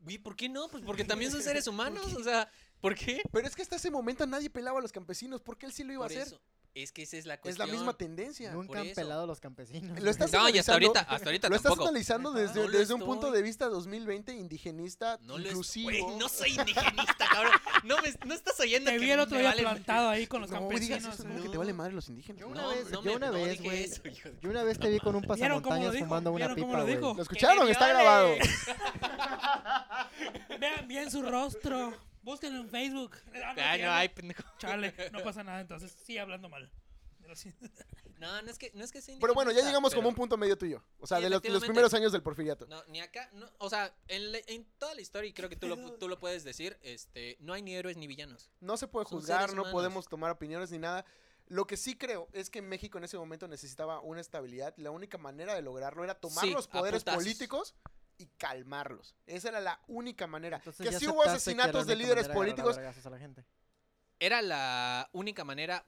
Güey, ¿por qué no? Pues porque también son seres humanos, o sea, ¿por qué? Pero es que hasta ese momento nadie pelaba a los campesinos, porque él sí lo iba Por a hacer. eso, Es que esa es la es cuestión. la misma tendencia. por Nunca han eso. pelado a los campesinos. Lo güey. estás No, y hasta analizando- ahorita, hasta ahorita Lo estás tampoco. analizando Ajá. desde, No lo desde un punto estoy. de vista 2020 indigenista, No lo es- inclusivo. Güey, no soy indigenista, cabrón. No, me- no estás oyendo Te que vi el otro me día vale- plantado ahí con los No campesinos. digas eso, ¿eh? ¿no? que te vale madre los indígenas. Yo ¿no? una vez- yo no me- una no vez, dije güey. eso, hijo de- Yo una vez te vi con un ¿Vieron cómo lo pasamontañas dijo? fumando una ¿Vieron cómo pipa, lo güey. dijo? ¿Lo escucharon? Está violen! grabado. Vean bien su rostro. Búsquenlo en Facebook. Ah, no, Ah, tiene. no, ay, pendejo. Chale, no pasa nada. Entonces, sí, hablando mal. De los- No, no es que, no es que sea Pero bueno, ya indigenista, llegamos como pero- un punto medio tuyo. O sea, Sí, de los, los efectivamente. primeros años del porfiriato. No, ni acá, no, o sea, en, la- en toda la historia, y creo que tú lo, pu- tú lo puedes decir, este, no hay ni héroes ni villanos. No se puede Son juzgar, seres no humanos. podemos tomar opiniones ni nada. Lo que sí creo es que México en ese momento necesitaba una estabilidad. La única manera de lograrlo era tomar Sí, los a poderes putazos. políticos y calmarlos. Esa era la única manera. Entonces que ya sí hubo aceptaste que era asesinatos la de única líderes manera de agarrar políticos. a vergazos a la gente. Era la única manera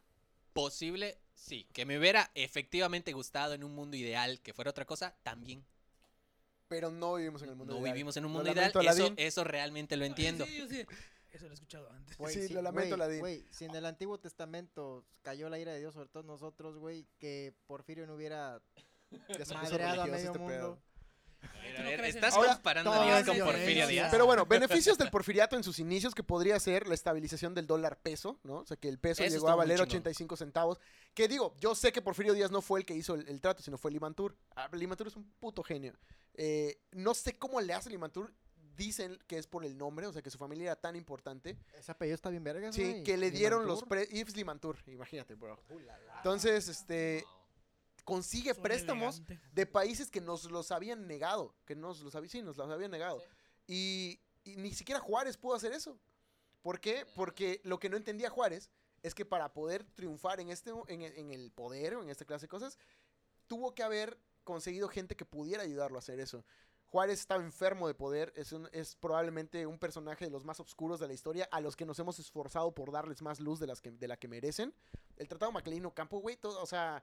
posible, sí, que me hubiera efectivamente gustado en un mundo ideal, que fuera otra cosa, también. Pero no vivimos en el mundo No ideal. vivimos en un Lo mundo ideal, lamento, eso, Aladín. eso realmente lo entiendo. Sí, yo sí. Eso lo he escuchado antes. Güey, Sí, lo lamento, güey, Ladín. Güey, si en el Antiguo Testamento cayó la ira de Dios sobre todos nosotros, güey, que Porfirio no hubiera Ya se puso madreado a religioso medio este mundo. pedo. Tú A no ver, crees en- Eh, estás Ahora, comparando todo a Díaz es con Porfirio violencia. Díaz. Pero bueno, beneficios del porfiriato en sus inicios que podría ser la estabilización del dólar peso, ¿no? O sea, que el peso Eso llegó estuvo a muy valer chingón. 85 centavos. Que digo, yo sé que Porfirio Díaz no fue el que hizo el, el trato, sino fue Limantur. Ah, Limantur es un puto genio. Eh, no sé cómo le hace Limantur. Dicen que es por el nombre, o sea, que su familia era tan importante. Ese apellido está bien Ah, verga, Sí, güey. que le Ni dieron los Mantur. préstamos. Yves Limantur, imagínate, bro. Entonces, este, consigue Son préstamos elegantes. de países que nos los habían negado, que nos los habían, sí, nos los habían negado. Y, y ni siquiera Juárez pudo hacer eso. ¿Por qué? Porque lo que no entendía Juárez es que para poder triunfar en, este, en, e- en el poder o en esta clase de cosas, tuvo que haber conseguido gente que pudiera ayudarlo a hacer eso. Juárez estaba enfermo de poder, es, un- es probablemente un personaje de los más oscuros de la historia, a los que nos hemos esforzado por darles más luz de, las que, de la que merecen. El Tratado Macleino Campo, güey, todo, o sea,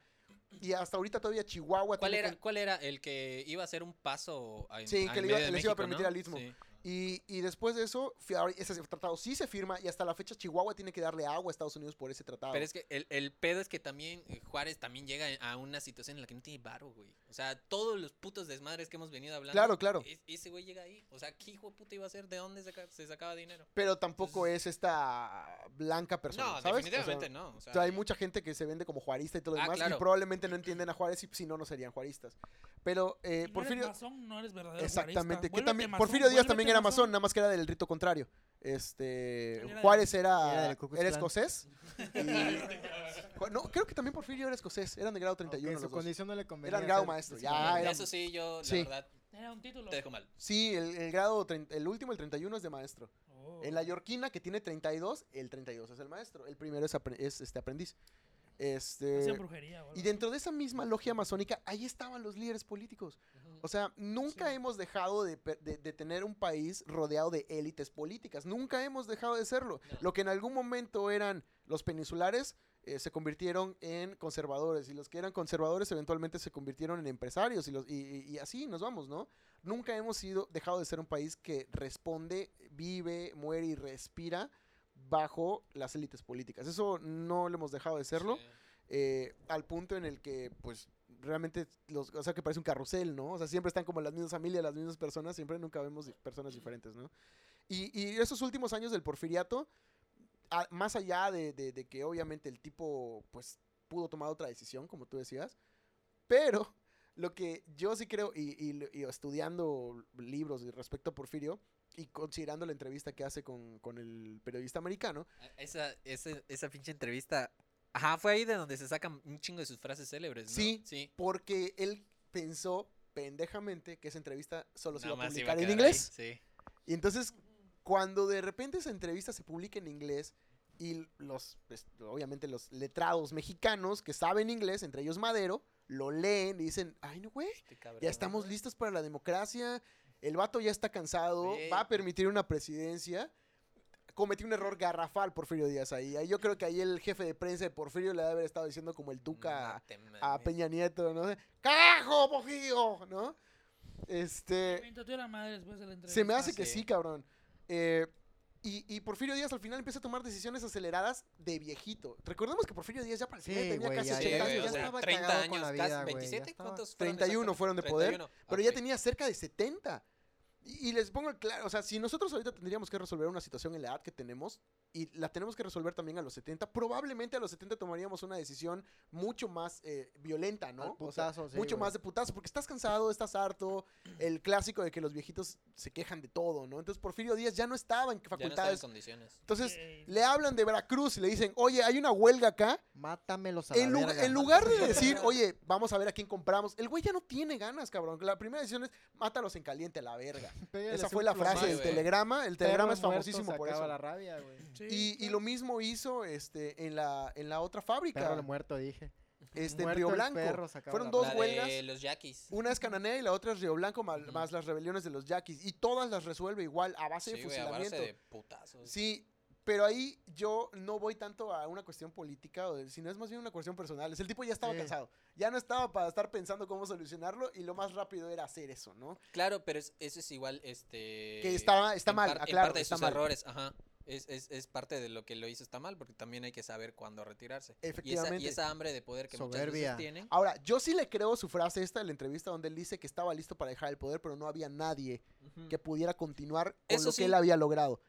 y hasta ahorita todavía Chihuahua ¿Cuál tiene era, ¿Cuál era el que iba a hacer un paso a, Sí, a que en le iba- medio de les iba a México, permitir ¿no? al Istmo. Sí. Y, y después de eso, fi- ahora ese tratado sí se firma y hasta la fecha Chihuahua tiene que darle agua a Estados Unidos por ese tratado. Pero es que el, el pedo es que también eh, Juárez también llega a una situación en la que no tiene varo, güey. O sea, todos los putos desmadres que hemos venido hablando. Claro, claro. e- ese güey llega ahí. O sea, ¿qué hijo de puta iba a ser? ¿De dónde saca- se sacaba dinero? Pero tampoco es esta blanca persona. no, ¿sabes? O sea, definitivamente no. O sea, o sea, hay mucha gente que se vende como juarista y todo lo Ah, demás y claro. probablemente no entienden a Juárez y si no, no serían juaristas. Pero eh, Si no eres Porfirio... masón, no eres verdadero exactamente. juarista. Que Vuélvete también, masón, Porfirio Díaz vuélvete también era masón, nada más que era del rito contrario. Este, Él era del- Juárez era era, del Ku Klux era Klan. escocés. Ju- No, creo que también Porfirio era escocés. Eran de grado Aunque 31. su los dos. condición no le convenía. Eran grado ser maestro, de ya, secundaria. ah, era- Eso sí, yo, la sí. verdad, Era un título. te dejo mal. Sí, el, el grado, trein- el último, el 31 es de maestro. Oh. En la Yorkina, que tiene 32, el 32 es el maestro. El primero es, apre- es, este aprendiz. Este, Hacían brujería. o algo y dentro de esa misma logia masónica, ahí estaban los líderes políticos. O sea, nunca Sí. hemos dejado de, pe- de- de tener un país rodeado de élites políticas. Nunca hemos dejado de serlo. No. Lo que en algún momento eran los peninsulares eh, se convirtieron en conservadores y los que eran conservadores eventualmente se convirtieron en empresarios y, los, y, y- y así nos vamos, ¿no? Nunca hemos sido, dejado de ser un país que responde, vive, muere y respira bajo las élites políticas. Eso no lo hemos dejado de serlo Sí. eh, al punto en el que, pues, realmente, los, o sea, que parece un carrusel, ¿no? O sea, siempre están como las mismas familias, las mismas personas, siempre nunca vemos di- personas diferentes, ¿no? Y, y esos últimos años del porfiriato, a- más allá de, de- de que obviamente el tipo, pues, pudo tomar otra decisión, como tú decías, pero lo que yo sí creo, y, y lo- y estudiando libros respecto a Porfirio, y considerando la entrevista que hace con, con el periodista americano, A- Esa, esa, esa pinche entrevista. Ajá, fue ahí de donde se sacan un chingo de sus frases célebres, ¿no? Sí. Sí. porque él pensó pendejamente que esa entrevista solo se Nada iba a más se publicar a en quedar ahí, inglés. Sí. Y entonces, cuando de repente esa entrevista se publica en inglés y los, pues, obviamente los letrados mexicanos que saben inglés, entre ellos Madero, lo leen y dicen, ay no, güey, Este cabrón. ya estamos listos para la democracia, el vato ya está cansado, Sí. va a permitir una presidencia. Cometió un error garrafal Porfirio Díaz ahí. Ahí Yo creo que ahí el jefe de prensa de Porfirio le debe haber estado diciendo como el duca No te a mames. Peña Nieto, ¿no? ¡Carajo, Mojigo! ¿No? así. Este. Mientras tú eras madre después de la entrevista. Se me hace que sí. sí, cabrón. Eh, y, y Porfirio Díaz al final empieza a tomar decisiones aceleradas de viejito. Recordemos que Porfirio Díaz ya parecía que Sí, tenía güey, casi ya, Sí, 80 güey, años, o ya sea, estaba- estaba 30 cagado con años, la casi vida, güey, ya 27, estaba. ¿cuántos fueron 31 fueron de poder, 31, pero ok. ya tenía cerca de 70. Y, y les pongo el claro, o sea, si nosotros ahorita tendríamos que resolver una situación en la edad que tenemos y la tenemos que resolver también a los 70, probablemente a los 70 tomaríamos una decisión mucho más eh, violenta, ¿no? Al O sea, putazo, sí, mucho güey. más de putazo, porque estás cansado, estás harto, el clásico de que los viejitos se quejan de todo, ¿no? Entonces Porfirio Díaz ya no estaba en Ya no estaba en facultades. condiciones. Entonces Ey. le hablan de Veracruz y le dicen, oye, hay una huelga acá. Mátamelos a la En, lu- verga, en lugar de mátamelos. decir, oye, vamos a ver a quién compramos, el güey ya no tiene ganas, cabrón. La primera decisión es, mátalos en caliente a la verga. Pégales Esa un fue la plomazo, frase del güey. telegrama. El perro telegrama es muerto famosísimo se por acaba eso. la rabia, güey. Sí, Y, y claro. lo mismo hizo este, en, la, en la otra Perro fábrica, muerto, dije. este, en Muerto Río el Blanco. perro, se acaba Fueron la dos La rabia. huelgas. de los yaquis. Una es Cananea y la otra es Río Blanco, ma- más, las rebeliones de los yaquis. Y todas las resuelve igual, a base de Sí, güey, a base fusilamiento. de putazos. Sí, pero ahí yo no voy tanto a una cuestión política, o de- sino es más bien una cuestión personal. Es el tipo ya estaba Sí. cansado. Ya no estaba para estar pensando cómo solucionarlo y lo más rápido era hacer eso, ¿no? Claro, pero es- eso es igual, este... que estaba, está en mal, par- en aclaro, parte de está sus mal. errores, ajá. es, es, es parte de lo que lo hizo está mal, porque también hay que saber cuándo retirarse. Y esa, Efectivamente. Ah, y esa hambre de poder que muchas Soberbia. veces tienen. Ahora, yo sí le creo su frase esta de la entrevista donde él dice que estaba listo para dejar el poder, pero no había nadie que pudiera continuar con Eso lo sí. que él había logrado.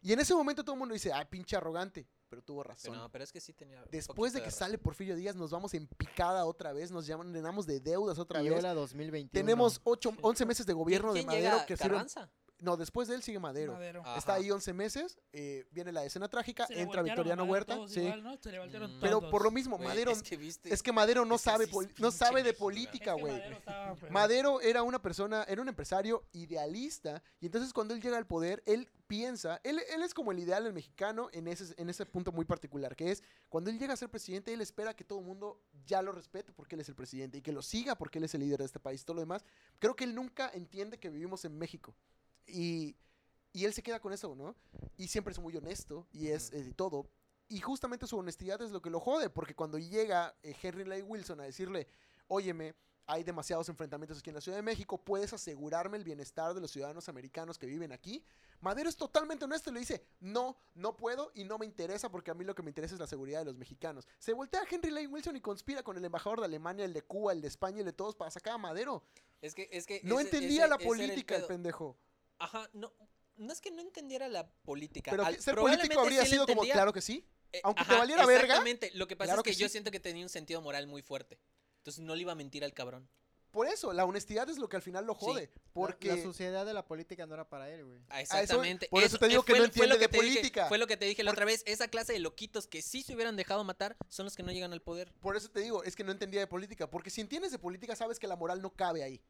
Y en ese momento todo el mundo dice, ay, pinche arrogante, pero tuvo razón. Pero no, pero es que sí tenía. un Después de que poquito razón. sale Porfirio Díaz, nos vamos en picada otra vez, nos llaman, llenamos de deudas otra Y vez. hola 2021. Tenemos ocho, 11 meses de ¿Quién- gobierno de quién llega? Madero que sirven- Carranza. No, después de él sigue Madero. Madero. Ah, Está Ajá. ahí 11 meses, eh, viene la escena trágica, Se le entra voltearon a Victoriano Madero Huerta, todos sí. igual, ¿no? Se le voltearon Mm. Pero todos. por lo mismo, Güey, Madero Es que viste. es que Madero no es que sabe, sí es poli- no pinche sabe de México, Es política, que güey. Madero estaba, pero- Madero era una persona, era un empresario idealista y entonces cuando él llega al poder, él piensa, él, él es como el ideal del mexicano en ese, en ese punto muy particular, que es cuando él llega a ser presidente, él espera que todo el mundo ya lo respete porque él es el presidente y que lo siga porque él es el líder de este país y todo lo demás. Creo que él nunca entiende que vivimos en México y, y él se queda con eso, ¿no? Y siempre es muy honesto y es Ujú. eh, todo. Y justamente su honestidad es lo que lo jode, porque cuando llega eh, Henry Lay Wilson a decirle, óyeme, hay demasiados enfrentamientos aquí en la Ciudad de México, ¿puedes asegurarme el bienestar de los ciudadanos americanos que viven aquí? Madero es totalmente honesto y le dice, no, no puedo y no me interesa porque a mí lo que me interesa es la seguridad de los mexicanos. Se voltea a Henry Lay Wilson y conspira con el embajador de Alemania, el de Cuba, el de España, el de todos para sacar a Madero. Es que, es que No ese- entendía ese- la ese era el política, el, pedo. pendejo. Ajá, no. No es que no entendiera la política. Pero al- que ser probablemente político habría sí la sido como, entendía, claro que sí. eh, aunque te valiera verga, Exactamente. Lo que pasa claro es que, que yo sí. siento que tenía un sentido moral muy fuerte. Entonces no le iba a mentir al cabrón. Por eso, la honestidad es lo que al final lo Sí. jode. Porque La, la suciedad de la política no era para él, güey. Ah, Exactamente. eh, por eso te digo que fue no lo- fue entiende lo que de te dije- política. fue lo que te dije la Por- otra vez. Esa clase de loquitos que sí se hubieran dejado matar son los que no llegan al poder. Por eso te digo, es que no entendía de política. Porque si entiendes de política, sabes que la moral no cabe ahí.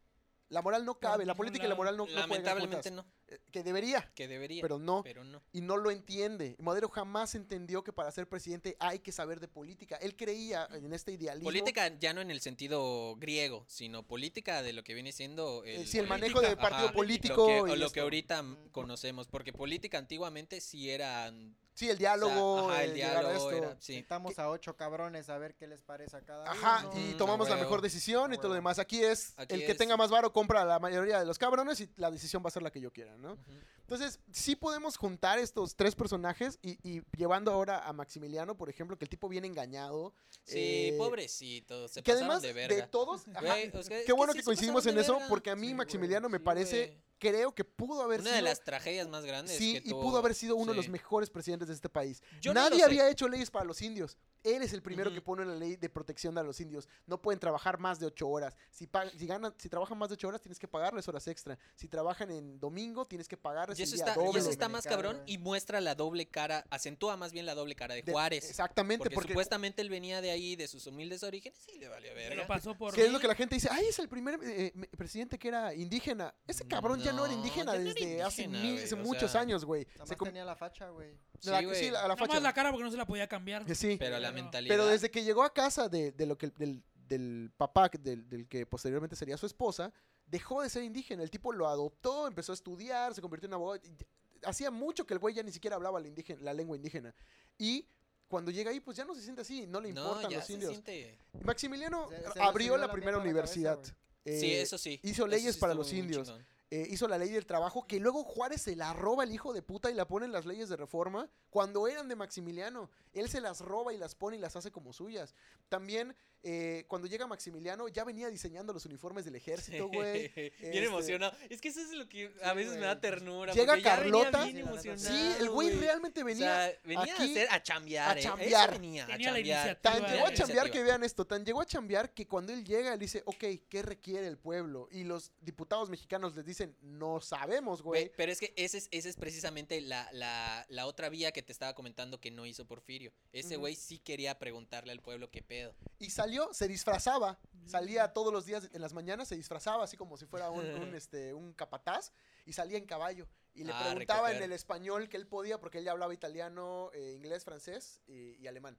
La moral no cabe, la no, política y la la- moral no, no juegan Lamentablemente juntas. no. Eh, Que debería, Que debería. pero no. pero no. Y no lo entiende. Madero jamás entendió que para ser presidente hay que saber de política. Él creía en este idealismo. Política ya no en el sentido griego, sino política de lo que viene siendo eh, el, sí, el político. manejo de Política, partido Ajá, político. Lo que, y o lo esto. que ahorita m- Ujú. conocemos, porque política antiguamente sí era. Sí, el diálogo. ajá, el eh, llegar a diálogo esto. era. Sí. Estamos a ocho cabrones a ver qué les parece a cada Ajá, uno. y Mm, tomamos a la huevo. mejor decisión A y todo lo huevo. demás. Aquí es Aquí el que es. tenga más varo compra a la mayoría de los cabrones y la decisión va a ser la que yo quiera, ¿no? Ujú. Entonces, sí podemos juntar estos tres personajes y, y llevando ahora a Maximiliano, por ejemplo, que el tipo viene engañado. Sí, eh, pobrecito. Se que pasaron además de de, verga. todos. ajá, Güey, o sea, es qué bueno sí que se coincidimos pasaron en de eso, verga. porque a mí Sí, güey, Maximiliano me Sí, parece, güey. creo que pudo haber Una sido. de las tragedias más grandes. Sí, que y tuvo- pudo haber sido uno de los sí. mejores presidentes de este país. Yo no Nadie lo sé. había hecho leyes para los indios. Él es el primero que Ujú. pone la ley de protección a los indios. No pueden trabajar más de ocho horas. Si, pa- si, ganan, si trabajan más de ocho horas, tienes que pagarles horas extra. Si trabajan en domingo, tienes que pagarles Y eso, el día está, y doble. eso está más Dominicano, cabrón güey. y muestra la doble cara, acentúa más bien la doble cara de De- Juárez. Exactamente, porque, porque, supuestamente él venía de ahí, de sus humildes orígenes, y le valió Se lo verga. pasó por que es lo mí. que la gente dice, ay, es el primer eh, eh, presidente que era indígena. Ese cabrón ya no era Mm, No, indígena ya no era desde hace, indígena, mil- güey, hace o muchos sea, años, güey. Nada Se más com- tenía la facha, güey. Sí, la- güey. sí, la, la Nada facha. más la cara porque no se la podía cambiar. Que sí. Pero la Pero- mentalidad. Pero desde que llegó a casa de, de lo que, del, del papá, que- del, del que posteriormente sería su esposa, dejó de ser indígena. El tipo lo adoptó, empezó a estudiar, se convirtió en abogado. Y ya- Hacía mucho que el güey ya ni siquiera hablaba la, indígena- la lengua indígena. Y cuando llega ahí, pues ya no se siente así, no le importan no, ya los se indios. siente- Maximiliano Se- se le abrió subió la la primera mierda a la cabeza, universidad. sí, Eh, eso sí. hizo eso leyes para estuvo los muy indios. chingón. eh, hizo la ley del trabajo, que luego Juárez se la roba el hijo de puta y la pone en las leyes de reforma cuando eran de Maximiliano. Él se las roba y las pone y las hace como suyas. También, eh, cuando llega Maximiliano, ya venía diseñando los uniformes del ejército, güey. Bien este- emocionado. Es que eso es lo que a Sí, veces me güey. da ternura. Llega porque ya venía Carlota. bien Sí, la neta, sí. emocionado, Sí, el güey realmente O venía. sea, venía aquí a, hacer, a chambear. a eh. Eso chambear. venía, a Tenía la chambear. iniciativa. Tan Iba llegó a la ¿eh? chambear, que iniciativa. vean esto, tan llegó a chambear que cuando él llega, él dice, ok, ¿qué requiere el pueblo? Y los diputados mexicanos les dicen, no sabemos, Güey, güey. Pero es que ese es, ese es precisamente la, la, la otra vía que te estaba comentando que no hizo Porfirio. Ese Ujú. güey sí quería preguntarle al pueblo qué pedo. Y salió, se disfrazaba. Salía todos los días en las mañanas, se disfrazaba así como si fuera un, un, este, un capataz y salía en caballo. Y le Ah, preguntaba en recoger. el español que él podía, porque él ya hablaba italiano, eh, inglés, francés y, y alemán.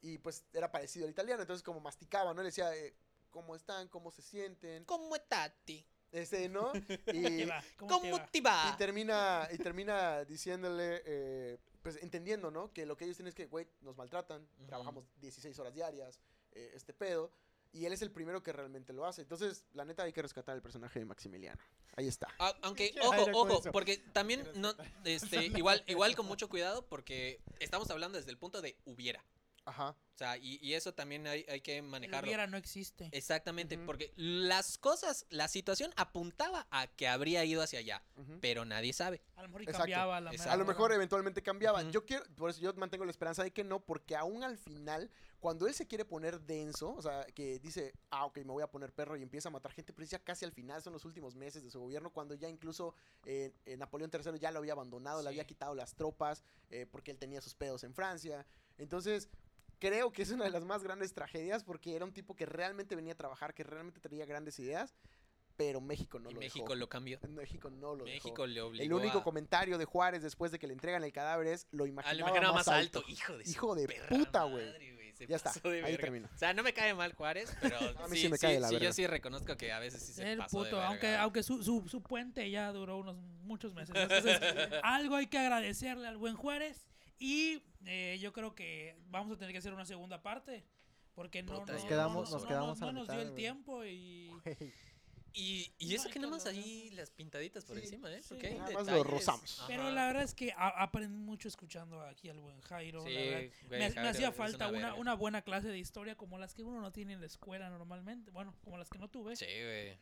Y pues era parecido al italiano, entonces como masticaba, ¿no? Le decía, eh, ¿cómo están? ¿Cómo se sienten? ¿Cómo está ti? Este, ¿no? ¿Cómo te Y, va? ¿Cómo te ¿Cómo va? te va? y termina, y termina diciéndole, eh, pues entendiendo, ¿no? Que lo que ellos tienen es que, güey, nos maltratan, Ujú. trabajamos 16 horas diarias, eh, este pedo. Y él es el primero que realmente lo hace. Entonces, la neta, hay que rescatar el personaje de Maximiliano. Ahí está. Ah, aunque, Ya ojo, era con ojo, eso. porque también no, este, igual, igual con mucho cuidado, porque estamos hablando desde el punto de hubiera. Ajá. O sea, y, y eso también hay, hay que El manejarlo. hubiera no existe. Exactamente, Ujú. porque las cosas, la situación apuntaba a que habría ido hacia allá, ujú. pero nadie sabe. A lo mejor y Exacto. cambiaba la Exacto. A lo mejor eventualmente cambiaba. Ujú. Yo quiero, por eso yo mantengo la esperanza de que no, porque aún al final, cuando él se quiere poner denso, o sea, que dice, ah, ok, me voy a poner perro y empieza a matar gente, pero es ya casi al final, son los últimos meses de su gobierno, cuando ya incluso eh, eh, Napoleón III ya lo había abandonado, Sí. le había quitado las tropas, eh, porque él tenía sus pedos en Francia. Entonces, creo que es una de las más grandes tragedias, porque era un tipo que realmente venía a trabajar, que realmente tenía grandes ideas, pero México no y lo México dejó. lo cambió. México no lo dejó. México le obligó. El único a- comentario de Juárez después de que le entregan el cadáver es lo a imaginaba, lo imaginaba más alto. Hijo de su Hijo de perra puta, güey. madre, se Ya está, pasó de ahí verga. termino. O sea, no me cae mal Juárez, pero A mí sí, sí me cae sí, la sí, yo verga. sí reconozco que a veces sí se El pasó de puto, verga. aunque, aunque su, su, su puente ya duró unos muchos meses. Entonces, algo hay que agradecerle al buen Juárez. Y eh, yo creo que vamos a tener que hacer una segunda parte. Porque no, Puta, no- nos no quedamos- nos quedamos a no la nos mitad, dio el güey. tiempo y. Güey, Y, y No, eso que no, nada más no, ahí las pintaditas por Sí, encima, ¿eh? sí. Porque hay Nada más lo detalles. rozamos. Pero Ajá. la verdad es que a- aprendí mucho escuchando aquí al buen Jairo. la Sí, verdad. güey, Me, me Jairo, hacía eres falta una, verga. una buena clase de historia como las que uno no tiene en la escuela normalmente. Bueno, como las que no tuve. Sí, güey.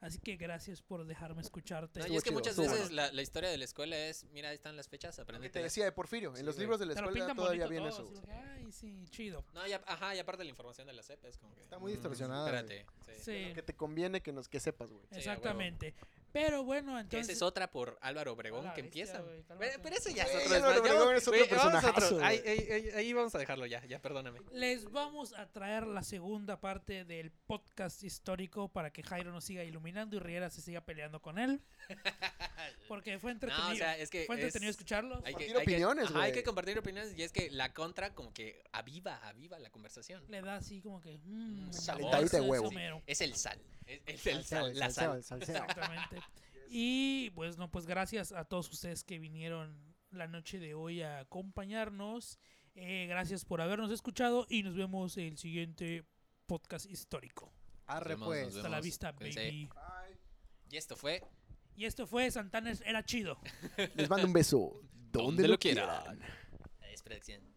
Así que gracias por dejarme escucharte. No, y Estuvo es que chido, muchas estuvo veces la, la historia de la escuela es, mira, ahí están las fechas, Lo que aprendete. te decía de Porfirio, Sí, en los güey. libros de la Te lo escuela pintan todavía bonito viene todo. eso. así, güey. Ay, sí, chido. No, ya, ajá, y aparte la información de la CEP es como que... Está muy mm, distorsionada, güey. Espérate. Sí. Sí. Que te conviene que nos que sepas, güey. Sí, a Exactamente. Pero bueno, Que esa entonces. es otra por Álvaro Obregón Hola, que bestia, empieza. güey, pero, cálmate. pero ese ya es Güey, otro. Álvaro desmadre. Ya Obregón vamos- es otro güey, vamos a personajazo, Ahí, güey. ahí- ahí- ahí vamos a dejarlo ya, ya perdóname. Les vamos a traer la segunda parte del podcast histórico para que Jairo nos siga iluminando y Riera se siga peleando con él. Porque fue entretenido. No, o sea, es que... fue entretenido es- escucharlos. Hay que, Compartir hay, que- opiniones, ajá, hay güey. que compartir opiniones y es que la contra como que aviva, aviva la conversación. Le da así como que. mm, Un me calentadita encantó de ese huevo. somero. Es el sal. Es, es el salseo, sal, el la salseo, sal. el salseo. Exactamente. Y pues no, pues gracias a todos ustedes que vinieron la noche de hoy a acompañarnos. Eh, gracias por habernos escuchado y nos vemos el siguiente podcast histórico. Arre vemos, nos pues. Hasta la vemos. vista, Cuídense. baby. Y esto fue... eh, Y esto fue Santana era chido. Les mando un beso. Donde Donde lo lo quieran. quieran. Despredicción.